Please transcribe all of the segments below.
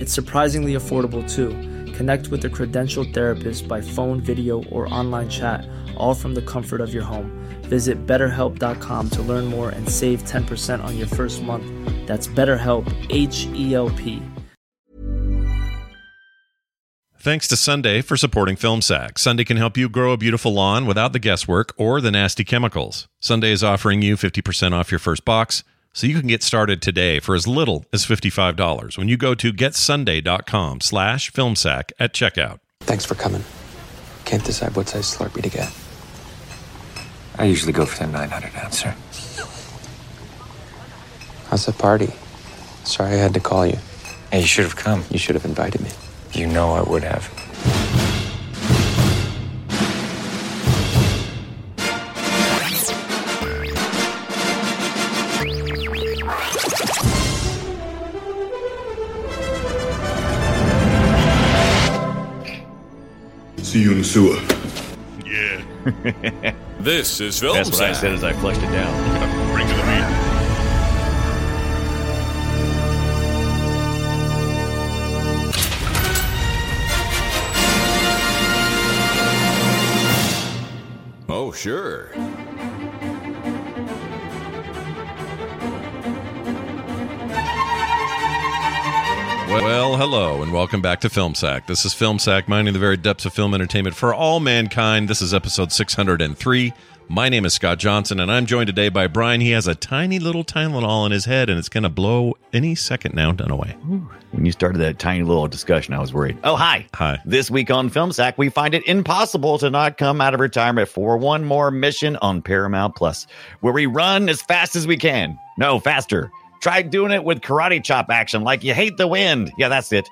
It's surprisingly affordable too. Connect with a credentialed therapist by phone, video, or online chat, all from the comfort of your home. Visit betterhelp.com to learn more and save 10% on your first month. That's BetterHelp, H E L P. Thanks to Sunday for supporting FilmSack. Sunday can help you grow a beautiful lawn without the guesswork or the nasty chemicals. Sunday is offering you 50% off your first box, so you can get started today for as little as $55 when you go to getsunday.com slash FilmSack at checkout. Thanks for coming. Can't decide what size Slurpee to get. I usually go for the 900 ouncer. How's the party? Sorry I had to call you. Hey, you should have come. You should have invited me. You know I would have. See you in the sewer. This is film That's what I said as I flushed it down. Bring to the meat. Oh, sure. Well, hello, and welcome back to FilmSack. This is FilmSack, mining the very depths of film entertainment for all mankind. This is episode 603. My name is Scott Johnson, and I'm joined today by Brian. He has a tiny little Tylenol in his head, and it's going to blow any second now. Done away. When you started that tiny little discussion, I was worried. Oh, hi. Hi. This week on Film Sack, we find it impossible to not come out of retirement for one more mission on Paramount Plus, where we run as fast as we can. No, faster. Try doing it with karate chop action like you hate the wind. Yeah, that's it.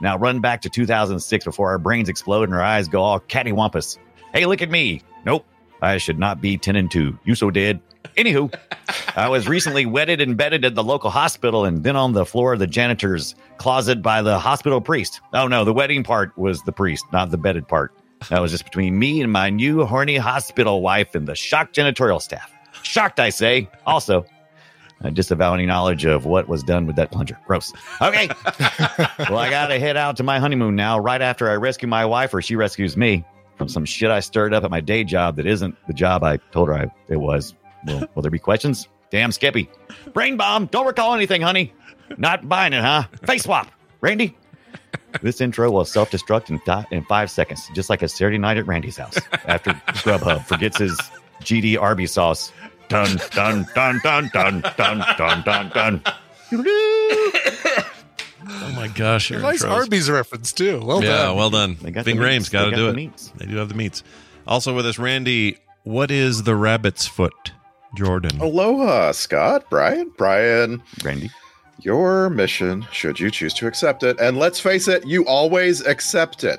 Now run back to 2006 before our brains explode and our eyes go all cattywampus. Hey, look at me. Nope. I should not be 10 and 2. You so did. Anywho, I was recently wedded and bedded at the local hospital and then on the floor of the janitor's closet by the hospital priest. Oh no, the wedding part was the priest, not the bedded part. That was just between me and my new horny hospital wife and the shocked janitorial staff. Shocked, I say. Also, I disavow any knowledge of what was done with that plunger. Gross. Okay. well, I got to head out to my honeymoon now, right after I rescue my wife or she rescues me from some shit I stirred up at my day job that isn't the job I told her I, it was. Will, will there be questions? Damn, Skippy. Brain bomb. Don't recall anything, honey. Not buying it, huh? Face swap. Randy? This intro will self destruct in, fi- in five seconds, just like a Saturday night at Randy's house after Grubhub forgets his GD Arby sauce. Dun, dun, dun, dun, dun, dun, dun, dun, dun. Oh my gosh, your Nice intros. Arby's reference too. Well yeah, done. well done. They got Bing the meats. Rames got to They got do the it. meats. They do have the meats. Also with us, Randy. What is the rabbit's foot, Jordan? Oh. Aloha, Scott, Brian. Brian, Randy? your mission, should you choose to accept it, and let's face it, you always accept it.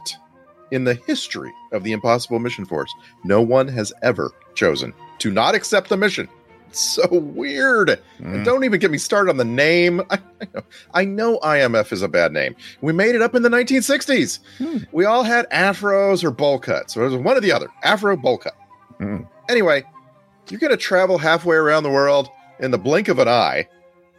In the history of the Impossible Mission Force, no one has ever chosen to not accept the mission. It's so weird. And don't even get me started on the name. I, I, know, I know IMF is a bad name. We made it up in the 1960s. We all had afros or bowl cuts. So it was one or the other afro bowl cut. Mm. Anyway, you're going to travel halfway around the world in the blink of an eye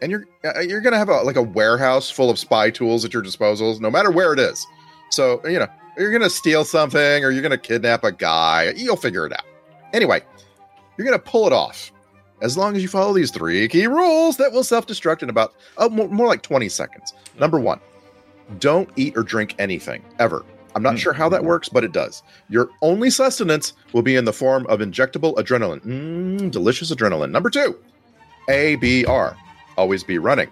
and you're uh, you're gonna have a, like a warehouse full of spy tools at your disposals, no matter where it is. So you know you're gonna steal something, or you're gonna kidnap a guy. You'll figure it out. Anyway, you're gonna pull it off as long as you follow these three key rules that will self-destruct in about oh, more, more like 20 seconds. Number one, don't eat or drink anything ever. I'm not sure how that works, but it does. Your only sustenance will be in the form of injectable adrenaline. Mm, Mmm, delicious adrenaline. Number two, ABR always be running.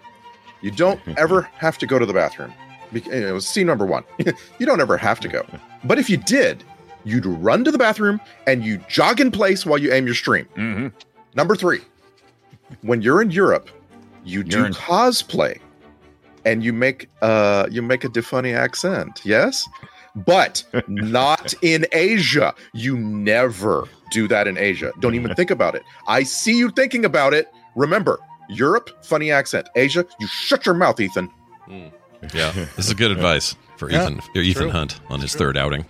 You don't ever have to go to the bathroom. Be- you know, It was scene number one. you don't ever have to go. But if you did, you'd run to the bathroom and you jog in place while you aim your stream. Mm-hmm. Number three, when you're in Europe, you do Urine. cosplay, and you make uh you make a funny accent. Yes, but not in Asia. You never do that in Asia. Don't even think about it. I see you thinking about it. Remember, Europe, funny accent. Asia, you shut your mouth, Ethan. Yeah, this is good advice for Yeah, Ethan or Ethan true. Hunt on his third outing.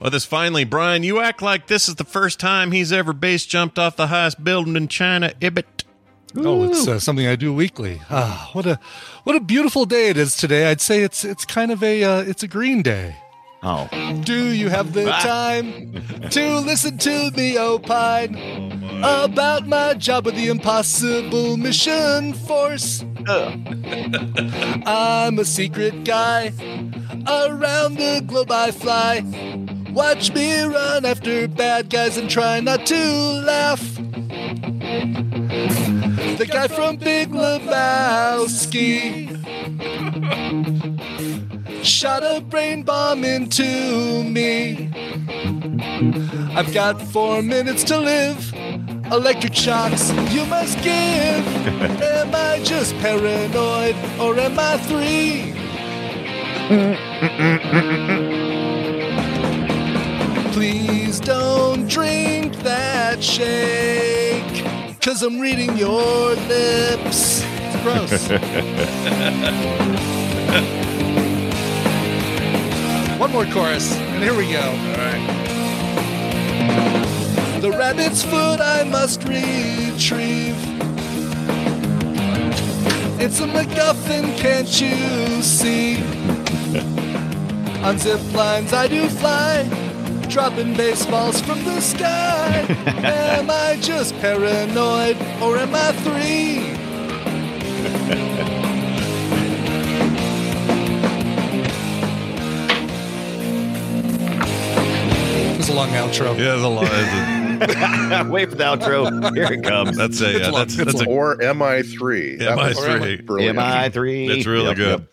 With us finally, Brian, you act like this is the first time he's ever base jumped off the highest building in China, Ibit. Oh, it's uh, something I do weekly. Ah, what a what a beautiful day it is today. I'd say it's it's kind of a uh, it's a green day. Oh, Do you have the time to listen to me opine about my job with the impossible mission force? I'm a secret guy. Around the globe I fly. Watch me run after bad guys and try not to laugh. The guy from Big Lebowski shot a brain bomb into me. I've got four minutes to live. Electric shocks you must give. am I just paranoid or am I three? Please don't drink that shake, cause I'm reading your lips. It's gross. One more chorus, and here we go. The rabbit's foot I must retrieve. It's a MacGuffin, can't you see? On zip lines I do fly, dropping baseballs from the sky. am I just paranoid, or am I three? It was a long outro. Yeah, that's a lot. wait for the outro. Here it comes. That's a yeah, that's that's a Or MI3. That was MI3. brilliant. MI three. It's really Yep, good. yep.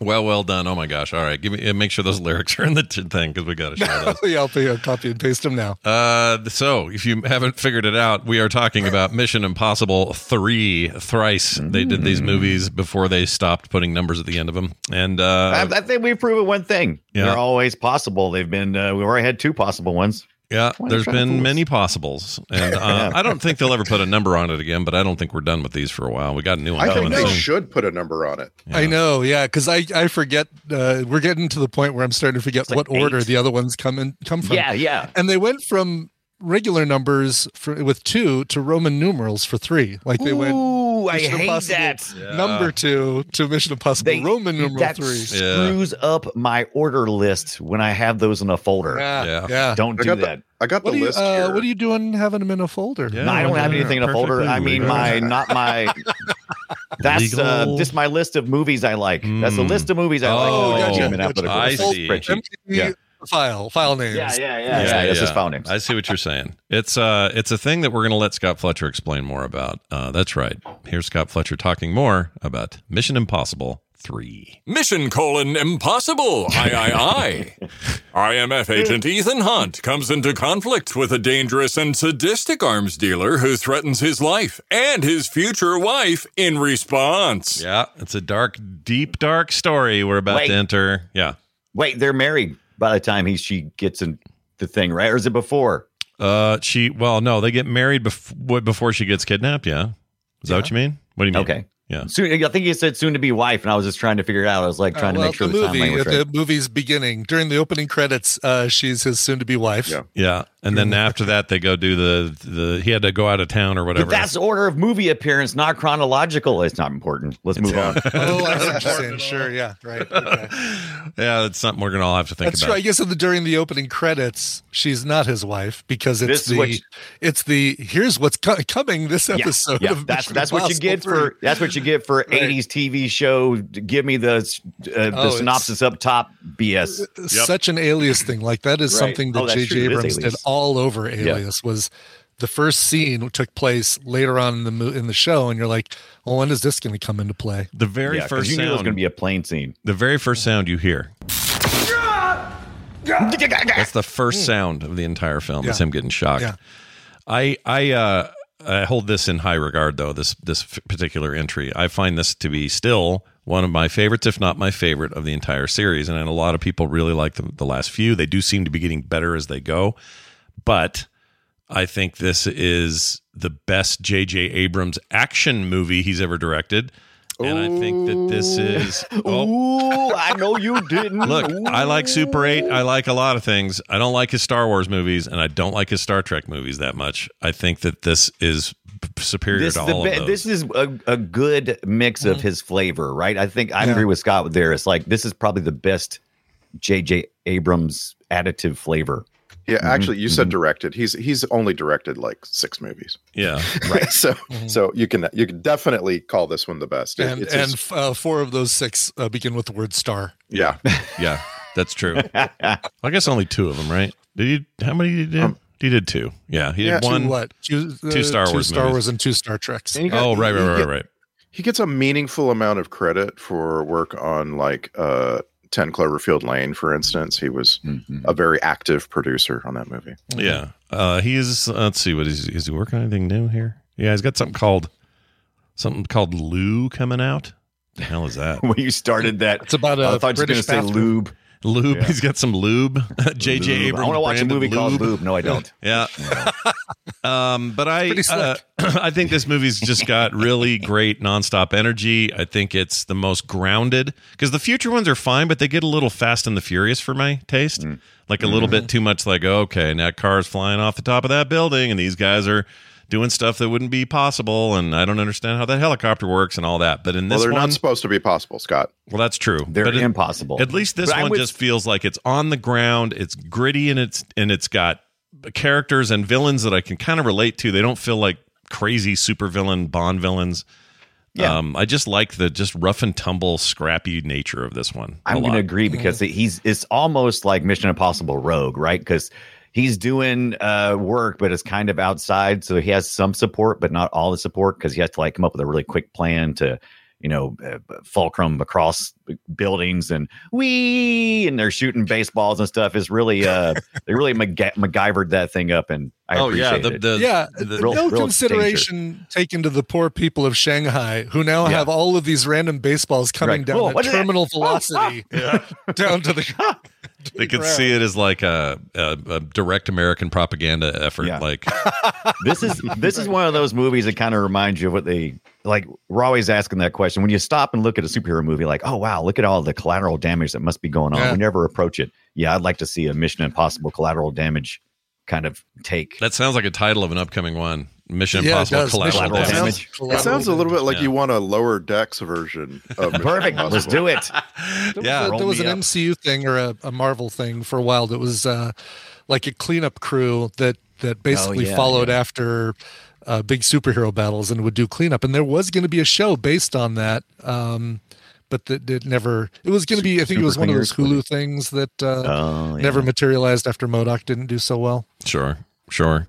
Well, well done. Oh my gosh! All right, give me make sure those lyrics are in the t- thing because we got to share those. Yeah, I'll pay- I'll copy and paste them now. Uh, so if you haven't figured it out, we are talking about Mission Impossible three thrice. They did Mm. these movies before they stopped putting numbers at the end of them, and I, uh, I think we've proven one thing. Yeah. They're always possible. They've been. Uh, we already had two possible ones. yeah, Why there's try to been fool many possibles, and uh, Yeah. I don't think they'll ever put a number on it again. But I don't think we're done with these for a while. We got a new one I think coming they soon. should put a number on it. Yeah. I know, yeah, because I, I forget. Uh, we're getting to the point where I'm starting to forget like what order eight. the other ones come in come from. Yeah, yeah. and they went from regular numbers for, with two to Roman numerals for three. Like they went Ooh, I Mission hate Impossible. that. number two to Mission Impossible They- Roman numeral that three. Yeah. screws up my order list when I have those in a folder. Yeah, Yeah. yeah. Don't I do got that. the, I got What the are you list uh, here. What are you doing having them in a folder? Yeah. No, I don't have Yeah, anything in a folder. perfectly I mean, legal. my not my. That's uh, Legal. just my list of movies I like. That's a Mm. list of movies I like. Oh, I gotcha, jam it gotcha. out, but of course, I it's a see. spreadsheet. Empty Yeah. file file names. Yeah, yeah, yeah. Yeah, yeah, That's his phone name. I see what you're saying. It's uh it's a thing that we're gonna let Scott Fletcher explain more about. Uh that's right. Here's Scott Fletcher talking more about Mission Impossible three. Mission colon impossible. I I I. IMF agent Ethan Hunt comes into conflict with a dangerous and sadistic arms dealer who threatens his life and his future wife in response. Yeah, it's a dark, deep, dark story we're about Wait. to enter. Yeah. Wait, they're married by the time he she gets in the thing, right? Or is it before? Uh she well, no, they get married bef- before she gets kidnapped, yeah. Is that what you mean? What do you mean? Okay. Yeah. Soon, I think he said soon to be wife, and I was just trying to figure it out. I was like All right, trying Uh, well, to make sure the the, time movie line was at right. the movie's beginning during the opening credits, uh, she's his soon-to-be wife. Yeah. Yeah. And then after that they go do the the he had to go out of town or whatever. But that's order of movie appearance, not chronological. It's not important. Let's move on. Oh, I see what you're saying. Sure, yeah, right. Okay. yeah, that's something we're gonna all have to think That's about. true. I guess in the, during the opening credits, she's not his wife because it's This is the what you- it's the here's what's co- coming this Yeah, episode. yeah. of that's Mission that's what Impossible you get for 3. that's what you get for Right. Oh, '80s TV show. Give me the uh, the it's- synopsis up top. BS. such an alias thing. Like that is Right. something Oh, that J.J. that's true. It is Abrams did Alias. all over Alias was the first scene took place later on in the mo- in the show, and you're like, "Well, when is this going to come into play?" The very Yeah, 'cause first you knew sound it was going to be a plane scene. The very first sound you hear. That's the first sound of the entire film. Is Hmm. Yeah. him getting shocked. Yeah. I I uh, I hold this in high regard though. This this f- particular entry, I find this to be still one of my favorites, if not my favorite, of the entire series. And a lot of people really like the, the last few. They do seem to be getting better as they go, but I think this is the best J.J. Abrams action movie he's ever directed. And I think that this is. Oh. oh, Ooh, I know you didn't. Look, I like Super 8. I like a lot of things. I don't like his Star Wars movies, and I don't like his Star Trek movies that much. I think that this is p- superior this to is, the all be- of those. this is a, a good mix of his flavor, right? I think I agree with Scott there. It's like this is probably the best J.J. Abrams additive flavor. Mm-hmm, Yeah, actually, you said directed. He's he's only directed like six movies, yeah. right? So so you can you can definitely call this one the best. It- and it's and just- f- uh, four of those six uh, begin with the word "star." yeah, Yeah, that's true. I guess only two of them, right? Did you? How many did you do? Um, he did two. Yeah, he yeah, did two one. Two what? Two, uh, two Star two Wars Star movies. Wars, and two Star Treks. And you got- Oh, right, right, you right, get- right. he gets a meaningful amount of credit for work on like uh 10 Cloverfield Lane, for instance. He was Mm-hmm. a very active producer on that movie. Yeah. Uh, he is. Let's see. What is is he working on anything new here? Yeah, he's got something called something called Lou coming out. The hell is that? when you started that, It's about a I thought you were going to British say bathroom. lube. Lube. Yeah. He's got some lube. J.J. Lube. Abrams. I want to watch a branded movie called Lube. No, I don't. Yeah. um, but I Pretty slick. uh, I think this movie's just got really great nonstop energy. I think it's the most grounded because the future ones are fine, but they get a little fast and the furious for my taste. Like a little bit too much like, okay, now car's flying off the top of that building and these guys are doing stuff that wouldn't be possible and I don't understand how that helicopter works and all that. But in Well, this they're one not supposed to be possible, Scott. Well that's true. They're But it- impossible. at least this But I'm one with- just feels like it's on the ground. It's gritty and it's and it's got characters and villains that I can kind of relate to. They don't feel like crazy supervillain Bond villains. Yeah. Um, I just like the just rough and tumble, scrappy nature of this one. a I'm going lot. to agree because he's it's almost like Mission Impossible Rogue, right? Because he's doing uh, work, but it's kind of outside, so he has some support, but not all the support because he has to like come up with a really quick plan to, you know, uh, fulcrum across buildings and we and they're shooting baseballs and stuff. It's really uh, they really MacGy- MacGyvered that thing up, and I Oh yeah, appreciate the, it. the yeah, the- real- no real consideration taken to the poor people of Shanghai who now Yeah. have all of these random baseballs coming Right. down Whoa, at what is that? terminal Oh, velocity down to the. they could see it as like a, a, a direct American propaganda effort. Yeah. Like this is this is one of those movies that kind of reminds you of what they like we're always asking that question when you stop and look at a superhero movie like oh wow look at all the collateral damage that must be going on Yeah. we never approach it yeah i'd like to see a mission impossible collateral damage kind of take that sounds like a title of an upcoming one: Mission Yeah, it Impossible: does. Collateral Damage. Mission Collateral Impossible. damage. It sounds a little bit like Yeah. you want a lower decks version of Mission perfect let's Impossible. do it There was, Yeah, a- roll there was me an up. MCU thing or a, a Marvel thing for a while that was uh, like a cleanup crew that that basically Oh, yeah, followed after uh, big superhero battles and would do cleanup. And there was going to be a show based on that, um, but that it never. It was going to be. I think it was one of those Hulu things that uh, Oh, yeah. never materialized after Modoc didn't do so well. Sure, sure.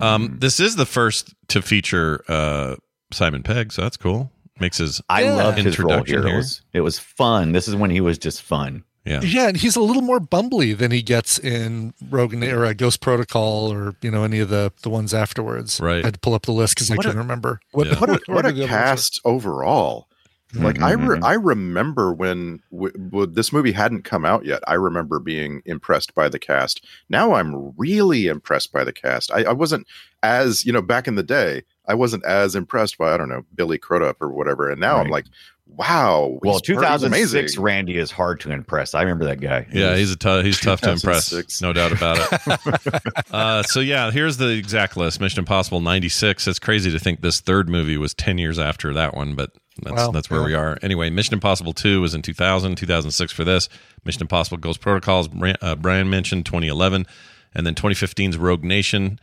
Um, this is the first to feature uh, Simon Pegg, so that's cool. Makes his i Yeah. loved his role Introduction here. It here. was, it was fun this is when he was just fun yeah. Yeah, and he's a little more bumbly than he gets in Rogue Na- or uh, Ghost Protocol or you know any of the the ones afterwards. Right. I had to pull up the list because I What a- couldn't remember. What, Yeah. What a, what are a the other ones? cast overall. Mm-hmm. Like I re- Mhm. I remember when w- w- this movie hadn't come out yet. I remember being impressed by the cast. Now I'm really impressed by the cast. I, I wasn't as you know back in the day. I wasn't as impressed by I don't know Billy Crudup or whatever. And now I'm Right. like, wow. well he's- he's amazing. 2006 randy is hard to impress i remember that guy He Yeah, was- he's a tou- he's tough to impress, 2006. no doubt about it. uh, so yeah, here's the exact list: Mission Impossible '96. It's crazy to think this third movie was 10 years after that one, but that's Wow. that's where we are. Anyway, Mission Impossible 2 was in 2000, 2006 for this. Mission Impossible Ghost Protocols, Bra- uh, Brian mentioned 2011, and then 2015's Rogue Nation,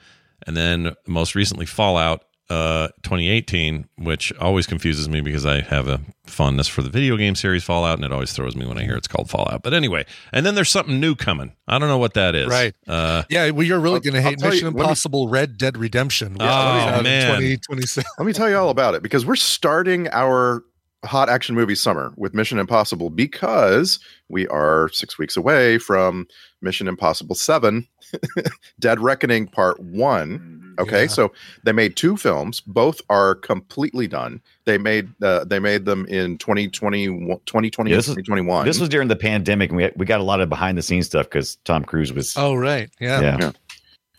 and then most recently Fallout. uh, 2018, which always confuses me because I have a fondness for the video game series Fallout, and it always throws me when I hear it's called Fallout. But anyway, and then there's something new coming. I don't know what that is. Right. Uh, yeah, well, you're really I'll- going to I'll hate tell Mission you- let me- Impossible Red Dead Redemption. which Oh, comes out in man. 2026. Let me tell you all about it because we're starting our hot action movie summer with Mission Impossible because we are six weeks away from Mission Impossible 7 Dead Reckoning Part Mm-hmm. 1. Okay, Yeah. so they made two films. Both are completely done. They made uh, they made them in 2020, 2020 Yeah, and this is- 2021. This was during the pandemic, and we we got a lot of behind the scenes stuff because Tom Cruise was. Oh, right. Yeah. yeah.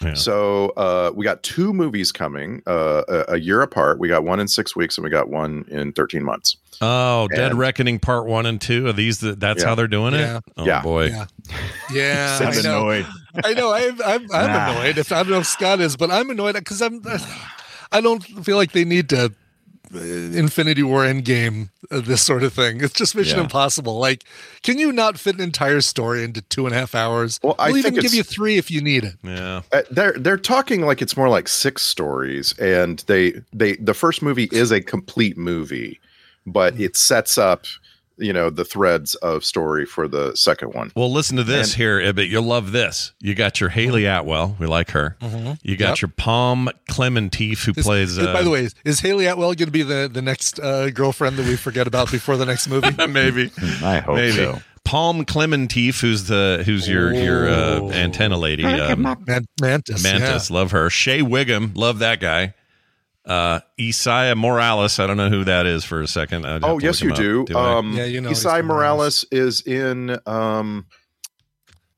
yeah. So uh, we got two movies coming uh, a, a year apart. We got one in six weeks, and we got one in thirteen months. Oh, Dead And- Reckoning Part One and Two. Are these? The, that's Yeah. how they're doing Yeah. it. Oh Yeah. boy. Yeah. Yeah. Sounds I know. annoyed. I know. I'm, I'm, I'm Nah. annoyed. If, I don't know if Scott is, but I'm annoyed because I'm. I don't feel like they need to uh, Infinity War Endgame uh, this sort of thing. It's just Mission Yeah. Impossible. Like, can you not fit an entire story into two and a half hours? Well, I we'll even think give it's- you three if you need it. Yeah. Uh, they're they're talking like it's more like six stories, and they they the first movie is a complete movie, but Hmm. it sets up you know the threads of story for the second one. Well, listen to this here, Ibbit. You'll love this. You got your Haley Atwell. We like her. You got Mm-hmm. Yep. your Palm Clementif, who Is- plays. Uh, by the way, is Haley Atwell going to be the the next uh, girlfriend that we forget about before the next movie? maybe. I hope Maybe. so. Palm Clementif, who's the who's your your uh, antenna lady, um, Man- Mantis. Mantis, yeah. love her. Shea Wiggum, love that guy. Uh, Isaiah Morales, I don't know who that is for a second. I'd have Oh to yes, look him you up. do. I? um, Yeah, you know he's Isai from Morales is in. um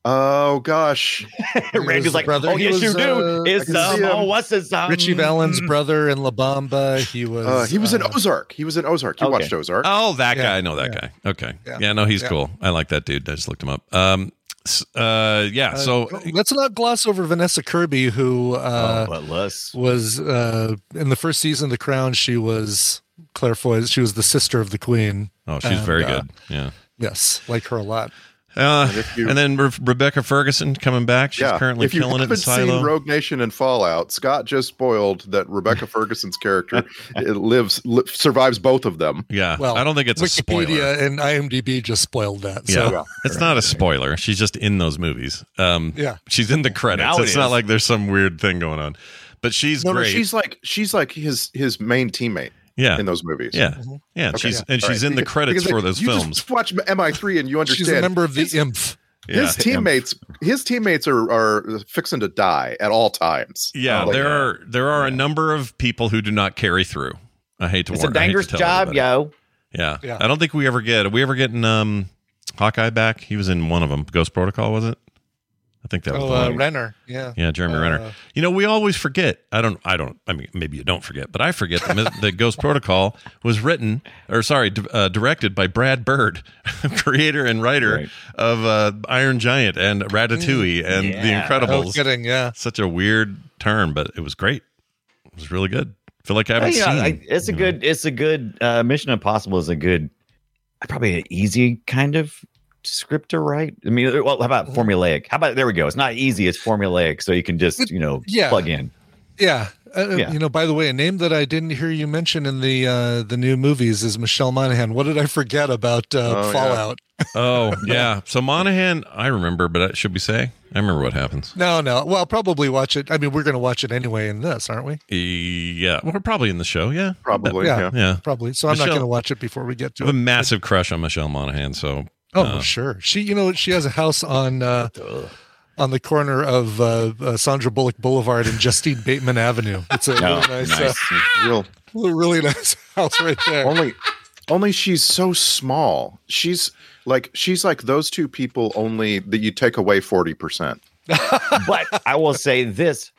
Oh gosh, was the Randy's like, brother- oh he yes, you was, uh, do. It's I can um, see him. oh, what's his um, Richie Valens' brother in La Bamba. He was. uh, he was in uh, Ozark. He was in Ozark. You okay. watched Ozark. Oh, that Yeah, guy. I know that guy. Okay. Yeah. no, he's yeah. cool. I like that dude. I just looked him up. Um, s- uh, yeah. so, let's not gloss over Vanessa Kirby, who oh, uh, but less. was uh, in the first season of The Crown. She was Claire Foy. She was the sister of the Queen. oh, she's and, very uh, good. Yeah. Yes, like her a lot. Uh, And and, if you- then Re- Rebecca Ferguson coming back. She's currently if you killing it in haven't Silo. seen Rogue Nation and Fallout, Scott just spoiled that Rebecca Ferguson's character it lives li- survives both of them. yeah. Well, I don't think it's a spoiler. Wikipedia and IMDb just spoiled that. Yeah. So It's not a spoiler. She's just in those movies. Um, Yeah. She's in the credits. Now it it's not is. like there's some weird thing going on, but she's No, no, great. she's like she's like his his main teammate yeah. in those movies. Mm-hmm. yeah. Yeah. and Okay. She's, Yeah. and All she's right. in the Because- credits because for like, those you films. Just watch MI3 and you understand. she's a member of the Imp. Yeah. His teammates, his teammates are are fixing to die at all times. Yeah, Like, there are there are a number of people who do not carry through. I hate to It's a warn. I hate to dangerous tell job, everybody. yo. Yeah. Yeah. I don't think we ever get. Are we ever getting um, Hawkeye back? He was in one of them. Ghost Protocol was it? I think that was. Oh, the uh, one. Renner. Yeah. yeah, Jeremy uh, Renner. You know, we always forget. I don't. I don't. I mean, maybe you don't forget, but I forget that, Mis- that Ghost Protocol was written, or sorry, d- uh, directed by Brad Bird, creator and writer Right. Mm, of uh, Iron Giant and Ratatouille and Yeah. The No Incredibles kidding. Yeah. such a weird term, but it was great. It was really good. I feel like I haven't Hey, you know, seen. I- it's a you know. good. It's a good. Uh, Mission Impossible is a good. Probably an easy kind of script to write. I mean, well, how about formulaic? How about there we go? It's not easy. It's formulaic, so you can just you know Yeah. plug in. Yeah. Uh, Yeah. You know, by the way, a name that I didn't hear you mention in the uh, the new movies is Michelle Monaghan. What did I forget about uh, Oh, yeah. Fallout? Oh yeah. So Monahan, I remember, but I- should we say? I remember what happens. No, no. Well, I'll probably watch it. I mean, we're going to watch it anyway in this, aren't we? Yeah, we're probably in the show. Yeah, probably. Yeah. Yeah. yeah. Probably. So I'm not Michelle- going to watch it before we get I to have a it. massive crush on Michelle Monahan. So Oh, Um, uh, sure. She, you know, she has a house on uh, on the corner of uh, uh, Sandra Bullock Boulevard and Justine Bateman Avenue. It's a Oh, really nice, nice. Real Uh, really nice house right there. only only she's so small. She's like she's like those two people only that you take away 40%. but I will say this: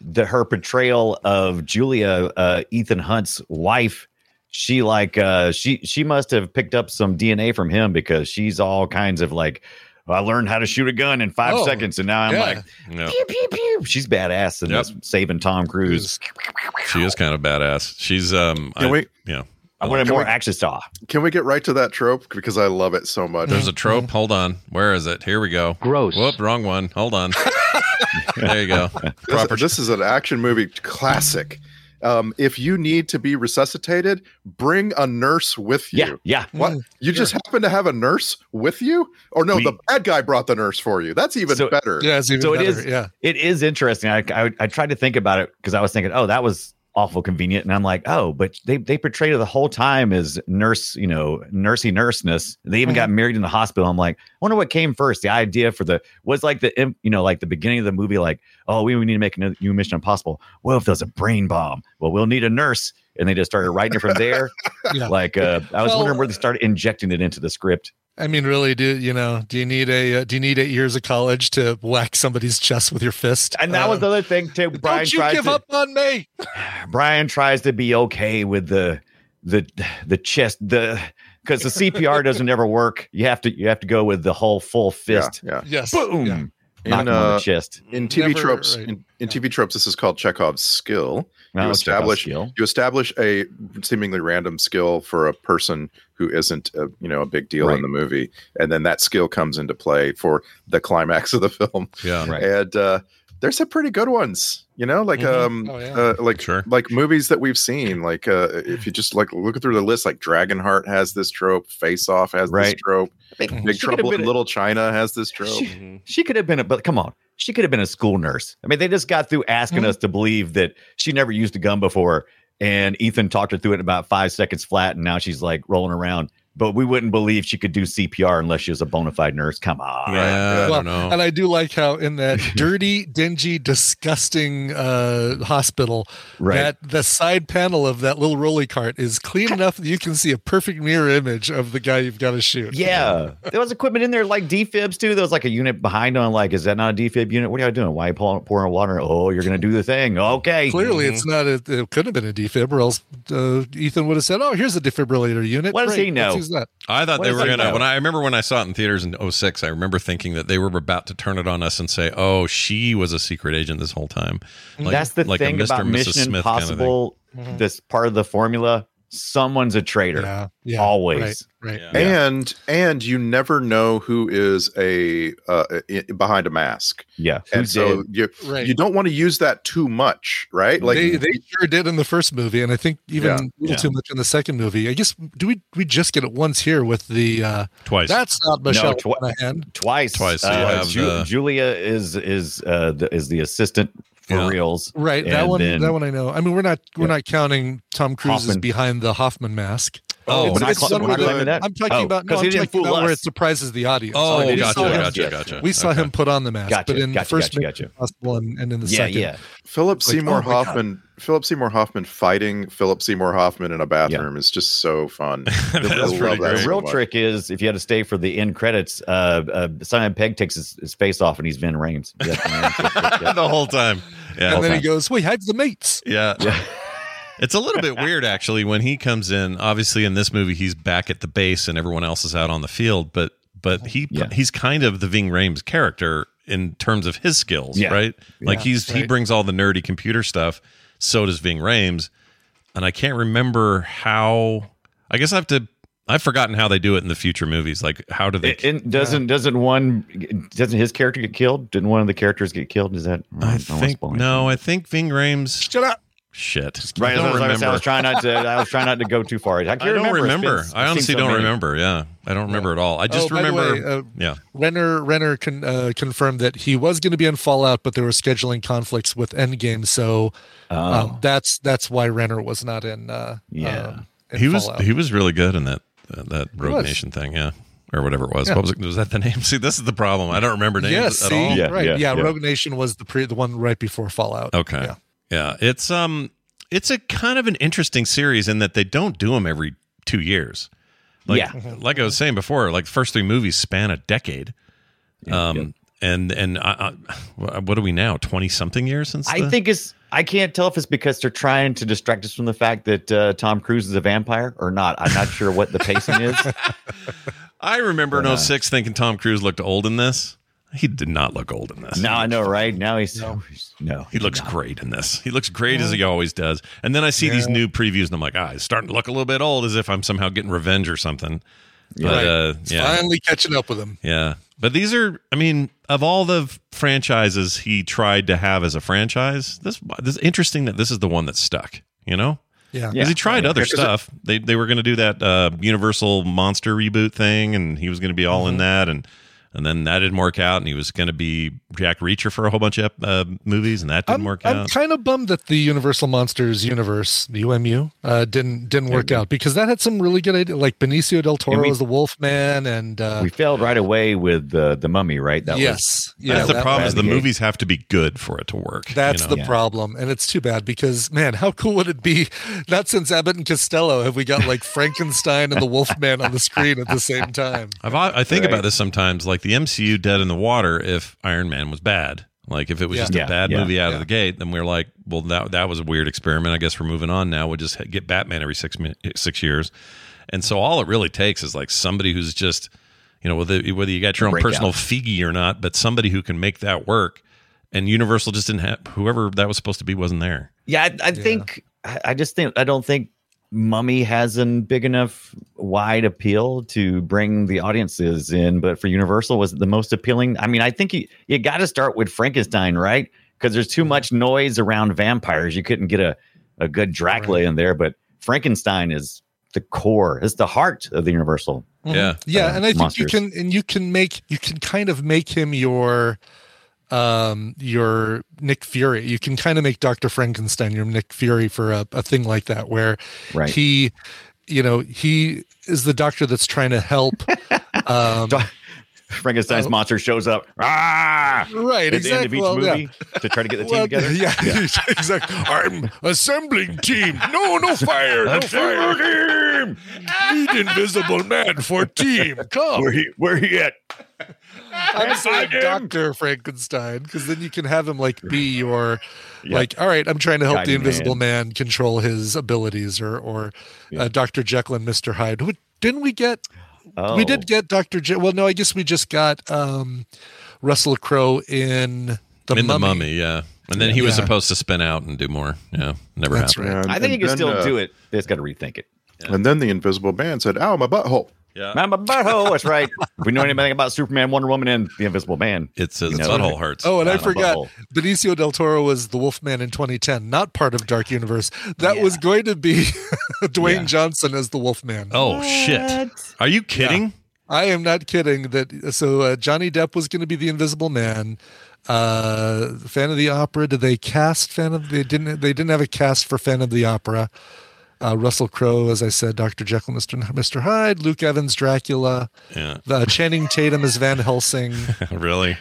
the her portrayal of Julia, uh, Ethan Hunt's wife, she like uh, she she must have picked up some DNA from him because she's all kinds of like, I learned how to shoot a gun in five Oh, seconds, and now I'm yeah. like, yeah, pew, pew, pew. she's badass in Yep. this saving Tom Cruise. she is kind of badass. She's um. Can I- we- Yeah. I wanted Can more we- action star. Can we get right to that trope because I love it so much? There's a trope. Hold on. Where is it? Here we go. Gross. Whoop. Wrong one. Hold on. there you go. This- Proper. This, is an action movie classic. um, if you need to be resuscitated, bring a nurse with you. Yeah, yeah. What? Mm, You just happen to have a nurse with you? Or no, We- the bad guy brought the nurse for you. That's even So- better. so it is. it is interesting. I, I I tried to think about it because I was thinking, oh, that was awful convenient, and I'm like, oh, but they they portrayed her the whole time as nurse, you know, nursey nurseness. They even Mm-hmm. got married in the hospital. I'm like, I wonder what came first. The idea for the was like the im- you know like the beginning of the movie, like oh, we, we need to make a new Mission Impossible. Well, if there's a brain bomb, well, we'll need a nurse. And they just started writing it from there. Yeah. Like uh, I was Well- wondering where they started injecting it into the script. I mean, really, do you know? Do you need a? Uh, do you need eight years of college to whack somebody's chest with your fist? Uh, And that was the other thing too. Brian um, Don't you tried give to- up on me? Brian tries to be okay with the the the chest the because the CPR doesn't ever work. You have to you have to go with the whole full fist. yeah. Yes. Boom. Yeah. Knock him on uh, the chest. in TV Mm, Never- tropes, right. in, in TV tropes, this is called Chekhov's skill. Oh, you Chekhov's establish skill. you establish a seemingly random skill for a person who isn't a, you know a big deal Right. in the movie, and then that skill comes into play for the climax of the film. Yeah. Right. And uh, there's some pretty good ones, you know, like Mm-hmm. um, Oh, yeah. uh, like Sure. like movies that we've seen. Like uh, if you just like look through the list, like Dragonheart has this trope, Face Off has this Right. trope, She Big could've Trouble been in a- Little China has this trope. She, she could have been a but come on. She could have been a school nurse. I mean, they just got through asking us to believe that she never used a gun before. And Ethan talked her through it in about five seconds flat, and now she's like rolling around. But we wouldn't believe she could do CPR unless she was a bona fide nurse. Come on. Yeah, I well, don't Oh. know. and I do like how in that dirty, dingy, disgusting uh, hospital, Right. that the side panel of that little rolly cart is clean enough that you can see a perfect mirror image of the guy you've got to shoot. Yeah. There was equipment in there like defibs too. There was like a unit behind on like, is that not a defib unit? What are y'all doing? Why are you pouring, pouring water? Oh, you're gonna do the thing. Okay. Clearly, it's not. A, it could have been a defib, or else uh, Ethan would have said, "Oh, here's a defibrillator unit." What does Great, he know? let's use that. I thought What they does were that gonna. know? When I, I remember when I saw it in theaters in 06, I remember thinking that they were about to turn it on us and say, "Oh, she was a secret agent this whole time." Like- That's the like a thing Mr. about and Mrs. Mission Smith kind of thing. Impossible. This part of the formula, someone's a traitor. Mm-hmm. Yeah, yeah, Always. Right, right. and and you never know who is a uh, i- behind a mask Yeah. Who and so did? you Right. you don't want to use that too much right like they, they sure did in the first movie, and I think even Yeah, a little yeah. too much in the second movie. I guess do we we just get it once here with the uh, Twice. that's not Michelle twi- Monaghan. Twice. Twice, so you Uh, have Ju- the- Julia is is uh the, is the assistant for Yeah. reals. Right, that And one. then- that one I know. I mean, we're not we're Yeah. not counting Tom Cruise's Hoffman. behind the Hoffman mask. Oh, We're not it's cla- some we're not of the- claiming that. I'm talking Oh, about 'cause no, he I'm didn't talking fool about where us. it surprises the audience. oh, they just gotcha, saw him. gotcha, Yes. gotcha. we saw Okay. him put on the mask, Gotcha, but in the gotcha, first gotcha, Mission gotcha. Impossible and, and in the Yeah, second, yeah. philip like, seymour oh my God. hoffman philip seymour hoffman fighting philip seymour hoffman in a bathroom is just so fun I That's love pretty that great. The so real much. trick is if you had to stay for the end credits, uh, uh, Simon Pegg takes his, his face off and he's Vin Rames. Yeah, Vin Rames. Yeah. the whole time. Yeah. and then he Okay. goes, "We have the mates." Yeah. It's a little bit weird actually when he comes in. Obviously in this movie he's back at the base and everyone else is out on the field, but but he Yeah. he's kind of the Ving Rames character in terms of his skills, Yeah. right? Like he's he right. brings all the nerdy computer stuff, so does Ving Rames. And I can't remember how I guess I have to I've forgotten how they do it in the future movies. Like how do they It- it doesn't doesn't one doesn't his character get killed? Didn't one of the characters get killed? Is that I don't wanna think spoil no, I think Ving Rames Shut up. shit. anything. Right, I don't that's what I was- remember. I was trying not to. I was trying not to go too far. I, can't I don't remember. I It's been- it's seen honestly so don't many. remember. Yeah, I don't remember at all. I just Oh, by the remember. way, uh, yeah, Renner Renner con, uh, confirmed that he was going to be in Fallout, but there were scheduling conflicts with Endgame, so um, that's that's why Renner was not in. Uh, Oh. Yeah. um, in he was Fallout. he was really good in that uh, that Rogue was. Nation thing. Yeah, or whatever it was. What was, it, was that the name? See, this is the problem. I don't remember names yes, at see? all. Yeah, right, yeah, yeah, yeah. Rogue Nation was the pre the one right before Fallout. Okay. Yeah. Yeah. It's um it's a kind of an interesting series in that they don't do them every 2 years. Like Yeah. like I was saying before, like the first three movies span a decade. um and and I, I, what are we now? 20 something years since I the- think it's. I can't tell if it's because they're trying to distract us from the fact that uh, Tom Cruise is a vampire or not. I'm not sure what the pacing is. I remember Yeah. in 06 thinking Tom Cruise looked old in this. He did not look old in this. Now I know, right? Now he's no. He looks great in this. He looks great as he always does. And then I see these new previews and I'm like, ah, he's starting to look a little bit old as if I'm somehow getting revenge or something. But Right. uh, yeah. Finally catching up with him. Yeah. But these are, I mean, of all the f- franchises he tried to have as a franchise, this, this is interesting that this is the one that stuck. you know? Yeah. Because he tried Yeah. other Yeah, 'cause it- stuff. They they were going to do that uh, Universal Monster reboot thing, and he was going to be all Mm-hmm. in that, and and then that didn't work out, and he was going to be Jack Reacher for a whole bunch of ep- uh, movies, and that didn't work I'm out. kind of bummed that the Universal Monsters universe, the UMU, uh, didn't didn't work out because that had some really good ideas, like Benicio del Toro we- as the Wolfman, and uh, we failed right away with the the mummy, right? Yes. Yeah, that's the that problem was is the the- movies have to be good for it to work. you that's know? the problem, and it's too bad because man, how cool would it be? Not since Abbott and Costello have we got like Frankenstein and the Wolfman on the screen at the same time. I've, I think Right. about this sometimes, like the MCU dead in the water. If Iron Man was bad, like if it was Yeah. just a Yeah, bad yeah, movie out of yeah. the gate, then we're like, well, that that was a weird experiment. I guess we're moving on now. We'll just get Batman every six min- six years, and so all it really takes is like somebody who's just, you know, whether whether you got your own Breakout. personal figgy or not, but somebody who can make that work. And Universal just didn't have whoever that was supposed to be wasn't there. Yeah, I, I think I I just think I don't think Mummy has a big enough wide appeal to bring the audiences in, but for Universal was it the most appealing. I mean, I think you you got to start with Frankenstein, right? Because there's too much noise around vampires. You couldn't get a a good Dracula in there, but Frankenstein is the core. It's the heart of the Universal. Mhm. yeah, and I think you can, and you can make, you can kind of make him your, um, your Nick Fury. You can kind of make Doctor Frankenstein your Nick Fury for a, a thing like that, where Right. he, you know, he is the doctor that's trying to help. Um, Frankenstein's monster shows up. Ah! Right, At the end of uh, exactly. each Well, yeah. movie to try to get the team Well, together. yeah, exactly. I'm assembling team. No, no fire, no Oh, fire. Need Invisible Man for team. Come. Where he, where he at? I'm saying Doctor Frankenstein because then you can have him like be your, like, all right, I'm trying to help the Guiding Invisible man. control his abilities, or or uh, Doctor Jekyll and Mister Hyde. Who- Didn't we get? Oh. We Oh. did get Doctor. Je- well, no, I guess we just got um, Russell Crowe in the in Mummy. the mummy, yeah. And then he was Yeah. supposed to spin out and do more. Yeah, never That's happened. right. I think you can still do it. It's got to rethink it. uh, And then the Invisible Man said, "Ow, my butthole." Yeah. I'm a butthole. That's right. If we know anything about Superman, Wonder Woman, and the Invisible Man, it's his butthole hurts. Oh, and I Not a forgot butthole. Benicio del Toro was the Wolfman in 2010, not part of Dark Universe. That was going to be Dwayne Johnson as the Wolfman. Oh shit! Are you kidding? I am not kidding. That so uh, Johnny Depp was going to be the Invisible Man. Uh, Fan of the Opera. Did they cast Fan of? They didn't. They didn't have a cast for Fan of the Opera. Uh, Russell Crowe, as I said, Doctor Jekyll, Mister Mister Hyde, Luke Evans, Dracula, Yeah. uh, Channing Tatum as Van Helsing. really?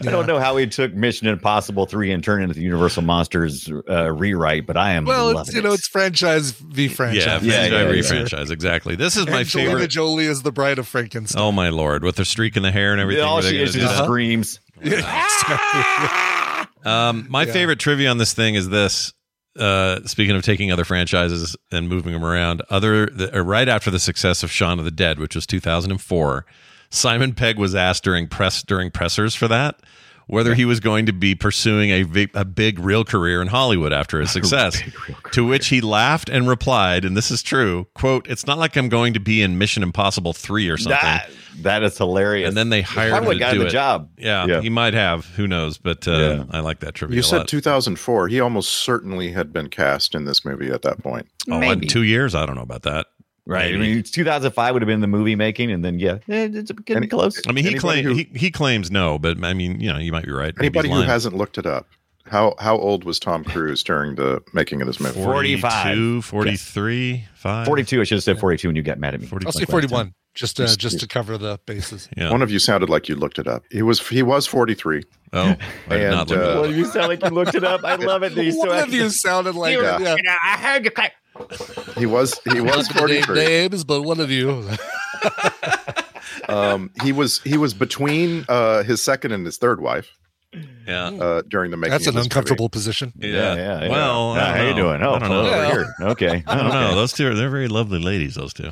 I don't know how he took Mission Impossible three and turned it into the Universal Monsters uh, rewrite, but I am Well, loving it's, you know, it's franchise v franchise. Yeah, franchise yeah, yeah. franchise exactly. This is my Angelina favorite. Jolie is the Bride of Frankenstein. Oh my lord, with her streak in the hair and everything. All were they she gonna is do just that? screams. Oh, Um, my Yeah. favorite trivia on this thing is this. Uh, speaking of taking other franchises and moving them around, other the, uh, right after the success of Shaun of the Dead, which was 2004, Simon Pegg was asked during press during pressers for that whether he was going to be pursuing a, vi- a big real career in Hollywood after his success. to which he laughed and replied, and this is true: "quote It's not like I'm going to be in Mission Impossible three or something." That, that is hilarious. and then they hired probably him to got do him the it. job. Yeah, Yeah. he might have. Who knows? But uh, I like that trivia. You a said lot. 2004. He almost certainly had been cast in this movie at that point. Oh, in two years? I don't know about that. Right. I mean, 2005 would have been the movie making, and then yeah, eh, it's getting Any- close. I mean, he Anybody claims who- he, he claims no, but I mean, you know, you might be right. Maybe Anybody he's who lying. hasn't looked it up, how how old was Tom Cruise during the making of this movie? 42, 43, 5. 42. I should have said 42, and you got mad at me. I'll say 41, just uh, just to cover the bases. Yeah. One of you sounded like you looked it up. He was he was 43. Oh, I did not look it up. Well, uh, you sound like you looked it up. I love it. that you still One have of you sounded like it, yeah. I heard you. Clap. He was he was Not to name 43. names, but one of you. Um, he was he was between uh, his second and his third wife Yeah. uh, during the making. That's of an this uncomfortable position. Yeah, Yeah. yeah. yeah. Well, Nah, I how don't you know. doing? Oh, I don't know. over Yeah. here. Okay. I don't know. Okay. Those two are they're very lovely ladies. Those two.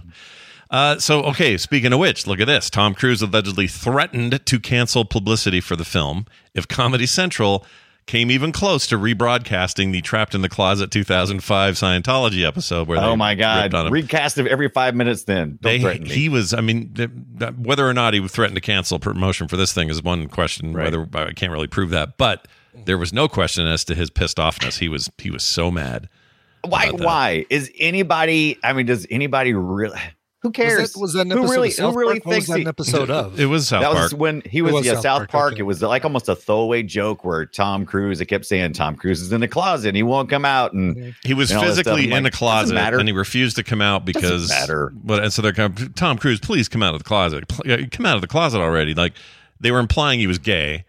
Uh, so okay, speaking of which, look at this. Tom Cruise allegedly threatened to cancel publicity for the film if Comedy Central came even close to rebroadcasting the Trapped in the Closet 2005 Scientology episode. Where they Oh my God! ripped on him. Recast of every five minutes. Then don't They, threaten me. he was. I mean, th- th- whether or not he threatened to cancel promotion for this thing is one question. Right. Whether I can't really prove that, but there was no question as to his pissed offness. He was. He was so mad. Why? about that. Why is anybody? I mean, does anybody really? Who cares? Was that, was that an who episode really? of South who really Park? What was thinks that an he- episode of? It was South that Park. was when he It was, was yeah, South South Park. Park, okay. It was like almost a throwaway joke where Tom Cruise, I kept saying Tom Cruise is in the closet and he won't come out. And He was and all that stuff. physically I'm in a like, doesn't closet matter. and he refused to come out because. matter. But and so they're kind of, Tom Cruise, please come out of the closet. Pl- yeah, Come out of the closet already. Like they were implying he was gay.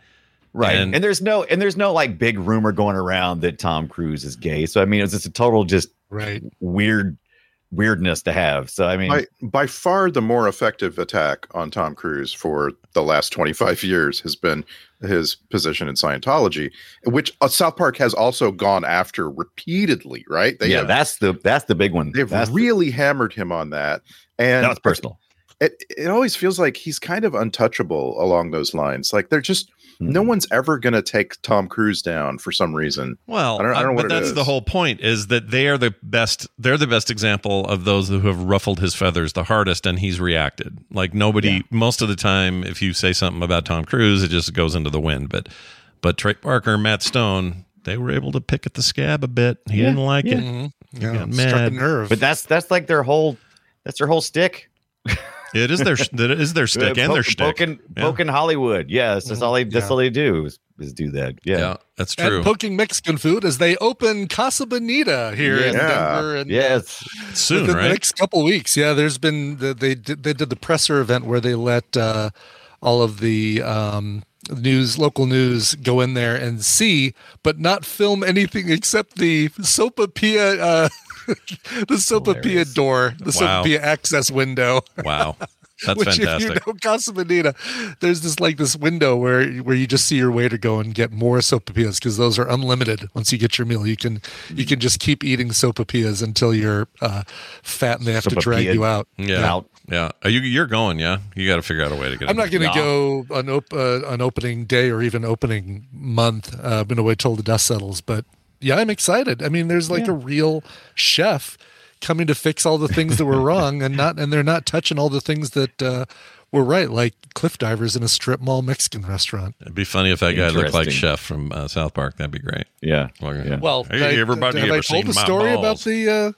right. and- And, there's no and there's no like big rumor going around that Tom Cruise is gay. So I mean, it's just a total just right. weird weirdness to have. So I mean, by, by far the more effective attack on Tom Cruise for the last 25 years has been his position in Scientology, which uh, South Park has also gone after repeatedly, right? They yeah, have, that's the that's the big one. they've That's the- really hammered him on that. And that was personal. it, it always feels like he's kind of untouchable along those lines. Like they're just, no one's ever going to take Tom Cruise down for some reason. Well, uh, I don't- I don't know but what it that's is. the whole point is that they are the best. They're the best example of those who have ruffled his feathers the hardest, and he's reacted. Like nobody, most of the time, if you say something about Tom Cruise, it just goes into the wind. But, but Trey Parker, Matt Stone, they were able to pick at the scab a bit. He didn't like it. Mm-hmm. Yeah, got struck mad. a nerve. But that's that's like their whole that's their whole stick. It is their that is their stick Uh, and their poke- stick. Poking, Yeah. poking Hollywood. Yes, that's all they. Mm-hmm. That's Yeah. all they do is, is do that. yeah. Yeah. that's true. and poking Mexican food as they open Casa Bonita here in Yeah. Denver. And, Yes. Soon, within the right? next couple weeks. Yeah, there's been the, they did, they did the presser event where they let uh, all of the um, news, local news, go in there and see, but not film anything except the sopapilla. Uh, the sopapilla door, the Wow. sopapilla access window. Wow, that's which, fantastic. if you know Casa Bonita, there's this like this window where where you just see your way to go and get more sopapillas because those are unlimited. Once you get your meal, you can you can just keep eating sopapillas until you're uh, fat and they have to drag Sopapilla. you out. yeah, Out. yeah. Are you you're going? Yeah, you got to figure out a way to get. I'm in not going to go on op- uh, on opening day or even opening month. Uh, I've been away till the dust settles, but yeah, I'm excited. I mean, there's like a real chef coming to fix all the things that were wrong, and not and they're not touching all the things that uh, were right, like cliff divers in a strip mall Mexican restaurant. It'd be funny if that guy looked like Interesting. Chef from uh, South Park. That'd be great. Yeah. Like, Yeah. Well, Hey, everybody, have ever I told seen the my story about balls? the? Uh,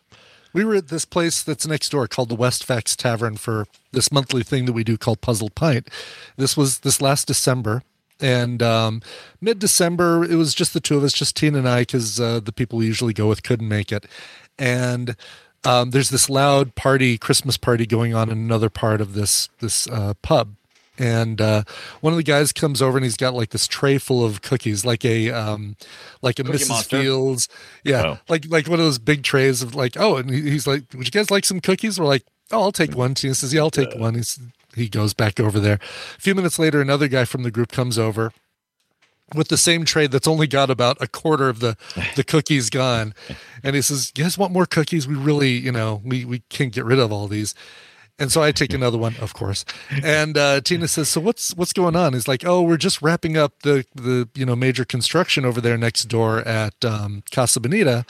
we were at this place that's next door called the Westfax Tavern for this monthly thing that we do called Puzzle Pint. This was this last December, and um, mid December it was just the two of us, just Tina and I, because uh, the people we usually go with couldn't make it, and. Um, there's this loud party, Christmas party going on in another part of this this uh, pub, and uh, one of the guys comes over and he's got like this tray full of cookies, like a um, like a Mrs. Monster? Fields, yeah, Oh. like like one of those big trays of like oh, and he, he's like, would you guys like some cookies? We're like, oh, I'll take one. Tina says, yeah, I'll take one. He's, he goes back over there. A few minutes later, another guy from the group comes over with the same tray that's only got about a quarter of the the cookies gone and he says you guys want more cookies we really you know we we can't get rid of all these and so i take another one of course and uh, tina says so what's what's going on he's like oh we're just wrapping up the the you know major construction over there next door at um, casa bonita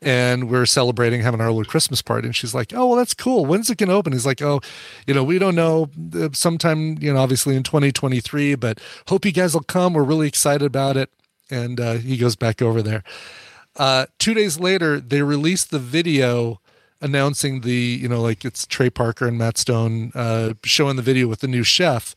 and we're celebrating having our little Christmas party. And she's like, "Oh, well, that's cool. When's it gonna open?" He's like, "Oh, you know, we don't know. Uh, Sometime, you know, obviously in 2023, but hope you guys will come. We're really excited about it." And uh, he goes back over there. Uh, two days later, they released the video announcing the, you know, like it's Trey Parker and Matt Stone uh, showing the video with the new chef.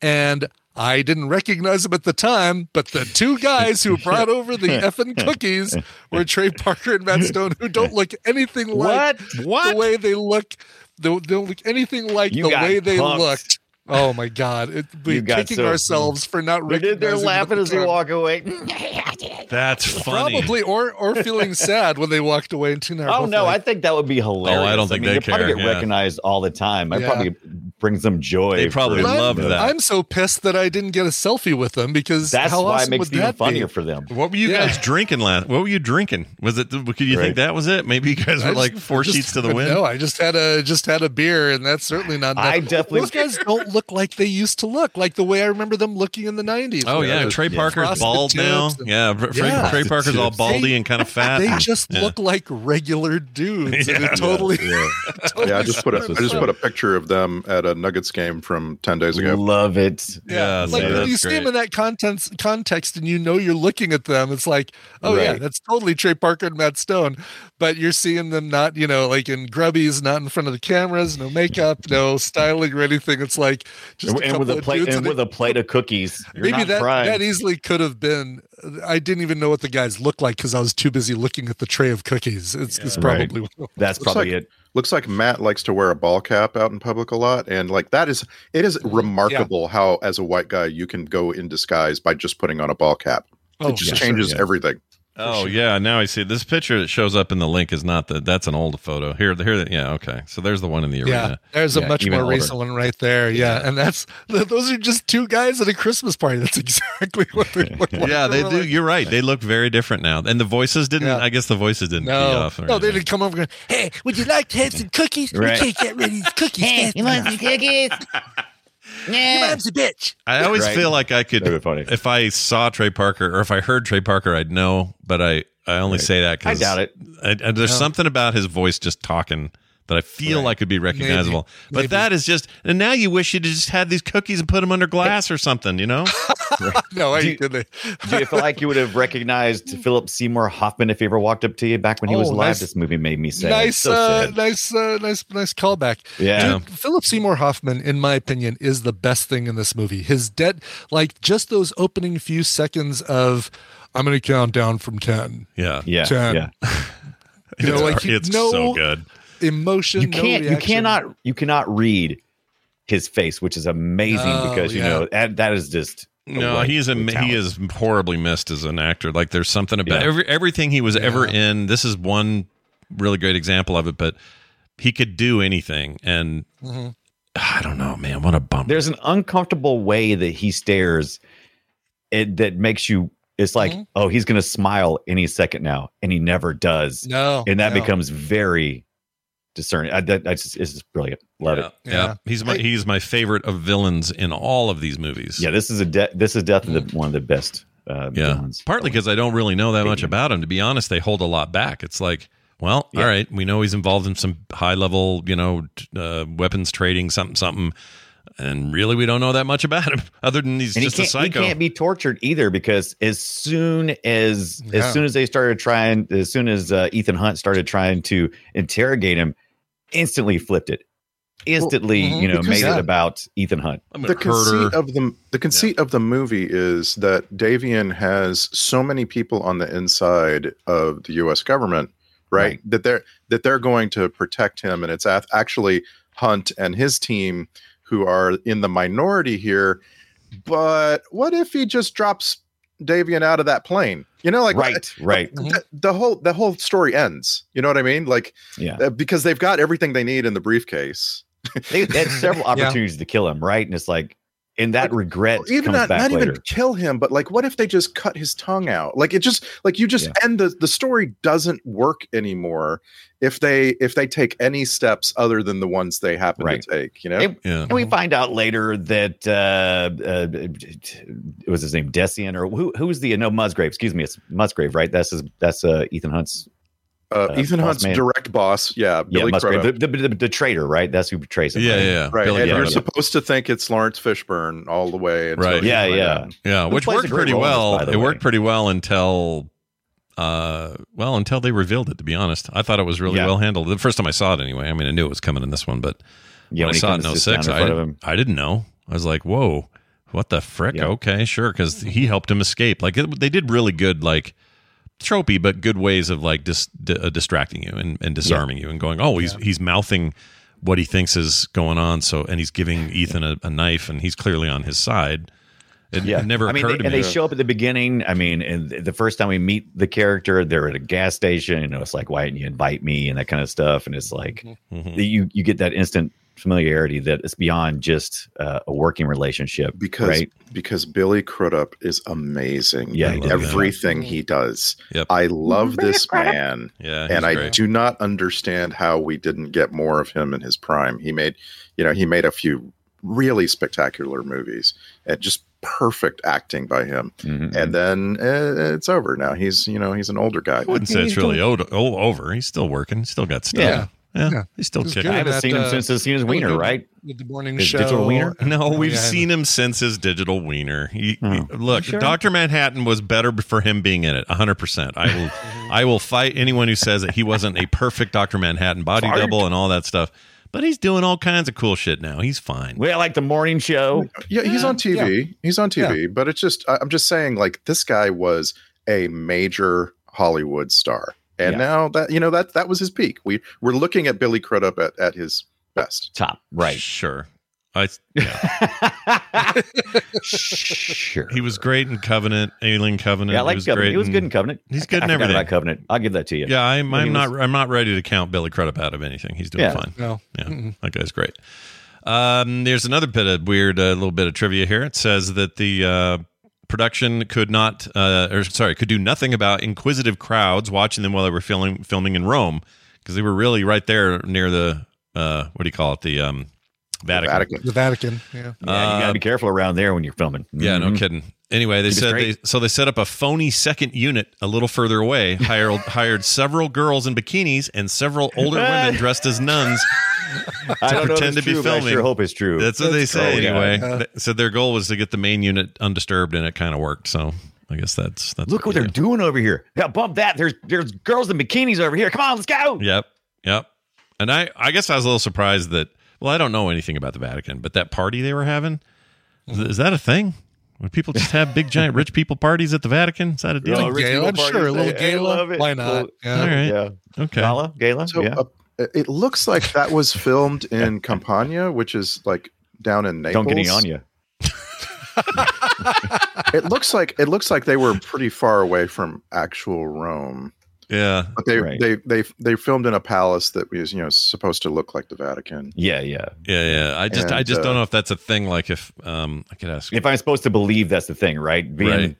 And I didn't recognize him at the time, but the two guys who brought over the effing cookies were Trey Parker and Matt Stone, who don't look anything like What? What? the way they look. They don't look anything like You the got way they punked. looked. Oh my God! It, You we're got kicking so- ourselves for not They recognizing. did. They're them at laughing the as they time. walk away. That's funny. Probably, or or feeling sad when they walked away. And Tina. Oh no! I think that would be hilarious. Oh, don't think they you Probably care, get yeah. recognized all the time. I Yeah. probably brings them joy. They probably for- love am that. I'm so pissed that I didn't get a selfie with them because That's how why it awesome makes would it even that funnier be? for them. What were you Yeah. guys drinking last? What were you drinking? Was it? Could you Right. think that was it? Maybe you guys were I like just- four just- sheets to the wind. No, I just had a just had a beer, and that's certainly not. I enough. definitely- those guys don't look like they used to look, like the way I remember them looking in the '90s. Oh where yeah, the Trey Parker's frosted bald now. tips and- Yeah, Fr- Trey- Yeah. Trey Parker's all baldy and kind of fat. They just Yeah. look like regular dudes, and Yeah. it totally. Yeah. totally Yeah, I just put a, screws I just them put a picture of them at a a Nuggets game from ten days ago. Love it. Yeah, like when you see him in that contents context and you know you're looking at them it's like oh yeah Right. that's totally trey parker and matt stone but you're seeing them not you know like in grubbies not in front of the cameras no makeup no styling or anything it's like just a and, and with couple a of plate dudes in and a- with a plate of cookies. You're maybe not that crying. that easily could have been i didn't even know what the guys looked like because i was too busy looking at the tray of cookies it's, it's probably That's Looks probably like- it. Looks like Matt likes to wear a ball cap out in public a lot, and like that is it is remarkable how, as a white guy, you can go in disguise by just putting on a ball cap. Oh, it just yeah, sure, changes yeah. everything. Oh yeah, now I see this picture that shows up in the link is not the that's an old photo. Here, here, yeah, okay. So there's the one in the yeah arena. there's a Yeah, much even more older. recent one right there yeah, and that's th- those are just two guys at a christmas party that's exactly what they look like Yeah, they We're do. like, You're right. They look very different now, and the voices didn't. Yeah. I guess the voices didn't be no, off. or no, they anything. didn't come over. Going, hey, would you like to have some cookies? Right. We can't get rid of these cookies. fast enough. cookies? Your mom's a bitch. I always Right. feel like I could, That'd be funny. if I saw Trey Parker or if I heard Trey Parker, I'd know. But I, I only say that I because doubt it. I, I- there's something about his voice just talking that I feel like could be recognizable. but Maybe. that is just, and now you wish you'd just had these cookies and put them under glass or something, you know? No, I Do you- didn't. Do you feel like you would have recognized Philip Seymour Hoffman if he ever walked up to you back when he was Oh, alive? nice- This movie made me sad. Nice, so uh, sad. nice, uh, nice, nice callback. Yeah. Dude, Philip Seymour Hoffman, in my opinion, is the best thing in this movie. His debt, like just those opening few seconds of, I'm going to count down from ten. Yeah. yeah, Jen. yeah. You know, like you- it's no so good. emotion. You no can't. you reaction. cannot. You cannot read his face, which is amazing Oh, because you yeah. know that, that is just. a No, white he's a talent. he is horribly missed as an actor. Like there's something about Yeah. every, everything he was ever Yeah. in. This is one really great example of it, but he could do anything, and ah, Mhm. I don't know, man. What a bummer. There's an uncomfortable way that he stares, it, that makes you. It's like, Mm-hmm. Mhm. oh, he's gonna smile any second now, and he never does, No, and that no. becomes very discerning. I, that, I just, it's just brilliant. Love yeah, it. Yeah. Yeah. he's my Hey- he's my favorite of villains in all of these movies. Yeah, this is a de- this is definitely one of the best. Uh, Mm. yeah. villains. Partly because I don't really know that much Thank you. about him. To be honest, they hold a lot back. It's like, well, Yeah. all right, we know he's involved in some high level, you know, t- uh, weapons trading, something, something, and really we don't know that much about him other than he's and he just a can't, he psycho. can't be tortured either because as soon as Yeah. as soon as they started trying as soon as uh, ethan hunt started trying to interrogate him instantly flipped it instantly mhm, you know because- made Yeah. it about ethan hunt I'm The gonna hurt conceit her. of the the conceit of the movie is that Davian has so many people on the inside of the U.S. government, right? Right. That they're that they're going to protect him, and it's ath- actually Hunt and his team who are in the minority here. But what if he just drops Davian out of that plane? You know, like right right Mm-hmm. The, the whole the whole story ends. You know what I mean? Like yeah uh, because they've got everything they need in the briefcase. they they had several Yeah. opportunities to kill him right and it's like and that But- regret Or even comes not, back not later even kill him but like what if they just cut his tongue out like it just like you just Yeah. end the the story doesn't work anymore if they if they take any steps other than the ones they happen Right. to take you know They- yeah. And we find out later that uh, uh it was his name Decian or who who's the no Musgrave, excuse me, it's Musgrave, right? That's his, that's uh Ethan Hunt's uh, uh, ethan boss hunt's man. direct boss yeah yeah, billy Musgrave, Crudup. the, the, the, the traitor, right? That's who betrays him. Yeah, right? yeah, yeah. right Billy and you're Crudup. supposed to think it's lawrence fishburne all the way until Right. he Yeah, finds yeah. out. Yeah, Who which plays a worked great pretty role in this, well. by the it way? worked pretty well until, uh, well, until they revealed it. To be honest, I thought it was really Yeah. well handled the first time I saw it. Anyway, I mean, I knew it was coming in this one, but Yeah, when, I he saw it comes in to sit down 06, in I, front of him. didn't- I didn't know. I was like, whoa, what the frick? Yeah. Okay, sure, because he helped him escape. Like it, they did really good, like tropey, but good ways of like dis, di- uh, distracting you and, and disarming you and going, oh, he's he's mouthing what he thinks is going on. So and he's giving Ethan a, a knife, and he's clearly on his side. It Yeah, never I mean, occurred they, to and me. they show up at the beginning. I mean, and th- the first time we meet the character, they're at a gas station. You know, it's like, why didn't you invite me and that kind of stuff. And it's like, Mhm. you you get that instant familiarity that it's beyond just uh, a working relationship. because right? because billy crudup is amazing Yeah, in he did that. everything he does Yep. i love this man Yeah, he's and I great. do not understand how we didn't get more of him in his prime. He made, you know, he made a few really spectacular movies and just perfect acting by him. And Mhm. Mm-hmm. then uh, it's over now. He's, you know, he's an older guy. I wouldn't say it's really old, old, over. He's still working. He's still got stuff. Yeah. Yeah, he's still He's kicking. good I haven't at, seen him uh, since his Cena's really wiener, good right? With the morning His show. Oh, digital wiener? No, we've Yeah, I seen him since his digital wiener. He, Oh. he- look, You sure? Doctor Manhattan was better for him being in it. hundred percent. I will, Mm-hmm. I will fight anyone who says that he wasn't a perfect Doctor Manhattan body Fart. double and all that stuff. But he's doing all kinds of cool shit now. He's fine. Well, like the morning show. Yeah, he's on TV. He's on Yeah. TV, but it's just I- I'm just saying like this guy was a major Hollywood star. And Yeah. now that you know that that was his peak. We we're looking at Billy Crudup at, at his best. Top right. Sure. I sure. he was great in Covenant, Alien Covenant. Yeah, I like Covenant. He was in- good in Covenant. He's I- good I in forgot everything. About Covenant, I'll give that to you. Yeah, I'm, When he I'm not. was- I'm not ready to count Billy Crudup out of anything. He's doing Yeah. fine. No. Mm-hmm. Yeah, that guy's great. Um, there's another bit of weird, uh, little bit of trivia here. It says that the uh, production could not, uh, or sorry, could do nothing about inquisitive crowds watching them while they were filming filming in Rome because they were really right there near the uh, what do you call it, the um, Vatican. Vatican. The Vatican. Yeah. Yeah, you gotta be careful around there when you're filming. uh, Yeah, Mhm. no kidding. Anyway, they Which is said they great. so they set up a phony second unit a little further away. Hired hired several girls in bikinis and several older women dressed as nuns. I don't know if pretend it's to be true, but I sure filming. hope it's true. That's what they say cool. anyway. Yeah. Th- so their goal was to get the main unit undisturbed, and it kind of worked. So I guess that's that's Look what you they're doing over here. Yeah, bump that. There's there's girls in bikinis over here. Come on, let's go. do. Yep, yep. And I I guess I was a little surprised that. Well, I don't know anything about the Vatican, but that party they were having is, is that a thing? Would people just have big, giant, rich people parties at the Vatican? Is that a deal? Little rich gala, people I'm parties, sure. A they- little I love gala. it. Why not? Well, Yeah. All right. Yeah. Okay. Gala, Gala. So yeah. uh, it looks like that was filmed in Campania, which is like down in Naples. don't get any on you. It looks like it looks like they were pretty far away from actual Rome. Yeah. But they Right. they they they filmed in a palace that was, you know, supposed to look like the Vatican. Yeah, yeah. Yeah, yeah. I just, I And, just don't uh, know if that's a thing. Like, if um, I could ask. If I'm supposed to believe that's the thing, right? Being, Right.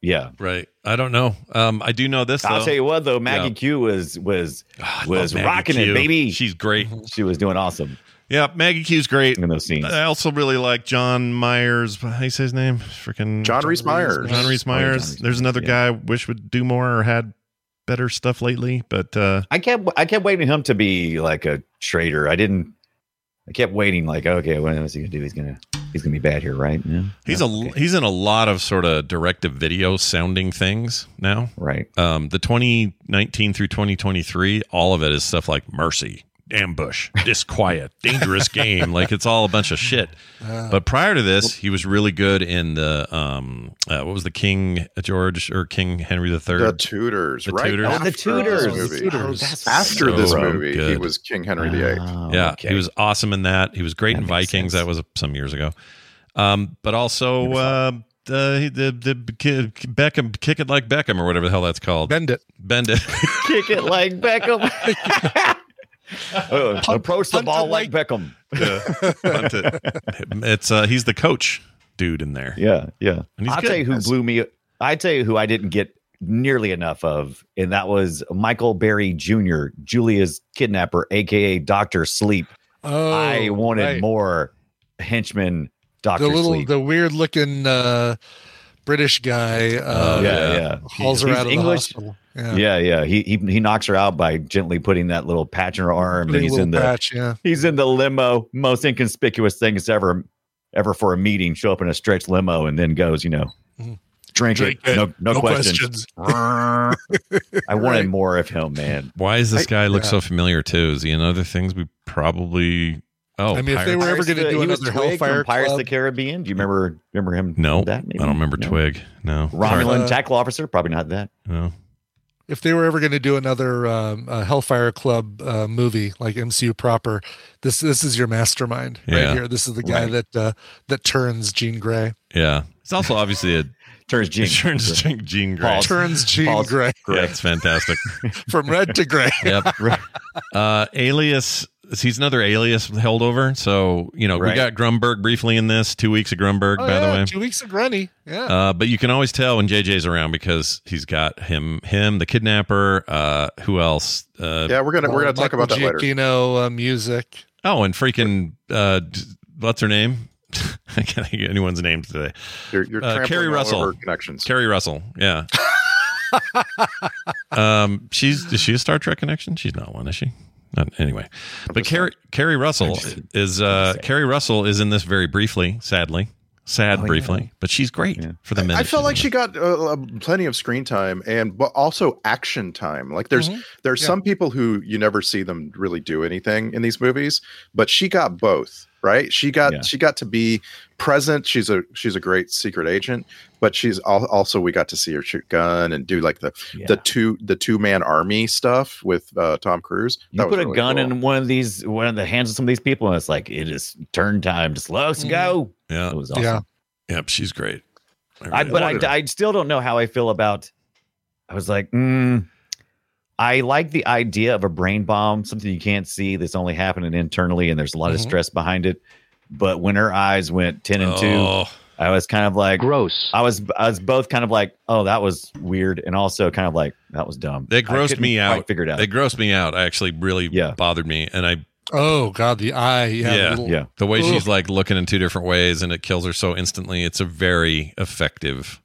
Yeah. right. I don't know. Um, I do know this. I'll though. tell you what though, Maggie Yeah. Q was was Ah, I was love Maggie rocking it, Q. baby. Mm-hmm. She's great. she was doing awesome Yeah, Maggie Q's great. in those scenes. I also really like John Myers. How you say his name? Freaking John Reese Myers. John Reese Oh, yeah, John Myers. Rhys There's Meyers, another yeah. guy I wish would do more or had better stuff lately, but uh, I kept I kept waiting him to be like a traitor. I didn't. I kept waiting like, okay, what else he gonna do? He's gonna he's gonna be bad here, right? Yeah. he's Yeah, a okay. he's in a lot of sort of direct video sounding things now. right. um, the 2019 through 2023, all of it is stuff like mercy, ambush, disquiet, dangerous game. Like it's all a bunch of shit. Uh, But prior to this, he was really good in the um, uh, what was the King George or King Henry III? The Tudors, The right? Tudors. Oh, the after this Tudors. movie. The Tudors. Oh, that's after so this movie, he good. was King Henry VIII. Oh, yeah, okay. he was awesome in that. He was great That in makes Vikings. sense. That was some years ago. Um, but also uh, the the the K- Beckham kick it like Beckham or whatever the hell that's called. Bend it. Bend it. kick it like Beckham. Uh, approach the punt it ball like, Beckham. Punt it. It's uh, he's the coach dude in there. Yeah, yeah. And he's I'll good. tell you who blew me. I tell you who I didn't get nearly enough of, and that was Michael Berry Jr., Julia's kidnapper, aka Doctor Sleep. Oh, I wanted right. more henchman Doctor The little, Sleep. the weird looking uh, British guy uh, Oh, yeah, yeah. yeah, hauls her He's out of English. the hospital. yeah, yeah, He, he he knocks her out by gently putting that little patch in her arm. Putting Then a he's little in the patch, yeah. he's in the limo. Most inconspicuous things ever, ever for a meeting. Show up in a stretched limo and then goes, you know, Mhm. drink, Drink it. it. No, no, No questions. questions. I wanted Right. more of him, man. Why does this I- guy look yeah. so familiar too? Is he in other things we probably? Oh, I mean, if they Pirates- were ever Pirates going to the- do he was another Twig from Hellfire Pirates of Club, the Caribbean. Do you remember remember him? no, from That maybe? I don't remember No. Twig. No, Sorry. Romulan Uh, Jackal Officer, probably not that. No, if they were ever going to do another um, uh, Hellfire Club uh, movie like MCU proper, this this is your mastermind Yeah. right here. This is the guy that uh, that turns Jean Grey, yeah. It's also obviously a Turns Gene. insurance drink, Gene Grey. Paul's- turns Jean Paul's- Grey Yeah, it's fantastic. from red to gray. yep. Uh, alias. He's another alias held over. So you know we Right. got Grumberg briefly in this. Two weeks of Grumberg, Oh, by yeah, the way. two weeks of Granny. Yeah, Uh, but you can always tell when JJ's around because he's got him, him, the kidnapper. Uh, who else? Uh, Yeah, we're gonna we're gonna talk Michael about that later. Giacchino uh, music. Oh, and freaking uh, d- what's her name? I can't think of anyone's name today. You're, you're Uh, trampling Kerry all Russell. over connections. Carrie Russell. Yeah. um, she's is she a Star Trek connection? She's not one, is she? Not, anyway, but Carrie Carrie Russell is uh Carrie Russell is in this very briefly, sadly, sad briefly, but she's great for the minute. I felt she's like in she got uh, plenty of screen time and but also action time. Like there's Mhm. there's Yeah. some people who you never see them really do anything in these movies, but she got both. Right? She got Yeah. she got to be present. She's a she's a great secret agent, but she's al- also we got to see her shoot gun and do like the the two the two man army stuff with uh, Tom Cruise. You That was put a really gun cool. in one of these, one of the hands of some of these people, and it's like it is turn time. Just let's go. the- yeah, It was awesome. Yeah. yep, she's great. I, really but wanted her. I, I still don't know how I feel about. I was like, mm, I like the idea of a brain bomb, something you can't see that's only happening internally, and there's a lot of Mhm. stress behind it. But when her eyes went ten and Oh. two, I was kind of like, Gross. I was, I was both kind of like, oh, that was weird, and also kind of like that was dumb. They I grossed couldn't me quite out. Figure it out. They grossed me out. I actually really bothered me, and I Oh God, the eye. Yeah, yeah, little- yeah. The way she's Ugh. like looking in two different ways, and it kills her so instantly. It's a very effective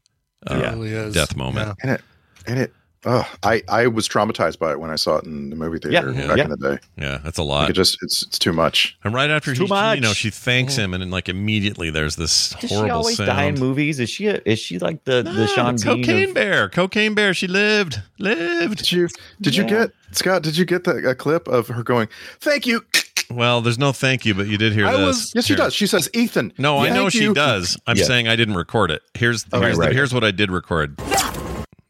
uh, It really is. death moment. and it and it. Oh, I I was traumatized by it when I saw it in the movie theater Yeah. back Yeah. Uh, in the day. Yeah, that's a Like lot. it just it's it's too much. and right after Too she, you know, much. she thanks him, and then like immediately there's this Does horrible she always sound. die in movies? Is she? A, is she like the the Sean it's Bean? of- cocaine bear, cocaine bear. She lived, lived. Did you did you Yeah. get Scott? Did you get the a clip of her going? Thank you. Well, there's no thank you, but you did hear I this. was- Yes, she Here. does. She says, "Ethan." No, I thank know she you." does. I'm Yeah. saying I didn't record it. Here's Oh, here's, right, right. here's what I did record.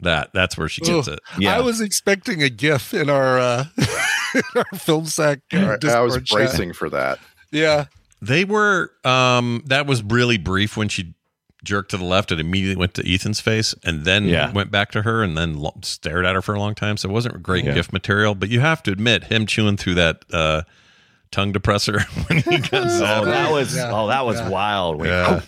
That that's where she gets Ugh. it. Yeah. I was expecting a GIF in our uh, in our film sack. uh, All right, I was Discord chat. bracing for that. Yeah, They were um that was really brief when she jerked to the left it immediately went to Ethan's face and then Yeah. went back to her and then lo- stared at her for a long time. So it wasn't great Yeah. gift material, but you have to admit him chewing through that uh tongue depressor when he comes Oh, out. that was Yeah. oh, that was Yeah. wild. Wait, Yeah.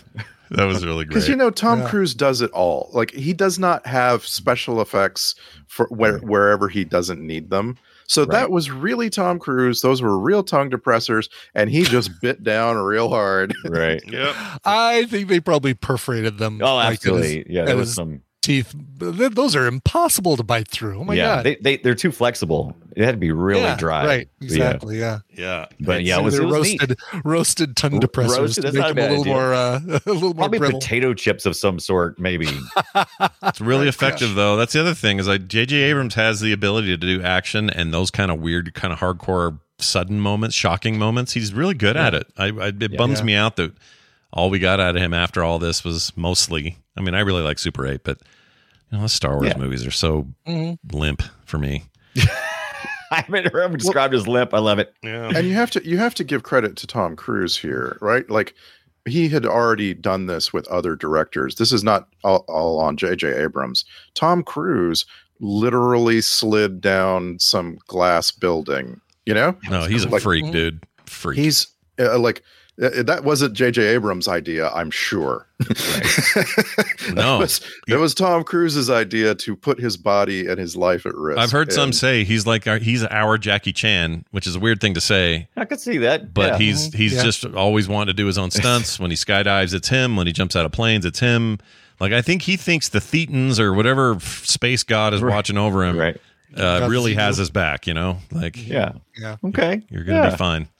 That was really Because great. you know Tom Yeah. Cruise does it all. Like he does not have special effects for where, wherever he doesn't need them. So that was really Tom Cruise. Those were real tongue depressors, and he just bit down real hard. right. I think they probably perforated them. Oh, like, in absolutely. his- yeah, there in was his some. teeth. Th- Those are impossible to bite through. Oh my yeah, god. they they they're too flexible. It had to be really Yeah, dry. Right. But Exactly. Yeah. yeah. Yeah, but yeah, it So was, they're it was neat. roasted, roasted tongue Ro- depressors roasted, to that's make not a them a bad little idea. more, uh, a little more Probably brittle. potato chips of some sort, maybe. It's really effective though. That's the other thing is like JJ Abrams has the ability to do action and those kind of weird kind of hardcore sudden moments, shocking moments. He's really good at it. I, I it bums Yeah. me out that all we got out of him after all this was mostly I mean, I really like Super 8, but you know, those Star Wars Yeah. movies are so limp for me. I've heard him described as limp. I love it. and you have to you have to give credit to Tom Cruise here, right? Like he had already done this with other directors. This is not all, all on J.J. Abrams. Tom Cruise literally slid down some glass building. You know, No, he's a Like- freak, dude. Freak. he's uh, like uh, that wasn't J.J. Abrams' idea, I'm sure. That No. was, it was Tom Cruise's idea to put his body and his life at risk. I've heard some And- say he's like our, he's our Jackie Chan, which is a weird thing to say. I could see that. but yeah. he's he's Yeah. just always wanting to do his own stunts. when he skydives, it's him. When he jumps out of planes, it's him. Like I think he thinks the Thetans or whatever f- space god is watching over him right. uh, Got really you. has his back. You know, like Yeah. Yeah. Okay. you're gonna Yeah. be fine.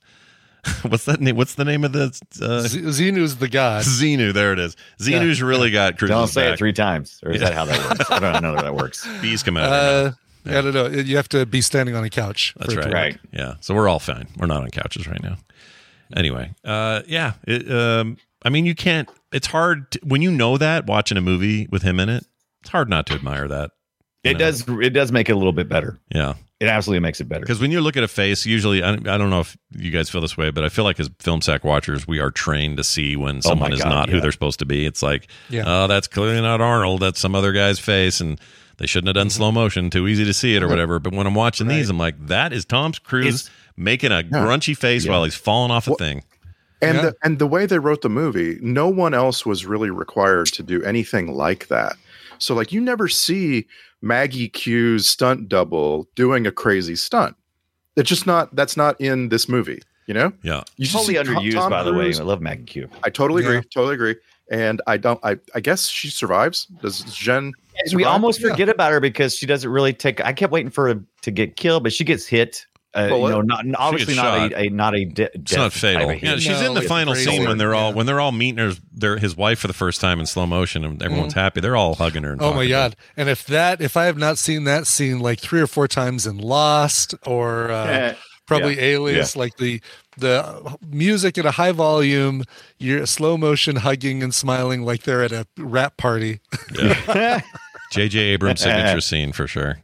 what's that name? What's the name of the uh, Z- Xenu's the god. Xenu? There it is. Xenu's really got Cruz's Don't say back. it three times. Or is that how that works? I don't know how that works. Bees come out. of their mouth. Uh, I don't know. You have to be standing on a couch. That's for it right. to- Right. Yeah. So we're all fine. We're not on couches right now. Anyway, uh, yeah. It, um, I mean, you can't. It's hard to, when you know that watching a movie with him in it. It's hard not to admire that. It does it does make it a little bit better. Yeah. It absolutely makes it better. Because when you look at a face, usually I, I don't know if you guys feel this way, but I feel like as film sack watchers, we are trained to see when someone is Oh God, not who yeah. they're supposed to be. It's like, Yeah. oh, that's clearly not Arnold. That's some other guy's face, and they shouldn't have done Mm-hmm. slow motion. Too easy to see it or whatever. But when I'm watching these, I'm like, that is Tom Cruise It's- making a grunchy face while he's falling off a thing. And Yeah. the, and the way they wrote the movie, no one else was really required to do anything like that. So like you never see Maggie Q's stunt double doing a crazy stunt. It's just not that's not in this movie, you know? Yeah. You just Totally see Tom- underused, Tom by the way. Cruise- I love Mac and Q. I totally agree. Yeah. Totally agree. And I don't I I guess she survives. Does Jen we survive? almost Yeah. forget about her because she doesn't really take. I kept waiting for her to get killed, but she gets hit uh, you Bullet? know, not She obviously gets not shot. a, a not a de- It's not fatal. Yeah, she's in the final scene when they're all when they're all meeting her, their, his wife for the first time in slow motion, and everyone's Mhm. happy. They're all hugging her. And Oh my talking. god! And if that, if I have not seen that scene like three or four times in Lost or Eh, Yeah. uh, probably Yeah. Alias, Yeah. like the the music at a high volume, you're slow motion hugging and smiling like they're at a rap party. Yeah. JJ Abrams signature scene for sure.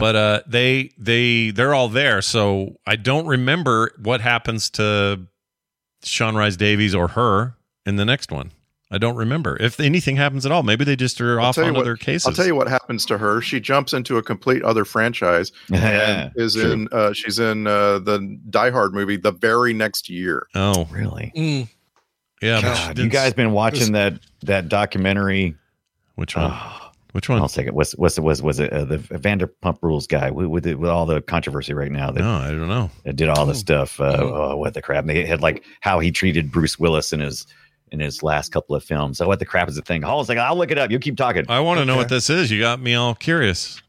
But uh they they they're all there, so I don't remember what happens to Sean Rise Davies or her in the next one. I don't remember. If anything happens at all, maybe they just are off tell you on what- other cases. I'll tell you what happens to her. She jumps into a complete other franchise and is true. in uh, she's in uh, the Die Hard movie the very next year. Oh, really? Mm. Yeah, but she God, you didn't- guys been watching Just- that that documentary? Oh, Which one? Which one? Ah, I'll take it. What's what's was was it uh, the Vanderpump Rules guy with with, the, with all the controversy right now? That, no, I don't know. That did all the Oh. stuff. Uh, oh, what the crap? And they had like how he treated Bruce Willis in his in his last couple of films. Oh, what the crap is the thing? Hold on a second. I'll look it up. You keep talking. I want to know what this is. You got me all curious.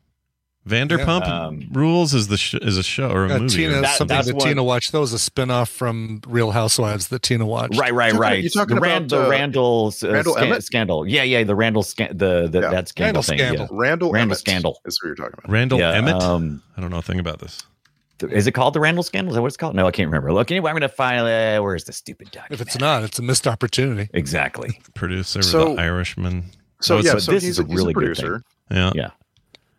Vanderpump Yeah. Um, Rules is the sh- is a show or a Uh, movie. Tina, right? something that Tina watched. That was a spinoff from Real Housewives that Tina watched. Right, right, right. the, Rand- the Randall, uh, Randall sca- Emmett? scandal. Yeah, yeah. The Randall scan- the, the that scandal Randall thing. scandal. Yeah. Randall Randall Emmett scandal. Oh, is what you're talking about. Randall Yeah, Emmett. um, I don't know a thing about this. th- Is it called the Randall scandal? Is that what it's called? No, I can't remember. Look, anyway, I'm going to find uh, where is the stupid doc? If it's not, it's a missed opportunity. Exactly. Producer, So- the Irishman. so, Oh, it's yeah, a- so this he's- is a he's a really good producer. thing. Yeah. Yeah.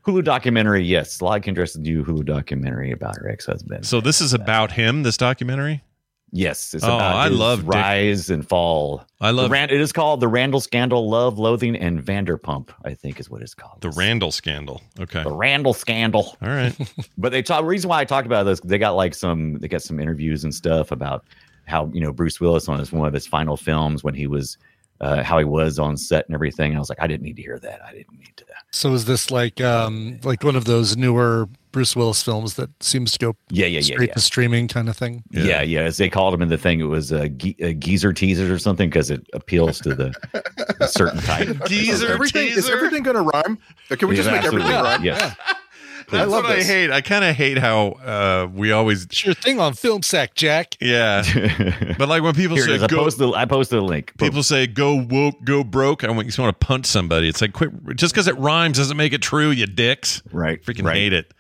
Hulu documentary. Yes, Slide can dress do Hulu documentary about her ex husband. So this is about him. This documentary. Yes, it's Oh, about I his love Dick- rise and fall. I love- The Ran- it. Is called the Randall scandal, love, loathing, and Vanderpump. I think is what it's called. The Randall scandal. Okay. The Randall scandal. All right. but they talk. The reason why I talked about this, they got like some, they got some interviews and stuff about how you know Bruce Willis on his one of his final films when he was, uh, how he was on set and everything. And I was like, I didn't need to hear that. I didn't. So is this like um like one of those newer Bruce Willis films that seems to go Yeah, yeah, yeah, straight yeah. to streaming kind of thing? Yeah. yeah, As they called him in the thing, it was a, ge- a geezer teaser or something because it appeals to the a certain type. Is everything is everything going to rhyme? Can we Yeah, just make absolutely. everything rhyme? Yeah. That's love what this. I hate. I kind of hate how uh, we always. It's your thing on film sack, Jack. Yeah. but like when people Here it say is. I go, posted, I posted a link. people say go woke, go broke. I want you just want to punch somebody. It's like quit. Just because it rhymes doesn't make it true. You dicks. Right. Freaking hate it.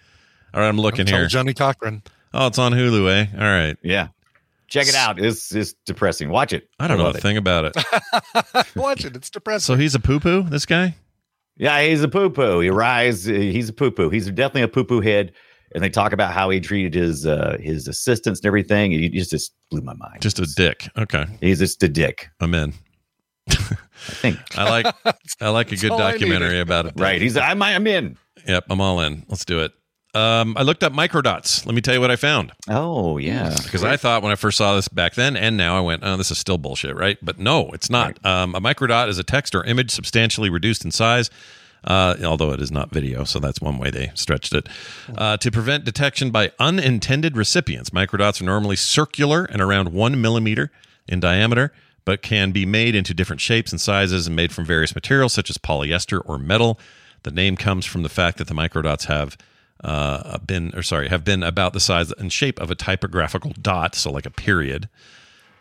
All right, I'm looking Tell here. Johnny Cochran. Oh, it's on Hulu, eh? All right. Yeah. Check it out. It's it's depressing. Watch it. I don't know love a it. thing about it. Watch it. It's depressing. So he's a poo poo, this guy? Yeah, he's a poo poo. He rise. uh, He's a poo poo. He's definitely a poo poo head. And they talk about how he treated his uh, his assistants and everything. It just just blew my mind. Just a dick. Okay. He's just a dick. I'm in. I think. I like I like a good all I documentary needed. about it. Right. He's. I'm. I'm in. Yep, I'm all in. Let's do it. Um, I looked up microdots. Let me tell you what I found. Oh yeah. Because I thought when I first saw this back then and now I went, oh, this is still bullshit, right? But no, it's not. Um, a microdot is a text or image substantially reduced in size, uh, although it is not video. So that's one way they stretched it. Uh, to prevent detection by unintended recipients, microdots are normally circular and around one millimeter in diameter, but can be made into different shapes and sizes and made from various materials such as polyester or metal. The name comes from the fact that the microdots have uh, been, or sorry, have been about the size and shape of a typographical dot, so like a period,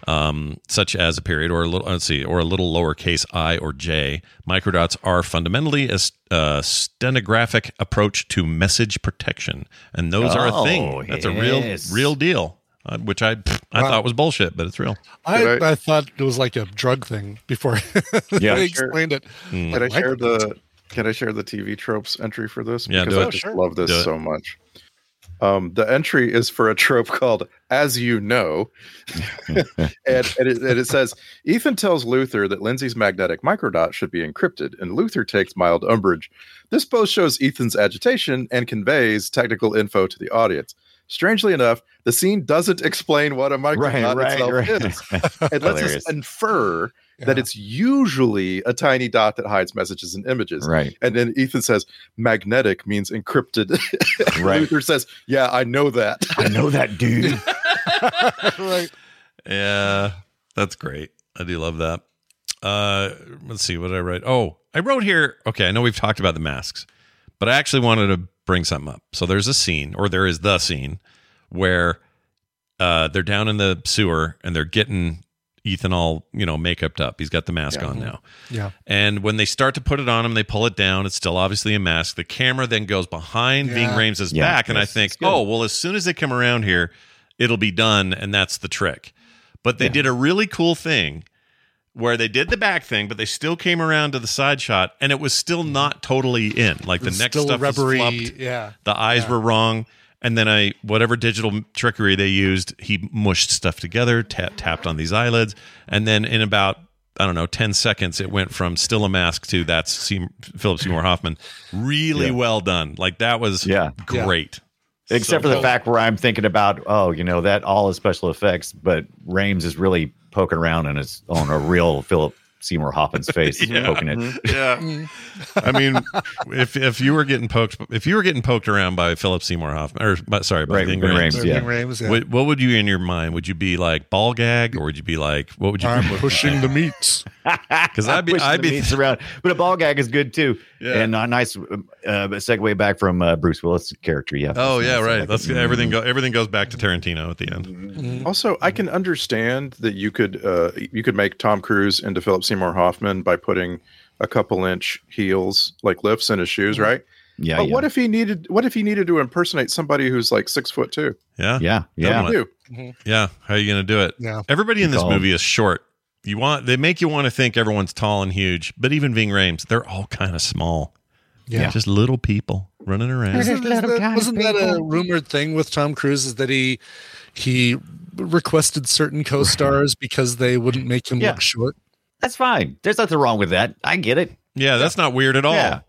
um, such as a period or a little, let's see, or a little lowercase i or j. Microdots are fundamentally a, s- a stenographic approach to message protection, and those are a Oh, thing. That's yes. a real, real deal, uh, which I pff, I Wow. thought was bullshit, but it's real. I, I thought it was like a drug thing before Yeah. they explained it. Hmm. Can I share the Can I share the TV tropes entry for this? Yeah, because do I it. just Oh, sure. love Do this it. so much. Um, the entry is for a trope called "As You Know," and, and, it, and it says Ethan tells Luther that Lindsay's magnetic microdot should be encrypted, and Luther takes mild umbrage. This both shows Ethan's agitation and conveys technical info to the audience. Strangely enough, the scene doesn't explain what a microdot right, itself right. is. It lets us Hilarious. infer that it's usually a tiny dot that hides messages and images. Right. And then Ethan says, magnetic means encrypted. Right. Luther says, yeah, I know that. I know that dude. right. Yeah, that's great. I do love that. Uh, let's see what did I write. Oh, I wrote here. Okay, I know we've talked about the masks, but I actually wanted to bring something up. So there's a scene, or there is the scene, where uh, they're down in the sewer and they're getting Ethan all you know makeuped up. He's got the mask Yeah. Mm-hmm. on now. Yeah. And when they start to put it on him, they pull it down. It's still obviously a mask. The camera then goes behind Yeah. Ving Rhames' Yeah, back, and I yes, think, it's good. oh well, as soon as they come around here, it'll be done, and that's the trick. But they did a really cool thing where they did the back thing, but they still came around to the side shot, and it was still not totally in. Like the It's next Mm-hmm. still stuff rubbery. was flubbed. Yeah. The eyes were wrong. And then I, whatever digital trickery they used, he mushed stuff together, tap, tapped on these eyelids. And then in about, I don't know, 10 seconds, it went from still a mask to that's Se- Philip Seymour Hoffman. Really Yeah. well done. Like that was Yeah. Yeah. great. Except So for the cool. fact where I'm thinking about, oh, you know, that all is special effects, but Rames is really poking around and it's on a real Philip Seymour Hoffman's face Yeah. Mm-hmm. poking it. Mm. Yeah. I mean, if if you were getting poked, if you were getting poked around by Philip Seymour Hoffman, or but, sorry, by Right, Ving Ving Rhames, Rhames, yeah. Ving Rhames, yeah. What, what would you in your mind? Would you be like ball gag, or would you be like what would you? I'm pushing the meats. Because I'd be, pushing I'd be, the meats around, but a ball gag is good too. Yeah. And a nice uh, segue back from uh, Bruce Willis' character. Yeah. oh yeah, right. Like, Let's mm, everything go. Everything goes back to Tarantino at the Mm-hmm. end. Mm-hmm. Also, I can understand that you could uh, you could make Tom Cruise into Philip Seymour Hoffman by putting a couple inch heels like lifts in his shoes, right? Mm-hmm. Yeah. but yeah. what if he needed what if he needed to impersonate somebody who's like six foot two? Yeah, yeah. Yeah. Come Do yeah. How are you gonna do it? Yeah. Everybody in this Tall. movie is short. You want they make you want to think everyone's tall and huge, but even Ving Rhames, they're all kind of small. Yeah. just little people running around. Isn't- isn't that- wasn't that a rumored thing with Tom Cruise is that he he requested certain co-stars because they wouldn't make him Yeah. look short? That's fine. There's nothing wrong with that. I get it. Yeah, that's not weird at all. Yeah.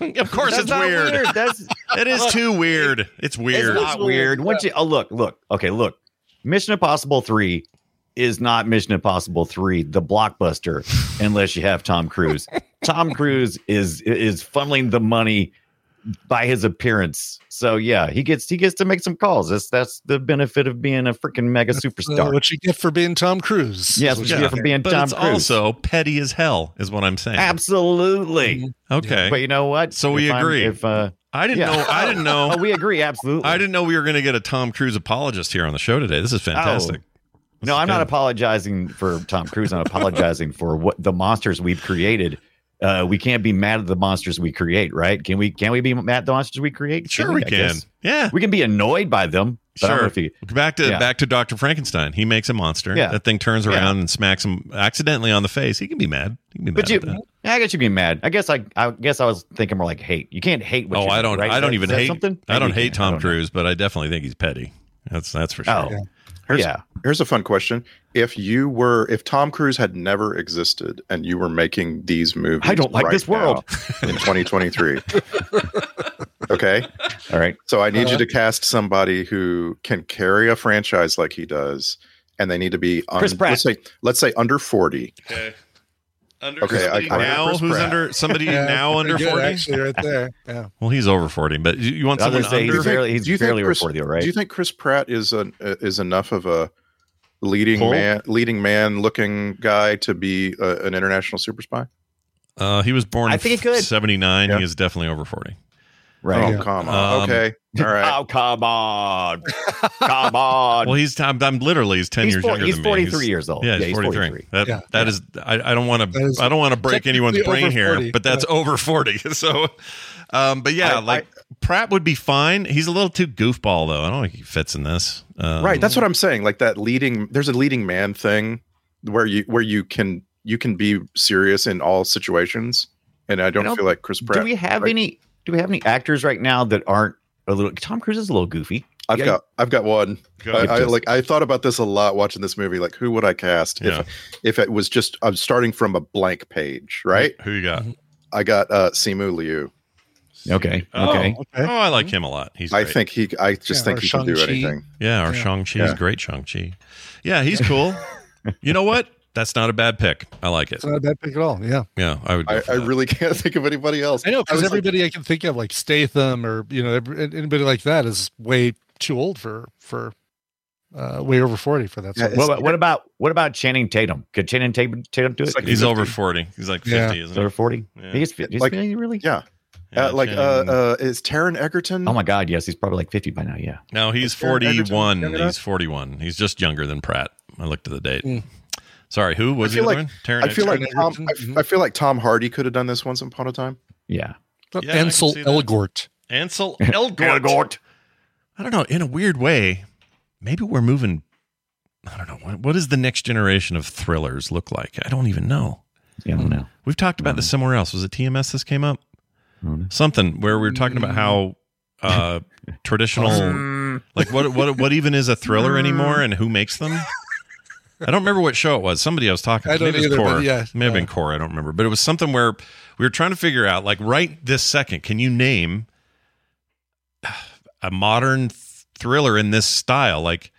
of course, That's it's not weird. That's It is too weird. It's weird. It's not weird. Once you oh look, look, okay, look. Mission Impossible Three is not Mission Impossible Three, the blockbuster, unless you have Tom Cruise. Tom Cruise is is funneling the money by his appearance. So yeah, he gets he gets to make some calls. That's that's the benefit of being a freaking mega Uh, superstar. what you get for being Tom Cruise? Yes, is what what you get for being but Tom it's Cruise. also petty as hell, is what I'm saying. Absolutely. okay. But you know what? Mm-hmm. So we If I'm- agree. If uh, I didn't yeah. know. I didn't know. oh, we agree absolutely. I didn't know we were going to get a Tom Cruise apologist here on the show today. This is fantastic. Oh. No, I'm not good. apologizing for Tom Cruise. I'm apologizing for what the monsters we've created. Uh, we can't be mad at the monsters we create, right? Can we? Can we be mad at the monsters we create? Sure, we I can. guess. Yeah. We can be annoyed by them. But I don't know Sure. if you- Back to Yeah. back to Doctor Frankenstein. He makes a monster. Yeah. That thing turns Yeah. around and smacks him accidentally on the face. He can be mad. He can be mad. but you, at that. I guess you can be mad. I guess I, I guess I was thinking more like hate. You can't hate. What oh, you I like, don't. right? I Is don't that- even is that hate. something. I don't Maybe you hate can. I Tom don't know. Cruise, but I definitely think he's petty. That's that's for sure. Oh, Here's, Yeah. Here's a fun question: If you were, if Tom Cruise had never existed and you were making these movies, I don't like right this world. now in 2023. okay, all right. so I need you to Uh-huh. cast somebody who can carry a franchise like he does, and they need to be un- Chris Pratt. Let's say, let's say under 40. Okay. Under Okay, I- somebody I- now Chris who's Pratt. under somebody Yeah, now pretty under good, forty. Actually, right there. Yeah. Well, he's over forty, but you, you want I was someone gonna say, under he's barely, he's do you think barely Chris- over 40, right? Do you think Chris Pratt is an uh, is enough of a leading Pull? man, leading man looking guy to be uh, an international super spy? Uh, he was born. I think he could. Seventy nine. Yeah. He is definitely over forty. right. Oh, come on. Um, okay, all right. Oh, come on, come on. Well, he's I'm, I'm literally he's ten Uh, He's years four- younger he's than me. 43 years old. Yeah, he's, Yeah, he's 43. 43. That Yeah. that is- I, I don't want That is to I don't want to break anyone's technically brain over here, 40, but that's over forty. So, um, but yeah, I- like Pratt would be fine. He's a little too goofball though. I don't think he fits in this. Um, right, that's what I'm saying. Like that leading there's a leading man thing where you where you can you can be serious in all situations. And I don't, don't- feel like Chris Pratt. Do we have like, any? Do we have any actors right now that aren't a little? Tom Cruise is a little goofy. I've Yeah, got I've got one. Go. I, I like I thought about this a lot watching this movie. Like who would I cast Yeah. if if it was just I'm starting from a blank page, right? Who you got? I got uh Simu Liu. Okay. Okay. Oh, Mm-hmm. I Mm-hmm. like him a lot. He's. I great. think he I just Yeah, think or he can do Shang-Chi. anything. Yeah, or Shang Chi is Yeah. great. Shang Chi. Yeah, he's cool. you know what? That's not a bad pick. I like it. It's not a bad pick at all. Yeah. Yeah, I would. go I, for I that. really can't think of anybody else. I know was because like- everybody I can think of, like Statham or you know every- anybody like that, is way too old for for uh, way over forty for that. Yeah, Sort of What about, what about what about Channing Tatum? Could Channing Tatum, Tatum do it? It's like He's over 50. forty. He's like Yeah. fifty, He's isn't over he? forty. Yeah. He's, he's Like- really really. Yeah. uh, like uh, uh, is Taron Egerton? Oh my God, yes, he's probably like fifty by now. Yeah. No, he's Taron Egerton 41. younger than He's 41. He's just younger than Pratt. I looked at the date. Sorry, who was the I feel other like one? Taron I feel like Egerton? Tom, I, I feel like Tom Hardy could have done this once upon a time. Yeah. Yeah, I can Ansel see that. Elgort. Ansel Elgort. I don't know. In a weird way, maybe we're moving. I don't know. What, what does the next generation of thrillers look like? I don't even know. Yeah, I don't know. We've talked about this somewhere else. Was it TMS this came up? Something where we were talking about how Mm. uh, traditional, like what what what even is a thriller Mm. anymore, and who makes them? I don't remember what show it was. Somebody I was talking to. I don't Maybe it was either, but Core. yeah, May have been Core. I don't remember. But it was something where we were trying to figure out, like, right this second, can you name a modern th- thriller in this style? Like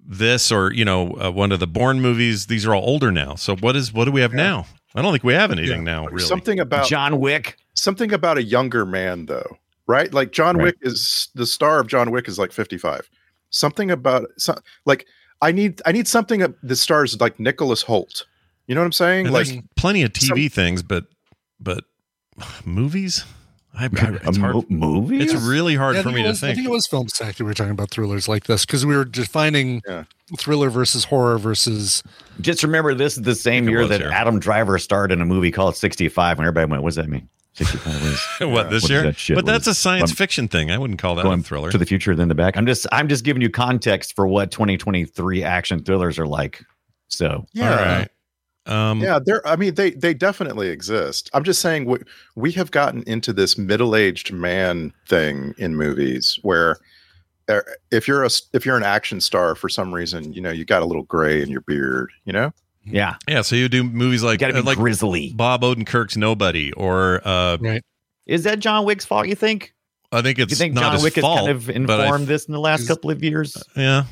this, or you know, uh, one of the Bourne movies. These are all older now. So what is what do we have now? I don't think we have anything now. Really, Something about John Wick. Something about a younger man, though, right? Like John Wick is the star of John Wick is like fifty-five. Something about so, like I need I need something that that stars like Nicholas Holt. You know what I'm saying? And like there's plenty of TV things, but but movies. I, I, it's hard. movies? It's really hard Yeah, I for think me it to was- I think. think it was film sack we were talking about thrillers like this because we were defining thriller versus horror versus. Just remember, this is the same year was that here. Adam Driver starred in a movie called 65, when everybody went, What does that mean? 65 what is what this What is year? that shit? but What that's is- a science Well, fiction thing. I wouldn't call that a going thriller. to the future, then the back. I'm just, I'm just giving you context for what 2023 action thrillers are like. So, Yeah. All right. Um, Mm. yeah, they're. I mean, they they definitely exist. I'm just saying we we have gotten into this middle aged man thing in movies where uh, if you're a s- if you're an action star for some reason, you know, you got a little gray in your beard. You know, yeah, Yeah, so you do movies Hmm. like gotta be uh, like grisly. Bob Odenkirk's Nobody, or uh, Right. is that John Wick's fault? You think? I think it's You think not John his Wick fault, has kind of but I- informed this in the last Is- couple of years? yeah,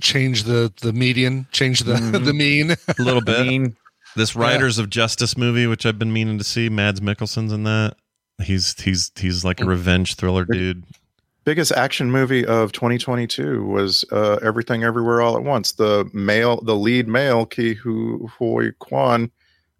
Change the the median, change the the mean. Uh, a little I bit. mean, This Riders of Justice movie, which I've been meaning to see, Mads Mikkelsen's in that. He's he's he's like Mm. a revenge thriller dude. biggest action movie of 2022 was uh, Everything Everywhere All at Once. The male, the lead male, Ki Hu Hoi Kwan.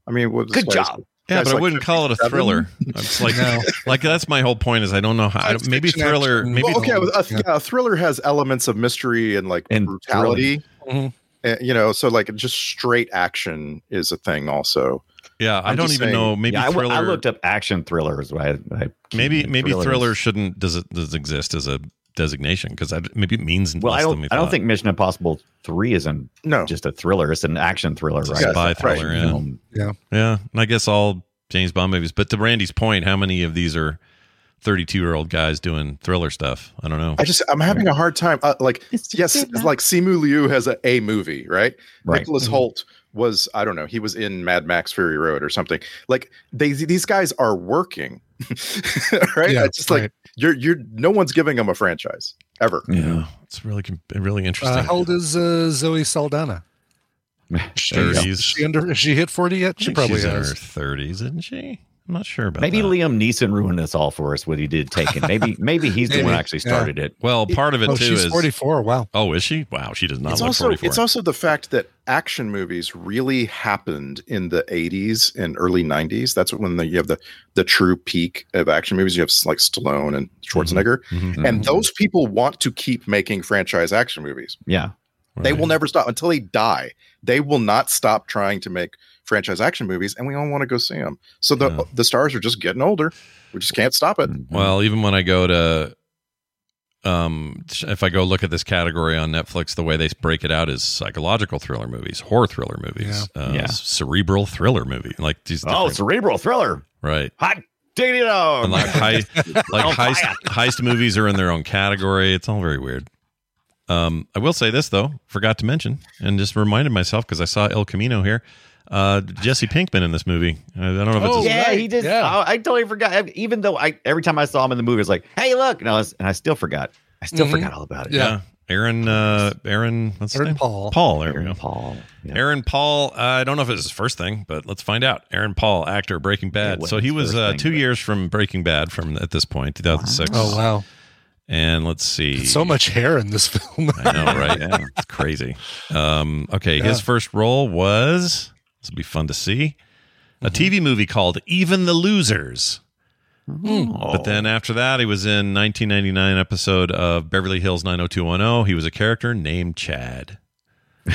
I mean, what Good this guy's- job. Yeah, guy's but I like wouldn't call it a 57. thriller. It's like like that's my whole point is I don't know how I Science don't- maybe fiction thriller action. maybe Well, okay, a, Yeah. yeah, a thriller has elements of mystery and like And brutality. Mhm. Uh, you know, so like just straight action is a thing. Also, yeah I I'm don't just even saying- know maybe yeah, I, w- thriller I looked up action thrillers. I, I maybe keep- maybe thrillers. thriller shouldn't does it does it exist as a designation because maybe it means Well, less I than don't. we I don't thought. think Mission Impossible Three isn't no, just a thriller. It's an action thriller, It's a right? spy It's an action thriller, yeah. film. Yeah, and I guess all James Bond movies. But to Randy's point, how many of these are thirty-two-year-old guys doing thriller stuff? I don't know. I just I'm having a hard time. Uh, like yes, like Simu Liu has a a movie, right? Right. Nicholas Holt was I don't know he was in Mad Max Fury Road or something. Like they these guys are working, right? Yeah, it's just like right. you're you're no one's giving them a franchise ever. yeah, it's really con- really Uh, interesting. how old is uh, Zoe Saldana? There you go. Thirties. She under? Has she hit forty yet? I She think probably she's in her has. thirties, isn't she? I'm not sure about Maybe that. Liam Neeson ruined this all for us. What he did Taken. Maybe maybe he's the one who Maybe, actually yeah. started it. Well, part of it Oh, too she's is forty-four. Wow. oh, is she? Wow, she does not it's look also forty-four. it's also the fact that action movies really happened in the 80s and early 90s. That's when the, you have the the true peak of action movies. You have like Stallone and Schwarzenegger, Mm-hmm. and those people want to keep making franchise action movies. Yeah. They Right. will never stop until they die. They will not stop trying to make franchise action movies, and we all want to go see them. So the Yeah. the stars are just getting older. We just can't stop it. Mm-hmm. Well, even when I go to um if I go look at this category on Netflix, the way they break it out is psychological thriller movies, horror thriller movies, Uh, Yeah. cerebral thriller movie, like these Oh, different- cerebral thriller. right. Hot oh. diggity dog. And like heist, like On fire. heist, heist movies are in their own category. It's all very weird. Um, I will say this though, forgot to mention, and just reminded myself because I saw El Camino here. Uh, Jesse Pinkman in this movie. I I don't know if it's. Oh, his- yeah, right. he did. Yeah. I, I totally forgot. I- Even though I every time I saw him in the movie, it's like, hey, look, and I was, and I still forgot. I still Mm-hmm. Mhm. forgot all about it. Yeah. Aaron. Uh, Aaron. What's his Aaron name? Paul. Paul. There we Aaron go. Paul. Yeah. Aaron Paul. Uh, I don't know if it's his first thing, but let's find out. Aaron Paul, actor, Breaking Bad. wasn't So he his was first uh, thing, two but- years from Breaking Bad from at this point, 2006. Oh wow. And let's see. So much hair in this film. I know, right? It's crazy. Um, okay, his first role was this will be fun to see a TV movie called Even the Losers, Mm-hmm. Oh. But then after that, he was in 1999 episode of Beverly Hills 90210. He was a character named Chad.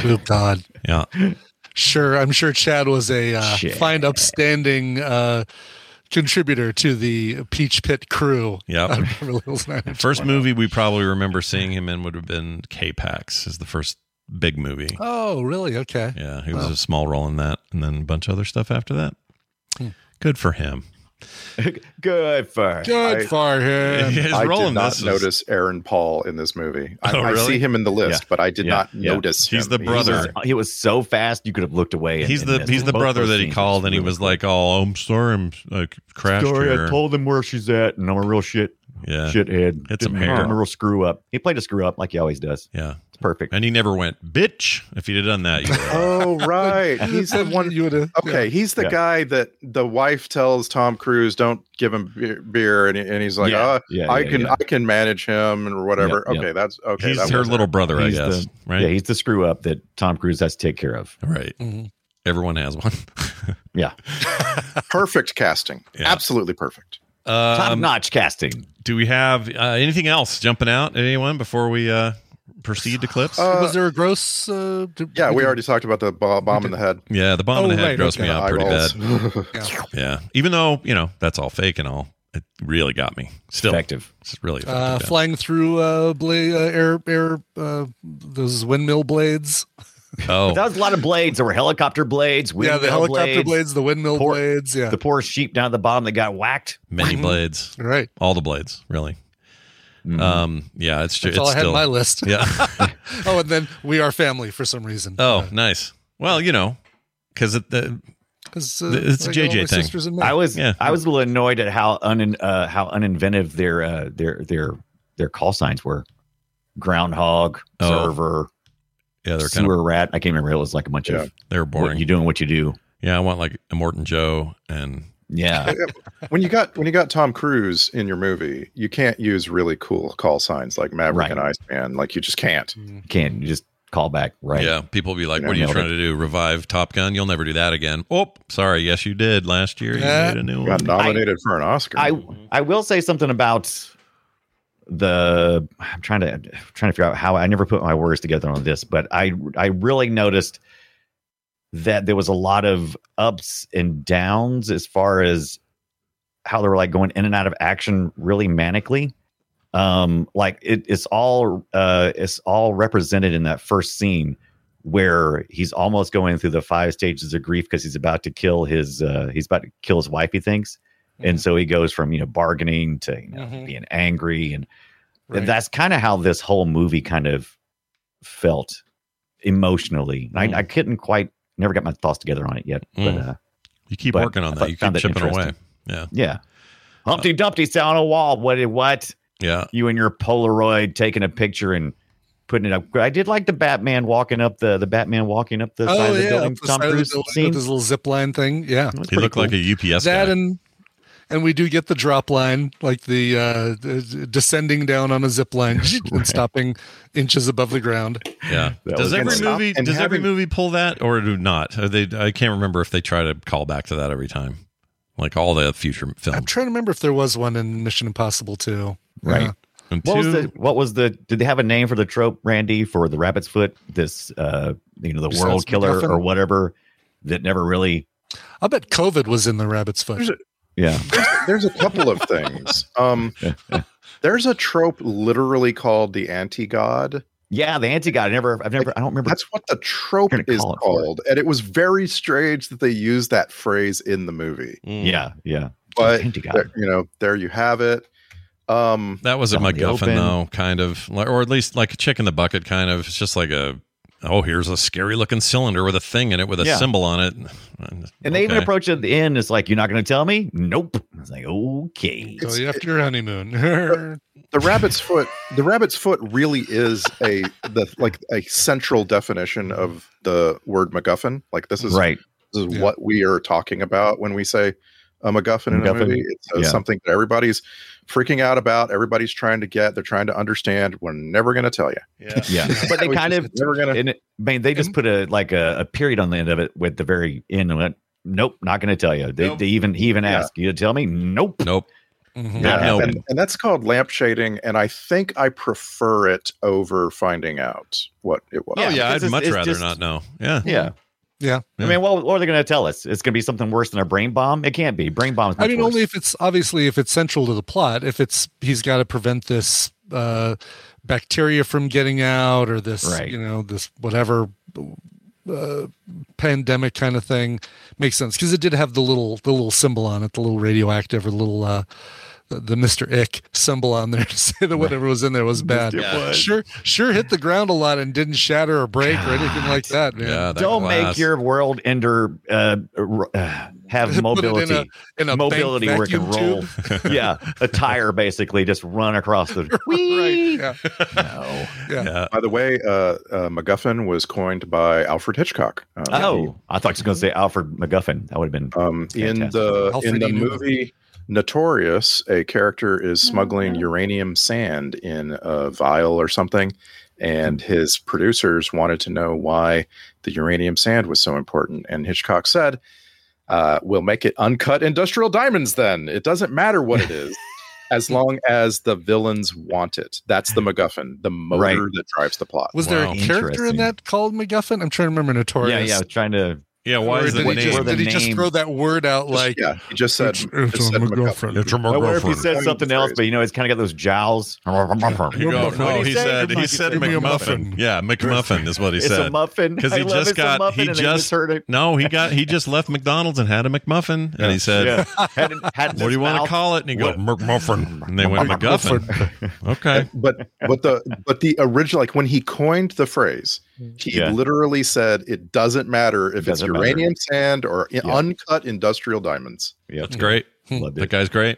Oh God. Yeah. Sure, I'm sure Chad was a uh, Chad. fine, upstanding uh, contributor to the Peach Pit crew. Yep. on Beverly Hills 90210. First movie we probably remember seeing him in would have been K-Pax is the first big movie. Oh, really? Okay. Yeah, he was Wow. a small role in that, and then a bunch of other stuff after that. Hmm. Good for him. Good for Good I- for him. His I role did in not this is- notice Aaron Paul in this movie. I, Oh, I really? see him in the list, Yeah. but I did Yeah. not Yeah. notice. He's him. the brother. He was, he was so fast you could have looked away. and- He's and the missed he's the both brother those that he scenes. called, and he was like, "Oh, I'm sorry, I'm I crashed here." him where she's at, and I'm a real shit yeah, shithead. Mm-hmm. Hit some hair. real screw up. He played a screw up like he always does. yeah. It's perfect. And he never went, "Bitch!" If he'd have done that, you would- Oh right, He he's the said one. you would have. Okay, he's the Yeah. guy that the wife tells Tom Cruise, "Don't give him be- beer," and, he- and he's like, Yeah. "Uh, Yeah, I yeah, can yeah. I can manage him or whatever." Yeah, yeah. okay, that's okay. he's that her was it. little brother, I He's guess. the- right? Yeah, he's the screw up that Tom Cruise has to take care of. right. Mhm. Everyone has one. Yeah, perfect casting, Yeah. absolutely perfect. top um, notch casting. do we have uh, anything else jumping out at anyone before we uh, proceed to clips? Uh, was there a gross? Uh, did- Yeah, we did- already talked about the bo- bomb in the head. uh, yeah, the bomb in oh, the head right, grossed okay. me out Eye pretty rolls. bad. Uh, Yeah, even though you know that's all fake and all, it really got me. Still, Effective. it's really effective. Uh, yeah. Flying through uh, bla- uh, air air uh, those windmill blades. Oh, That was a lot of blades. There were helicopter blades. yeah, the windmill helicopter blades, the windmill Por- blades. Yeah, The poor sheep down at the bottom that got whacked. many blades, right. all the blades, really. Mhm. Um, yeah, it's true. That's it's all I had still, in my list. yeah. oh, and then we are family for some reason. Uh, Oh, nice. Well, you know, because the because uh, It's a all JJ my thing. Sisters and Mm-hmm. I I was Yeah. I was a little annoyed at how un uh, how uninventive their uh, their their their call signs were. Groundhog, Oh. server, yeah, they're kind sewer rat. I can't remember. It was like a bunch Yeah. of of they're what boring. you doing, what you do. yeah, I want like a Morton Joe and Yeah, when you got when you got Tom Cruise in your movie, you can't use really cool call signs like Maverick Right. and Iceman. Like you just can't. you can't you just call back right. yeah. People be like, Yeah, "What are you nailed trying to do? Revive Top Gun? You'll never do that again." Oh, sorry. Yes, you did last year. You Eh, Yeah. made a new one. You got nominated for an Oscar. I I will say something about the I'm trying to I'm trying to figure out how I never put my words together on this, but I I really noticed that there was a lot of ups and downs as far as how they were like going in and out of action really manically. Um like it, it's all uh it's all represented in that first scene where he's almost going through the five stages of grief because he's about to kill his uh he's about to kill his wife, he thinks. And so he goes from, you know, bargaining to you know, Mhm. being angry. And, Right. and that's kind of how this whole movie kind of felt emotionally. And I, I couldn't quite, never got my thoughts together on it yet. But Mm. uh, You keep but working on I that. You keep found that chipping away. interesting. Yeah, yeah. Humpty Dumpty sat on a wall. What did what? yeah. You and your Polaroid taking a picture and putting it up. I did like the Batman walking up the the Batman walking up the side oh of the yeah, building. up the Tom side of the Cruise building scene. with his little zip line thing. Yeah, That was He pretty looked like cool. a UPS that guy. and and we do get the drop line, like the uh, d- descending down on a zip line and stopping inches above the ground. yeah. That Does was every good. movie And does every having- movie pull that or do not? Are they I can't remember if they try to call back to that every time. Like all the future I'm films. trying to remember if there was one in Mission Impossible too. Uh, Right. Yeah. And What was two- the what was the did they have a name for the trope, Randy, for the rabbit's foot, this uh you know, the Besides world killer MacGuffin? or whatever that never really I bet COVID was in the rabbit's foot. Yeah. there's a couple of things. Um, there's a trope literally called the anti-god. Yeah, the anti god. I never I've never I don't remember That's what the trope Gonna is call it for it. called, and it was very strange that they used that phrase in the movie. Mm. Yeah, yeah. But Anti-God. there- you know, there you have it. Um, That was a Out in the MacGuffin open. though, kind of like or at least like a chick in the bucket kind of. It's just like a oh, here's a scary looking cylinder with a thing in it with a Yeah. symbol on it. And they even Okay. approach it at the end, it's like, You're not gonna tell me? Nope. I was like, Okay. Go after your honeymoon. the rabbit's foot the rabbit's foot really is a the like a central definition of the word macguffin like this is Right. this is Yeah. what we are talking about when we say um, a macguffin in a MacGuffin, movie it's uh, yeah. something that everybody's freaking out about everybody's trying to get they're trying to understand we're never going to tell you Yeah. But they We kind just- of never gonna and it, I mean, they just put a like a, a period on the end of it with the very end and went, Nope, not gonna tell you. They, Nope. they even he even Yeah. asked, You gonna tell me? Nope. Nope. Mm-hmm. Mhm. Not knowing. and, and that's called lamp shading, and I think I prefer it over finding out what it was. Oh, yeah, I'd because it's- much it's rather just- not know. Yeah. Yeah. Yeah. I mean, well, what are they going to tell us? It's going to be something worse than a brain bomb. It can't be. Brain bombs. I mean, only if it's obviously if it's central to the plot. If it's he's got to prevent this uh, bacteria from getting out, or this Right. you know this whatever uh, pandemic kind of thing, makes sense because it did have the little the little symbol on it, the little radioactive or the little. Uh, the- the Mr. Ick symbol on there to say that whatever was in there was bad. It was. Sure, sure hit the ground a lot and didn't shatter or break or anything like that, man. Yeah, that don't make glass. your world ender uh, r- uh, Put it in have a- mobility in a bank mobility where it can vacuum roll yeah a tire basically just run across the Right. Yeah. no yeah. By the way, uh, uh, MacGuffin was coined by Alfred Hitchcock. Uh, oh i thought you was going to say alfred mcguffin that would have been um, in Fantastic. the Alfred in the E. Newman. movie Notorious, a character is smuggling uranium sand in a vial or something, and his producers wanted to know why the uranium sand was so important. And Hitchcock said, uh, "We'll make it uncut industrial diamonds. Then it doesn't matter what it is." As long as the villains want it, that's the MacGuffin, the motor Right. that drives the plot. Was there Wow. a character in Interesting. that called MacGuffin? I'm trying to remember yeah Notorious. yeah trying to Yeah. Why Or is the did he, what- name? just, or the did he just name? throw that word out Just- like yeah, he just said, just said MacGuffin. I wonder if he said Coined the something else, phrase. but you know, it's kind of got those jowls. You go, McMuffin. no, What'd he he say? said he Give said me a McMuffin. muffin. Yeah, McMuffin is what he It's said. a muffin. because I he love just it's a got muffin, he and they just misheard it. no he got he just left McDonald's and had a McMuffin and he said Yeah. Had, had what do you want to call it and he go McMuffin and they went McGuffin okay but but the but the original like when he coined the phrase Mm-hmm. he Yeah. literally said it doesn't matter if Doesn't it's matter. uranium sand or i- Yeah. uncut industrial diamonds Yeah, Hmm. that's great Loved that it. guy's great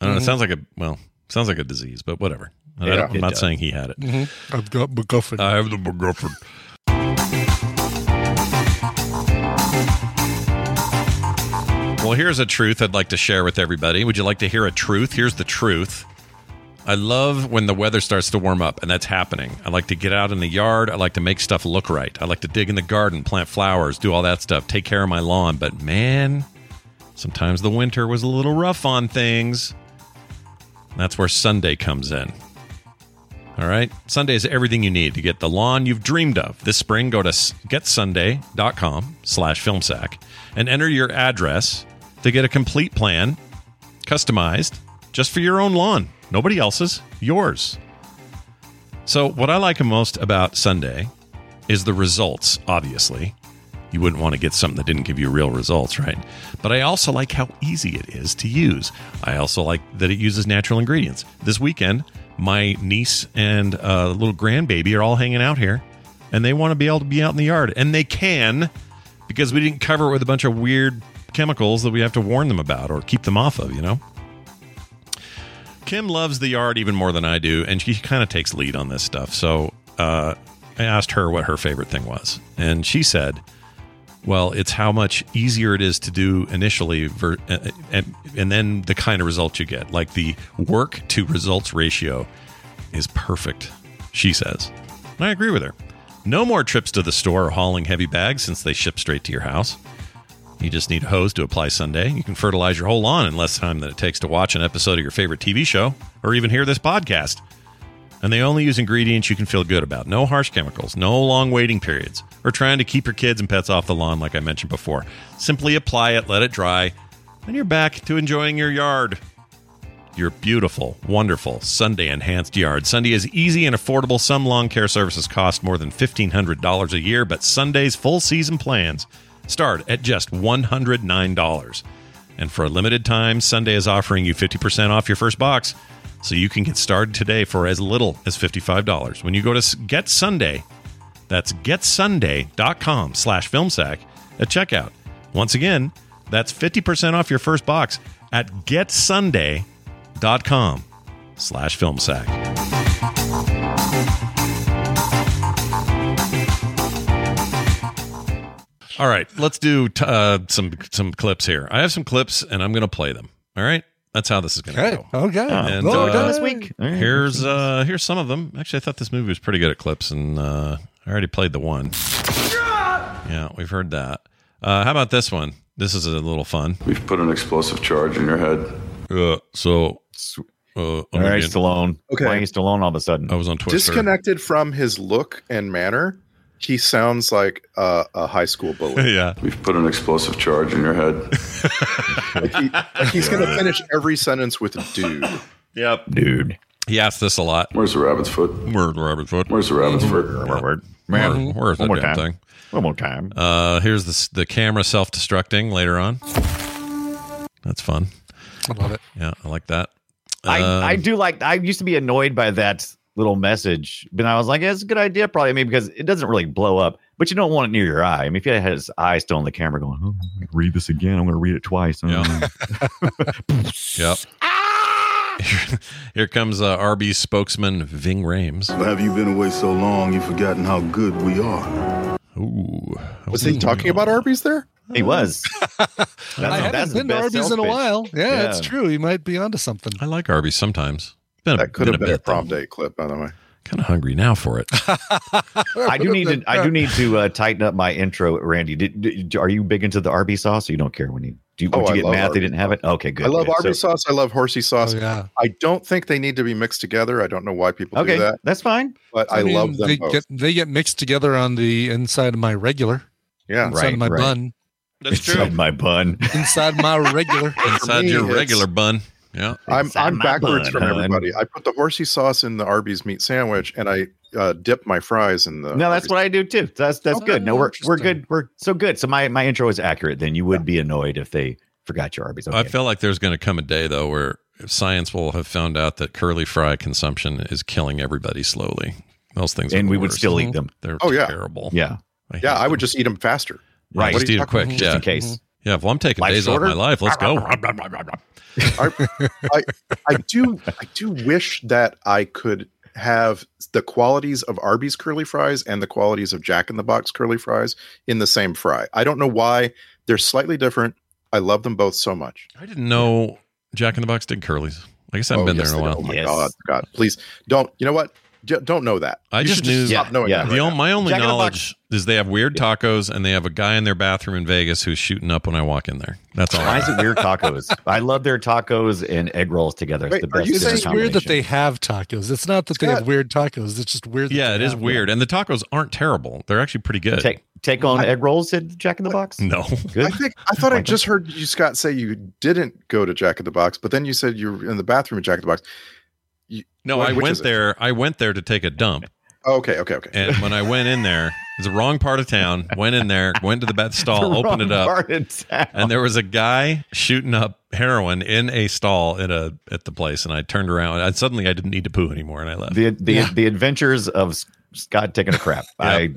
I don't know it Mhm. sounds like a well sounds like a disease but whatever I Yeah, don't- I'm it not does. saying he had it Mhm. I've got MacGuffin. Uh, I have the McGuffin Well, here's a truth I'd like to share with everybody. Would you like to hear a truth? Here's the truth. I love when the weather starts to warm up, and that's happening. I like to get out in the yard. I like to make stuff look right. I like to dig in the garden, plant flowers, do all that stuff, take care of my lawn. But man, sometimes the winter was a little rough on things. That's where Sunday comes in. All right. Sunday is everything you need to get the lawn you've dreamed of. This spring, go to s- getsunday.com slash filmsack and enter your address to get a complete plan, customized, just for your own lawn. Nobody else's, yours. So, what I like most about Sunday is the results, obviously. You wouldn't want to get something that didn't give you real results, right? But I also like how easy it is to use. I also like that it uses natural ingredients. This weekend, my niece and uh, little grandbaby are all hanging out here, and they want to be able to be out in the yard, and they can because we didn't cover it with a bunch of weird chemicals that we have to warn them about or keep them off of, you know? Kim loves the yard even more than I do, and she kind of takes lead on this stuff. So uh, I asked her what her favorite thing was, and she said, "Well, it's how much easier it is to do initially, ver- and, and and then the kind of results you get. Like the work to results ratio is perfect," she says, and I agree with her. No more trips to the store or hauling heavy bags since they ship straight to your house. You just need a hose to apply Sunday. You can fertilize your whole lawn in less time than it takes to watch an episode of your favorite TV show or even hear this podcast. And they only use ingredients you can feel good about. No harsh chemicals, no long waiting periods, or trying to keep your kids and pets off the lawn like I mentioned before. Simply apply it, let it dry, and you're back to enjoying your yard. Your beautiful, wonderful Sunday enhanced yard. Sunday is easy and affordable. Some lawn care services cost more than $1,500 a year, but Sunday's full season plans start at just $109. And for a limited time, Sunday is offering you 50% off your first box. So you can get started today for as little as $55. When you go to s- Get Sunday, that's getsunday.com slash filmsack at checkout. Once again, that's 50% off your first box at getsunday.com slash filmsack. All right, let's do t- uh, some some clips here. I have some clips and I'm going to play them. All right? That's how this is going to okay. go. Okay. And, so Well uh, done. this week. Oh. All right. Here's uh here's some of them. Actually, I thought this movie was pretty good at clips, and uh, I already played the one. Yeah, we've heard that. Uh, how about this one? This is a little fun. We've put an explosive charge in your head. Uh, so, uh, All right, again. Stallone. Okay. Why is Stallone all of a sudden? I was on Twitter. Disconnected from his look and manner, he sounds like a, a high school bully. yeah. We've put an explosive charge in your head. Like he's going to finish every sentence with "dude." Yep. Dude. He asks this a lot. Where's the rabbit's foot? Where's the rabbit's foot? Where's the rabbit's foot? Word. Where- Man, Where's that one more damn time. thing? One more time. Uh, here's the s- the camera self destructing later on. That's fun. I love it. Yeah, I like that. Um, I, I do like I used to be annoyed by that little message, but I was like, yeah, it's a good idea, probably. I mean, because it doesn't really blow up, but you don't want it near your eye. I mean, if you had his eye still on the camera going, oh, I'm gonna read this again, I'm gonna read it twice. Um, Yeah. Yep. Mm. Ah! Here comes uh, Arby's spokesman Ving Rames. Have you been away so long you've forgotten how good we are? Ooh. Was he talking about Arby's there? He was. I haven't been to Arby's in a while. Yeah, that's true. He might be onto something. I like Arby's sometimes. That could have been a prom date clip, by the way. Kind of hungry now for it. I do need to. I do need to uh, tighten up my intro, Randy. Did, did, are you big into the Arby sauce? Or you don't care when you do. You, Oh, would I you get love mad Arby they didn't have it? Okay, good. I love good. So- Arby sauce. I love horsey sauce. Oh, yeah. I don't think they need to be mixed together. I don't know why people Okay, do that, that's fine. but I, mean, love them They both. get they get mixed together on the inside of my regular, yeah, inside of my right. bun, That's Inside my bun. inside my regular. Inside me, your it's- regular bun. Yeah. I'm Inside I'm my backwards bun, from hun. everybody. I put the horsey sauce in the Arby's meat sandwich, and I uh, dip my fries in the. No, that's what I do too. That's that's Okay, good. No, we're we're interesting. good. We're so good. So my my intro is accurate. Then you would be annoyed if they forgot your Arby's. Okay. I feel like there's going to come a day, though, where science will have found out that curly fry consumption is killing everybody slowly. Those things are and the we would worst. still eat them. They're Oh, yeah. terrible. Yeah, I hate Yeah, I them. would just eat them faster. Right. What Just are you eat it talking quick. about? just Yeah. Mm-hmm. in case. Yeah. Well, I'm taking Life days shorter? off my life. Let's go. I, I do I do wish that I could have the qualities of Arby's curly fries and the qualities of Jack in the Box curly fries in the same fry. I don't know why they're slightly different. I love them both so much. I didn't know Jack in the Box did curlies. I guess I haven't Oh, been yes, there in a they do. while. Oh my Yes. God, God, please don't. You know what? J- don't know that. I You just should knew- stop Yeah, knowing yeah. that. The right on- my only Jack in the knowledge is they have weird tacos and they have a guy in their bathroom in Vegas who's shooting up when I walk in there. That's all. Why I is it weird tacos? I love their tacos and egg rolls together. It's Wait, the are best. you It's dinner just weird that they combination. have tacos. It's not that they have weird tacos. It's just weird. That yeah, they it is have weird. And the tacos aren't terrible. They're actually pretty good. take take on egg rolls at Jack in the Box. no. Good. I think I thought I Like just heard you, Scott, say you didn't go to Jack in the Box, but then you said you were in the bathroom at Jack in the Box. No, Wait, I which went is it? there. I went there to take a dump. Oh, okay, okay, okay. And when I went in there, it's the wrong part of town. Went in there, went to the bat stall, The opened wrong it up, part of town. and there was a guy shooting up heroin in a stall at a at the place. And I turned around. And suddenly, I didn't need to poo anymore, and I left. the the Yeah. the adventures of S- Scott taking a crap. I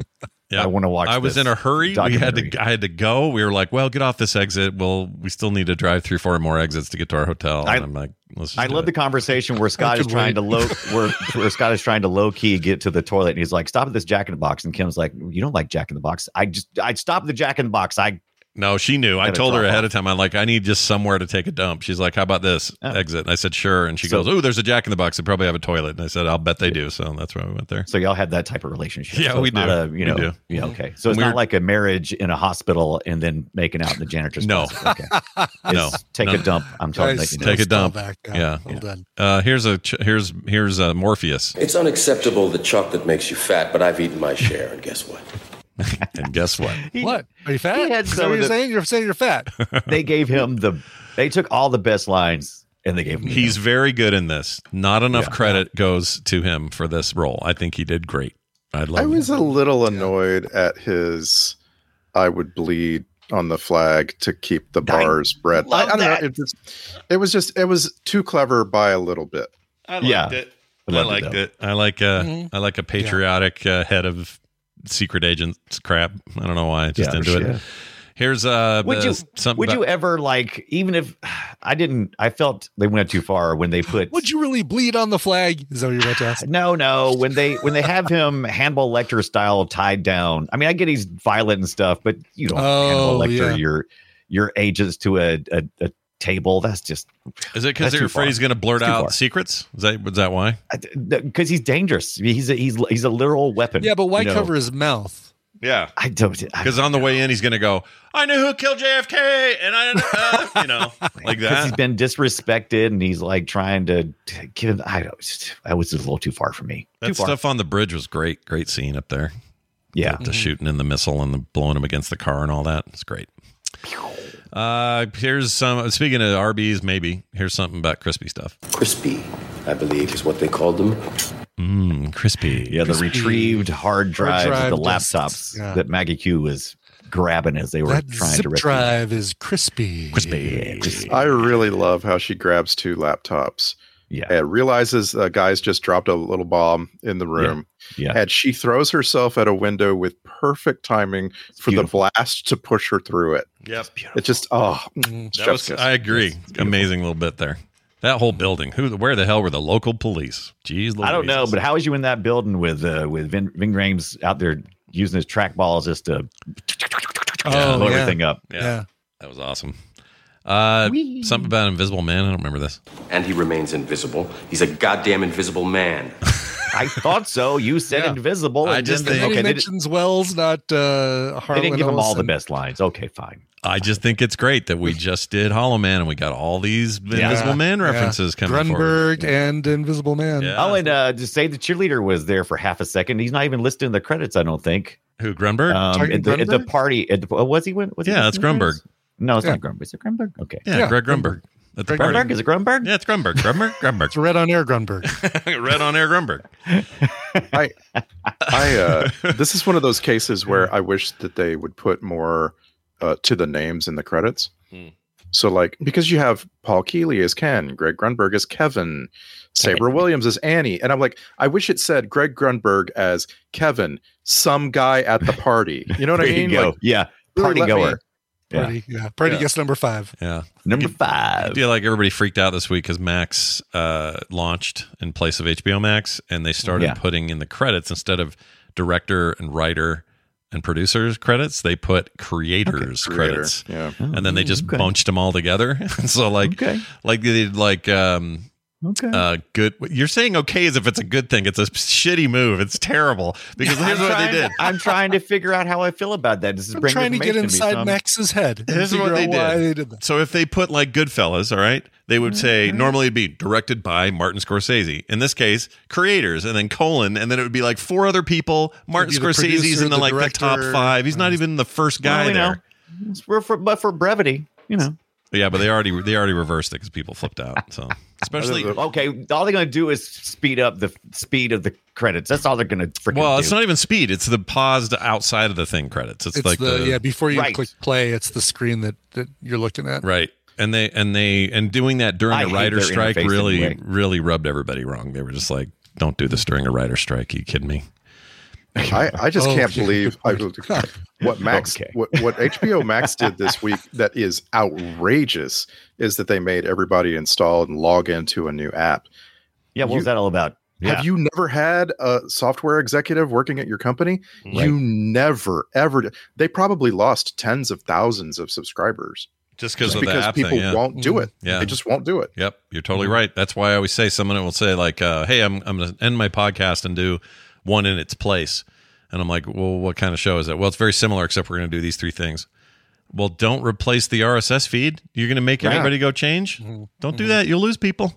Yeah. I want to watch. I was this in a hurry. We had documentary. to. I had to go. We were like, "Well, get off this exit. Well, we still need to drive three, four more exits to get to our hotel." I- and I'm like, "Let's." Just I do love it. the conversation where Scott is could trying wait. to low where, where Scott is trying to low key get to the toilet and he's like, Stop at this jack in the box. And Kim's like, You don't like Jack in the Box. I just I stopped at the Jack in the Box. I No, she knew. I Gotta told her drop ahead off. of time. I'm like, "I need just somewhere to take a dump." She's like, "How about this Oh. exit?" And I said, "Sure." And she So- goes, "Oh, there's a Jack in the Box. They probably have a toilet." And I said, "I'll bet they do." So that's why we went there. so y'all had that type of relationship. Yeah, so we it's not do. A, We you know, do. yeah, okay. So it's We not were- like a marriage in a hospital and then making out in the janitor's No. closet. Okay. No. It's take No. a dump. I'm Guys, telling you. Take a let's dial dump. back. Yeah. Well done. Uh, here's a ch- here's here's uh, Morpheus. It's unacceptable that chocolate makes you fat, but I've eaten my share, and guess what? And guess what? What are you fat? he had Is that some what of you're the- saying? You're saying you're fat. they gave him the they took all the best lines and they gave him the He's very good in this. Not enough Yeah. credit goes to him for this role. I think he did great. I love. I him. was a little annoyed at his I would bleed on the flag to keep the I bars bread. I, I love don't that. know. It, just, it was just it was too clever by a little bit. I Yeah. liked it. I I loved it, liked though. it. I like uh Mhm. I like a patriotic uh, head of secret agents crap. I don't know why. I Just Yeah, into it. yeah. Here's uh Would you- uh, something Would about- you ever like even if I didn't I felt they went too far when they put Would you really bleed on the flag? Is that what you're about to ask? No, no. When they when they have him Hannibal Lecter style tied down. I mean, I get he's violent and stuff, but you don't Oh, Hannibal Lecter yeah. your your agents to a, a, a table. That's just Is it because That's they're too afraid he's far. going to blurt That's too out far. secrets? Is that was that why? because he's dangerous. He's a, he's he's a literal weapon. Yeah, but why you know? cover his mouth? Yeah. I don't. I Because on the way in, he's going to go, I knew who killed JFK, and I didn't, uh, you know, like because that. he's been disrespected and he's like trying to t- give him. I don't. I was just a little too far for me. That too far. stuff on the bridge was great. Great scene up there. Yeah. Mm-hmm. The, the shooting and the missile and the blowing him against the car and all that. It's great. Uh, here's some. Speaking of RBs, maybe here's something about crispy stuff. Crispy, I believe, is what they called them. Mmm, crispy. Yeah, the retrieved hard drives, drive the discs, laptops yeah. that Maggie Q was grabbing as they were That trying zip to rescue. drive is crispy. Crispy. I really love how she grabs two laptops. Yeah. And realizes the guy's just dropped a little bomb in the room. Yeah. And she throws herself at a window with perfect timing for the blast to push her through it. Yep. It's just, oh, Mm, That was- I agree. Amazing little bit there. That whole building. Who? Where the hell were the local police? Jeez, I don't know, Louise. but how is you in that building with uh, with Vin, Vin Graham's out there using his trackballs just to Oh, blow yeah. everything up? Yeah. Yeah. That was awesome. Uh, something about Invisible Man. I don't remember this. And he remains invisible. He's a goddamn invisible man. I thought so. You said invisible. I and just then- think- And okay, he they, didn't- mentions Wells, not uh, they Harlan. didn't give him all the Ellison. best lines. Okay, fine. I just think it's great that we just did Hollow Man and we got all these Invisible Man Yeah. references coming forward. Grunberg and Invisible Man. Yeah. Oh, and uh, just say the cheerleader was there for half a second. He's not even listed in the credits. I don't think. Who Grunberg? Um, Target at, the, at the Grunberg? party, at the, oh, was he? When, was he yeah, that's listed in the Grunberg. credits? No, it's Yeah. not Grunberg. Is it Grunberg? Okay. Yeah, Yeah, Greg Grunberg. At the party. Grunberg is it Grunberg? Yeah, it's Grunberg. Grunberg. It's Grunberg. Red on Air Grunberg. Red on air Grunberg. I, I, uh, this is one of those cases where I wish that they would put more uh, to the names in the credits. So, like, because you have Paul Keeley as Ken, Greg Grunberg as Kevin, Sabra Williams as Annie, and I'm like, I wish it said Greg Grunberg as Kevin, some guy at the party. You know what I There you mean? go. Like, yeah, really party let me- goer. Yeah. Party, yeah. Party Yeah. guest number five. Yeah. Number I five. feel like everybody freaked out this week because Max uh, launched in place of HBO Max, and they started Yeah. putting in the credits instead of director and writer and producers credits. They put creators Creator, credits, Yeah. and then they just Okay. bunched them all together. so like, Oh, Okay. like they did like um, Okay. uh, good. You're saying okay as if it's a good thing. It's a shitty move. It's terrible because here's I'm what they trying- did. I'm trying to figure out how I feel about that. This is I'm bringing trying to get information me, so inside I'm- Max's head. and Here's what figure they out why did. they did that. So if they put like Goodfellas, all right, they would say normally it'd be directed by Martin Scorsese. In this case, creators, and then colon, and then it would be like four other people. Martin be the Scorsese's producer, in the, the like the top director. five. He's not even the first Well, guy you know, there. it's- we're for, but for brevity, you know. Yeah, but they already they already reversed it because people flipped out. So especially. Okay, all they're going to do is speed up the speed of the credits. That's all they're going to freaking Well, do. it's not even speed. It's the paused outside of the thing credits. It's, It's like the, the yeah, before you Right. click play, it's the screen that, that you're looking at. Right. And they and they and doing that during I a hate writer their strike interface really anyway. really rubbed everybody wrong. They were just like, "Don't do this during a writer strike." Are you kidding me? I, I just Oh, can't okay. believe I, what Max Okay. what, what HBO Max did this week that is outrageous is that they made everybody install and log into a new app. yeah, what was you- that all about? Yeah. Have you never had a software executive working at your company? You never ever did. they probably lost tens of thousands of subscribers Just because just of the because app people thing. Yeah. Mm-hmm. won't do it. Yeah. They just won't do it. Yep, you're totally Mm-hmm. right. That's why I always say someone will say like, uh, "Hey, I'm I'm going to end my podcast and do one in its place," and I'm like, "Well, what kind of show is it?" Well, it's very similar, except we're going to do these three things. Well, don't replace the RSS feed. You're going to make everybody go change. Mm-hmm. Don't do that. You'll lose people.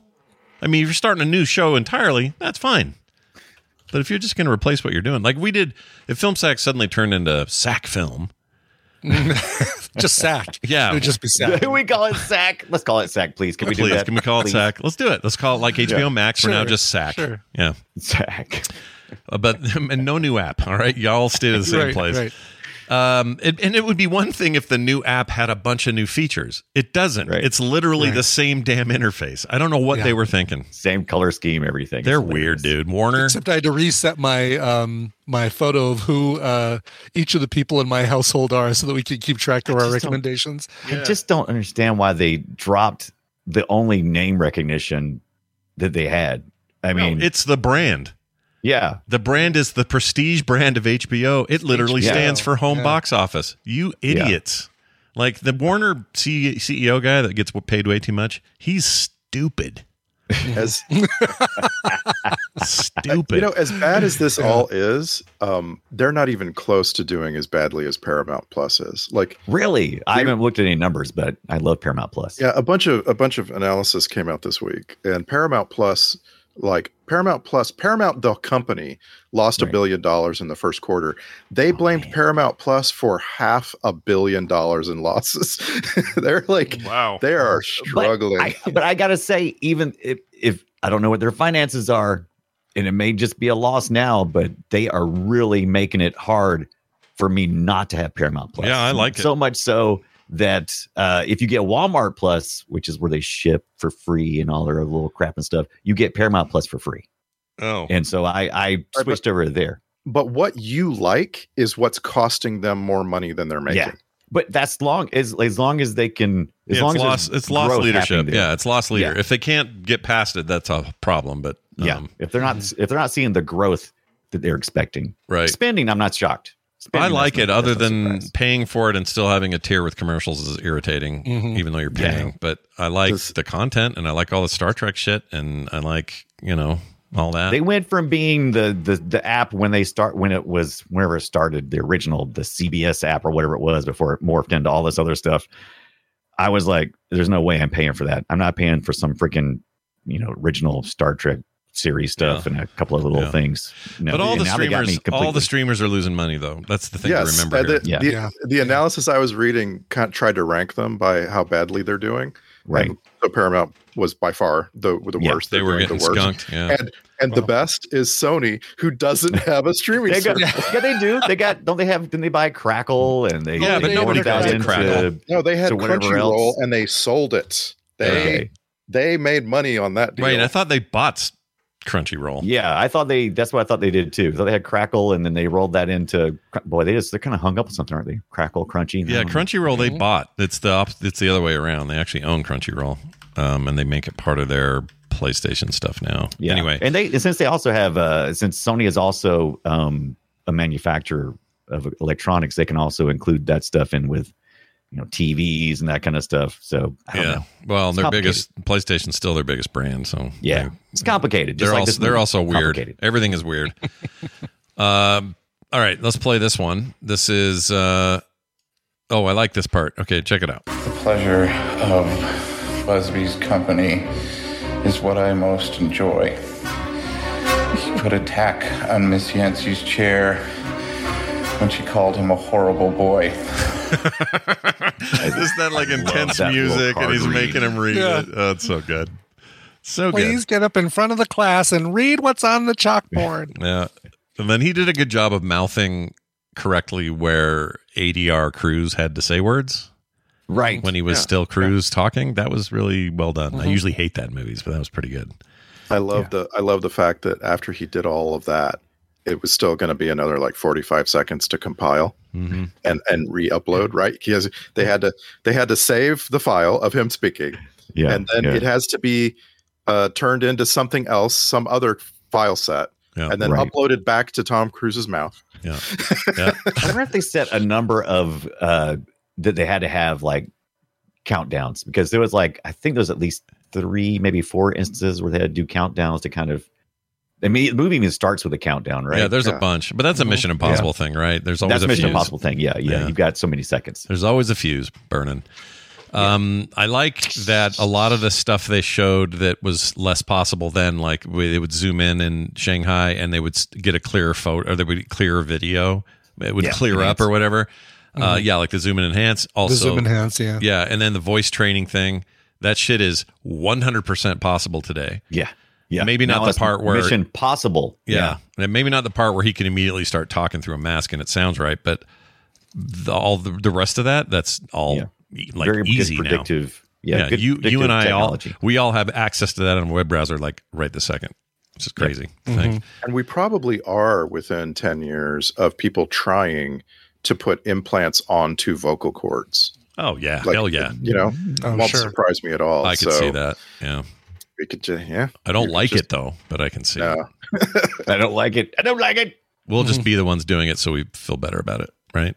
I mean, if you're starting a new show entirely, that's fine. But if you're just going to replace what you're doing, like we did, if Film Sack suddenly turned into Sack Film, Just sack. Yeah. It would just be sack. we call it sack. Let's call it sack, please. Can we do please, that? can we call it Please. Sack? Let's do it. Let's call it like HBO Max. We're now Sure. just Sack. Sure. Yeah. Sack. Uh, but and no new app. All right, y'all stay to the same Right, place. right. Um, it, and it would be one thing if the new app had a bunch of new features. It doesn't. Right. It's literally Right. the same damn interface. I don't know what Yeah. they were thinking. Same color scheme, everything. They're It's weird, hilarious. dude. Warner. Except I had to reset my um my photo of who uh each of the people in my household are so that we could keep track of our just don't- recommendations. I just don't understand why they dropped the only name recognition that they had. I mean, No, it's the brand. yeah, The brand is the prestige brand of HBO. It literally HBO, stands for home yeah. box office. You Yeah. idiots. E Like the Warner C- CEO guy that gets paid way too much, he's stupid. As stupid. You know, as bad as this all is, um, they're not even close to doing as badly as Paramount Plus is. Like really, I haven't looked at any numbers, but I love Paramount Plus. Yeah, a bunch of a bunch of analysis came out this week, and Paramount Plus, like Paramount Plus, Paramount the company lost a billion dollars in the first quarter. Oh, They blamed Paramount Plus for half a billion dollars in losses. they're like, Mm. wow, they are struggling. I, but I gotta say, even if, if I don't know what their finances are, and it may just be a loss now, but they are really making it hard for me not to have Paramount Plus. Yeah, I like it. so much so that uh, if you get Walmart Plus, which is where they ship for free and all their other little crap and stuff, you get Paramount Plus for free. Oh, and so I I but- switched over to there. but what you like is what's costing them more money than they're making. Yeah, but that's long as as long as they can as Yeah, long it's as lost, there's it's lost growth leadership. happening there. Yeah, it's lost leader. Yeah. If they can't get past it, that's a problem. But um, yeah. If they're not if they're not seeing the growth that they're expecting, right. Spending, I'm not shocked. I Spending, like that's it. not- Other that's not than paying for it and still having a tier with commercials is irritating, Mhm. even though you're Yeah. paying. But I like the content and I like all the Star Trek shit and I like you know all that. They went from being the the the app when they start when it was whenever it started the original the CBS app or whatever it was before it morphed into all this other stuff. I was like, there's no way I'm paying for that. I'm not paying for some freaking you know original Star Trek series stuff and a couple of little Yeah. things. No, but all the now they got me streamers, all completely. the streamers are losing money though. That's the thing to remember. uh, here. The, The, the analysis I was reading kind of tried to rank them by how badly they're doing. Right. And so Paramount was by far the the Yeah, worst. they They're were doing getting skunked, yeah. And and the best is Sony, who doesn't have a streaming. They got, service. yeah, they do. They got. Don't they have? Didn't they buy Crackle and they? Yeah, but they nobody morphed that buys into- Crackle. no, they had to whatever Crunchyroll else. and they sold it. They Okay. they made money on that deal. Wait, I thought they bought S- Crunchyroll. Yeah, I thought they. That's what I thought they did too. I thought they had Crackle, and then they rolled that into. Cra- Boy, they just they're kind of hung up on something, aren't they? Crackle, Crunchy. Yeah, I don't know. Mhm. Crunchyroll they bought. It's the op- it's the other way around. They actually own Crunchyroll, um, and they make it part of their PlayStation stuff now. Yeah. Anyway, and they and since they also have uh since Sony is also um a manufacturer of electronics, they can also include that stuff in with you know TVs and that kind of stuff. So I don't yeah. know. Well, It's their complicated. biggest PlayStation's still their biggest brand, so Yeah, it's complicated. Just they're like also this they're movie. also weird. Complicated. Everything is weird. um, all right, let's play this one. This is uh, oh, I like this part. Okay, check it out. pleasure of Busby's company is what I most enjoy. He put a tack on Miss Yancey's chair when she called him a horrible boy. Isn't that like intense that little music, and card he's read. making him read Yeah. it? Oh, it's so good. So good. Please get up in front of the class and read what's on the chalkboard. Yeah. And then he did a good job of mouthing correctly where ADR Cruz had to say words. Right. When he was Yeah. Mm-hmm. still Cruz talking. That was really well done. I usually hate that in movies, but that was pretty good. I love the I love the fact that after he did all of that, it was still going to be another like forty five seconds to compile and and re-upload. Right? He has they had to they had to save the file of him speaking, Yeah, and then yeah. it has to be uh, turned into something else, some other file set, Yeah. and then Oh, Right. uploaded back to Tom Cruise's mouth. Yeah. I wonder if they set a number of uh that they had to have like countdowns because there was like I think there was at least three, maybe four instances where they had to do countdowns to kind of. I mean, the movie even starts with a countdown, right? Mm-hmm. Yeah, there's a bunch, but that's a Mission Impossible Yeah. thing, right? There's always That's a Mission fuse. Impossible thing. Yeah, yeah, Yeah. You've got so many seconds. There's always a fuse burning. Um, I like that a lot of the stuff they showed that was less possible then, like we- they would zoom in in Shanghai and they would s- get a clearer photo or they would get clearer video. It would Yeah, clear up enhance. or whatever. Uh, Mhm. yeah, like the zoom and enhance. Also, zoom enhance, yeah. yeah, and then the voice training thing. That shit is 100% possible today. Yeah, yeah. Maybe Now not the it's part where Mission Possible. yeah. And maybe not the part where he can immediately start talking through a mask and it sounds right, but the, all the, the rest of that, that's all e- like Very good easy now. predictive- yeah, good you you predictive and I technology. all we all have access to that on a web browser like right this second. Which is crazy. Mm-hmm. Thanks. And we probably are within 10 years of people trying to put implants onto vocal cords. Oh yeah, hell yeah. You know, Oh, won't sure. surprise me at all. I could So see that. Yeah. We could, ju- yeah. I don't You could like just- it though, but I can see. it. No. I don't like it. I don't like it. We'll just be the ones doing it so we feel better about it, right?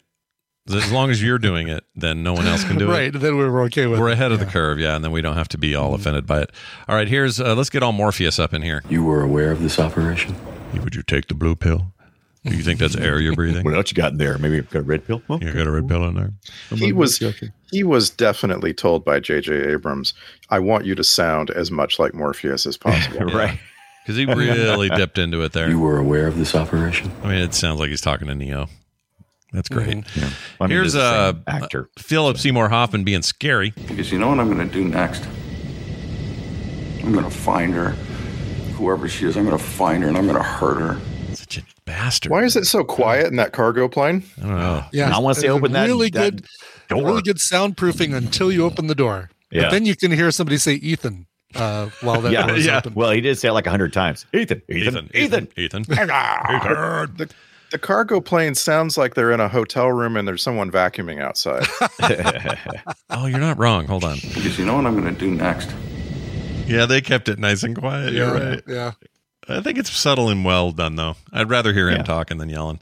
As long as you're doing it, then no one else can do right. it. Then we were okay with We're it. ahead of the curve, yeah, and then we don't have to be all offended by it. All right, here's uh, let's get all Morpheus up in here. You were aware of this operation? Would you take the blue pill? Do you think that's air you're breathing? what else you got in there? Maybe you've got a red pill. You got a red pill in there. He was he was definitely told by J.J. Abrams, "I want you to sound as much like Morpheus as possible." right. Because he really dipped into it there. You were aware of this operation? I mean, it sounds like he's talking to Neo. That's great. I mean, Here's they're the uh, same actor. Philip Seymour Hoffman being scary. Because you know what I'm going to do next? I'm going to find her, whoever she is. I'm going to find her and I'm going to hurt her. Such a bastard. Why is it so quiet in that cargo plane? I don't know. Yeah, I want to see there's a open that really that good, door. really good soundproofing until you open the door. Yeah. But then you can hear somebody say Ethan uh, while that yeah, door is yeah. open. Well, he did say it like a hundred times. Ethan, Ethan, Ethan, Ethan, Ethan. Ethan. The, the cargo plane sounds like they're in a hotel room and there's someone vacuuming outside. oh, you're not wrong. Hold on. Because you know what I'm going to do next? Yeah, they kept it nice and quiet. You're Yeah, right. Yeah. I think it's subtle and well done, though. I'd rather hear him Yeah. talking than yelling.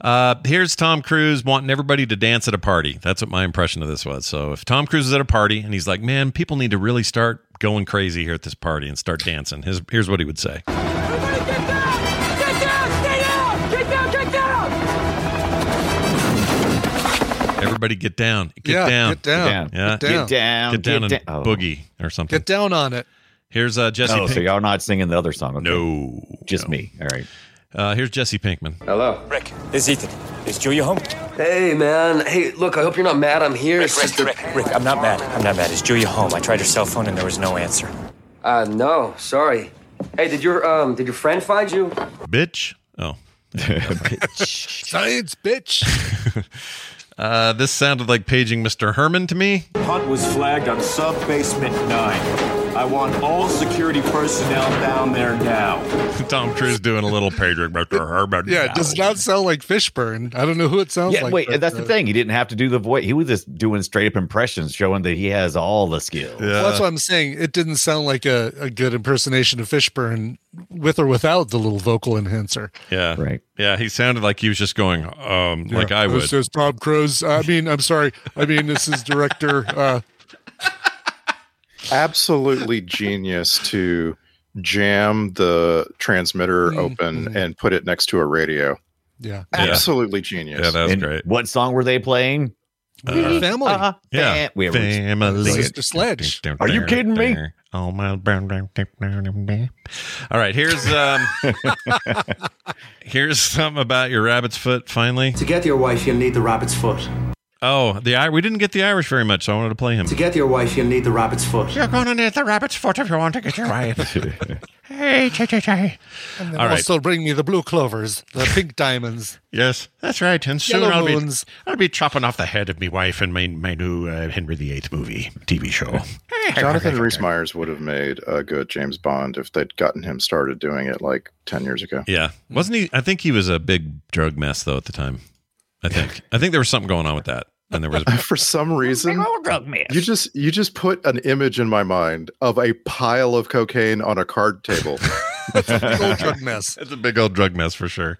Uh, here's Tom Cruise wanting everybody to dance at a party. That's what my impression of this was. So if Tom Cruise is at a party and he's like, "Man, people need to really start going crazy here at this party and start dancing," his, here's what he would say. Everybody get down, get Yeah, down, get down, Oh, yeah, get down. Get down, get down, get and down. boogie or something. Get down on it. Here's uh, Jesse. Oh, so Pink- y'all not singing the other song? Okay. no, just me. Oh. All right. Uh, here's Jesse Pinkman. Hello. Rick, this is Ethan. Is Julia home? Hey, man. Hey, look, I hope you're not mad I'm here. It's just that- Rick, I'm not mad. I'm not mad. Is Julia home? I tried her cell phone and there was no answer. Uh, no, sorry. Hey, did your um, did your friend find you? Bitch. Oh. Science, bitch. Uh, this sounded like paging Mr. Herman to me. Hunt was flagged on sub basement nine. I want all security personnel down there now. Tom Cruise doing a little paging Mr. Herman. Yeah, it does not sound like Fishburne. I don't know who it sounds Yeah, like. wait. but, that's uh, the thing. He didn't have to do the voice. He was just doing straight up impressions, showing that he has all the skills. Well, that's what I'm saying. It didn't sound like a, a good impersonation of Fishburne with or without the little vocal enhancer. Yeah. Right. Yeah, he sounded like he was just going, um, like Yeah. I would. This is Tom Cruise. I mean, I'm sorry. I mean, this is director. Uh, Absolutely genius to jam the transmitter open and put it next to a radio. yeah. Yeah. Absolutely genius. Yeah, that was And great. What song were they playing? Family. Uh, Yeah. We were- Family. Sister Sledge. Are you kidding me? Oh my All right, here's um here's something about your rabbit's foot finally. To get your wife, you'll need the rabbit's foot. Oh, the I we didn't get the Irish very much, so I wanted to play him. To get your wife, you'll need the rabbit's foot. You're gonna need the rabbit's foot if you want to get your wife. hey, chee, chee, chee. And All right. also bring me the blue clovers, the pink diamonds. Yes, that's right. And soon Yellow I'll be, moons. I'll be chopping off the head of my wife in my, my new uh, Henry VIII movie, TV show. Jonathan Rhys Meyers would have made a good James Bond if they'd gotten him started doing it like 10 years ago. Yeah. Wasn't he? I think he was a big drug mess, though, at the time. I think. I think there was something going on with that. And there was. For some Oh reason, drug man. you just you just put an image in my mind of a pile of cocaine on a card table. Old drug mess. It's a big old drug mess for sure.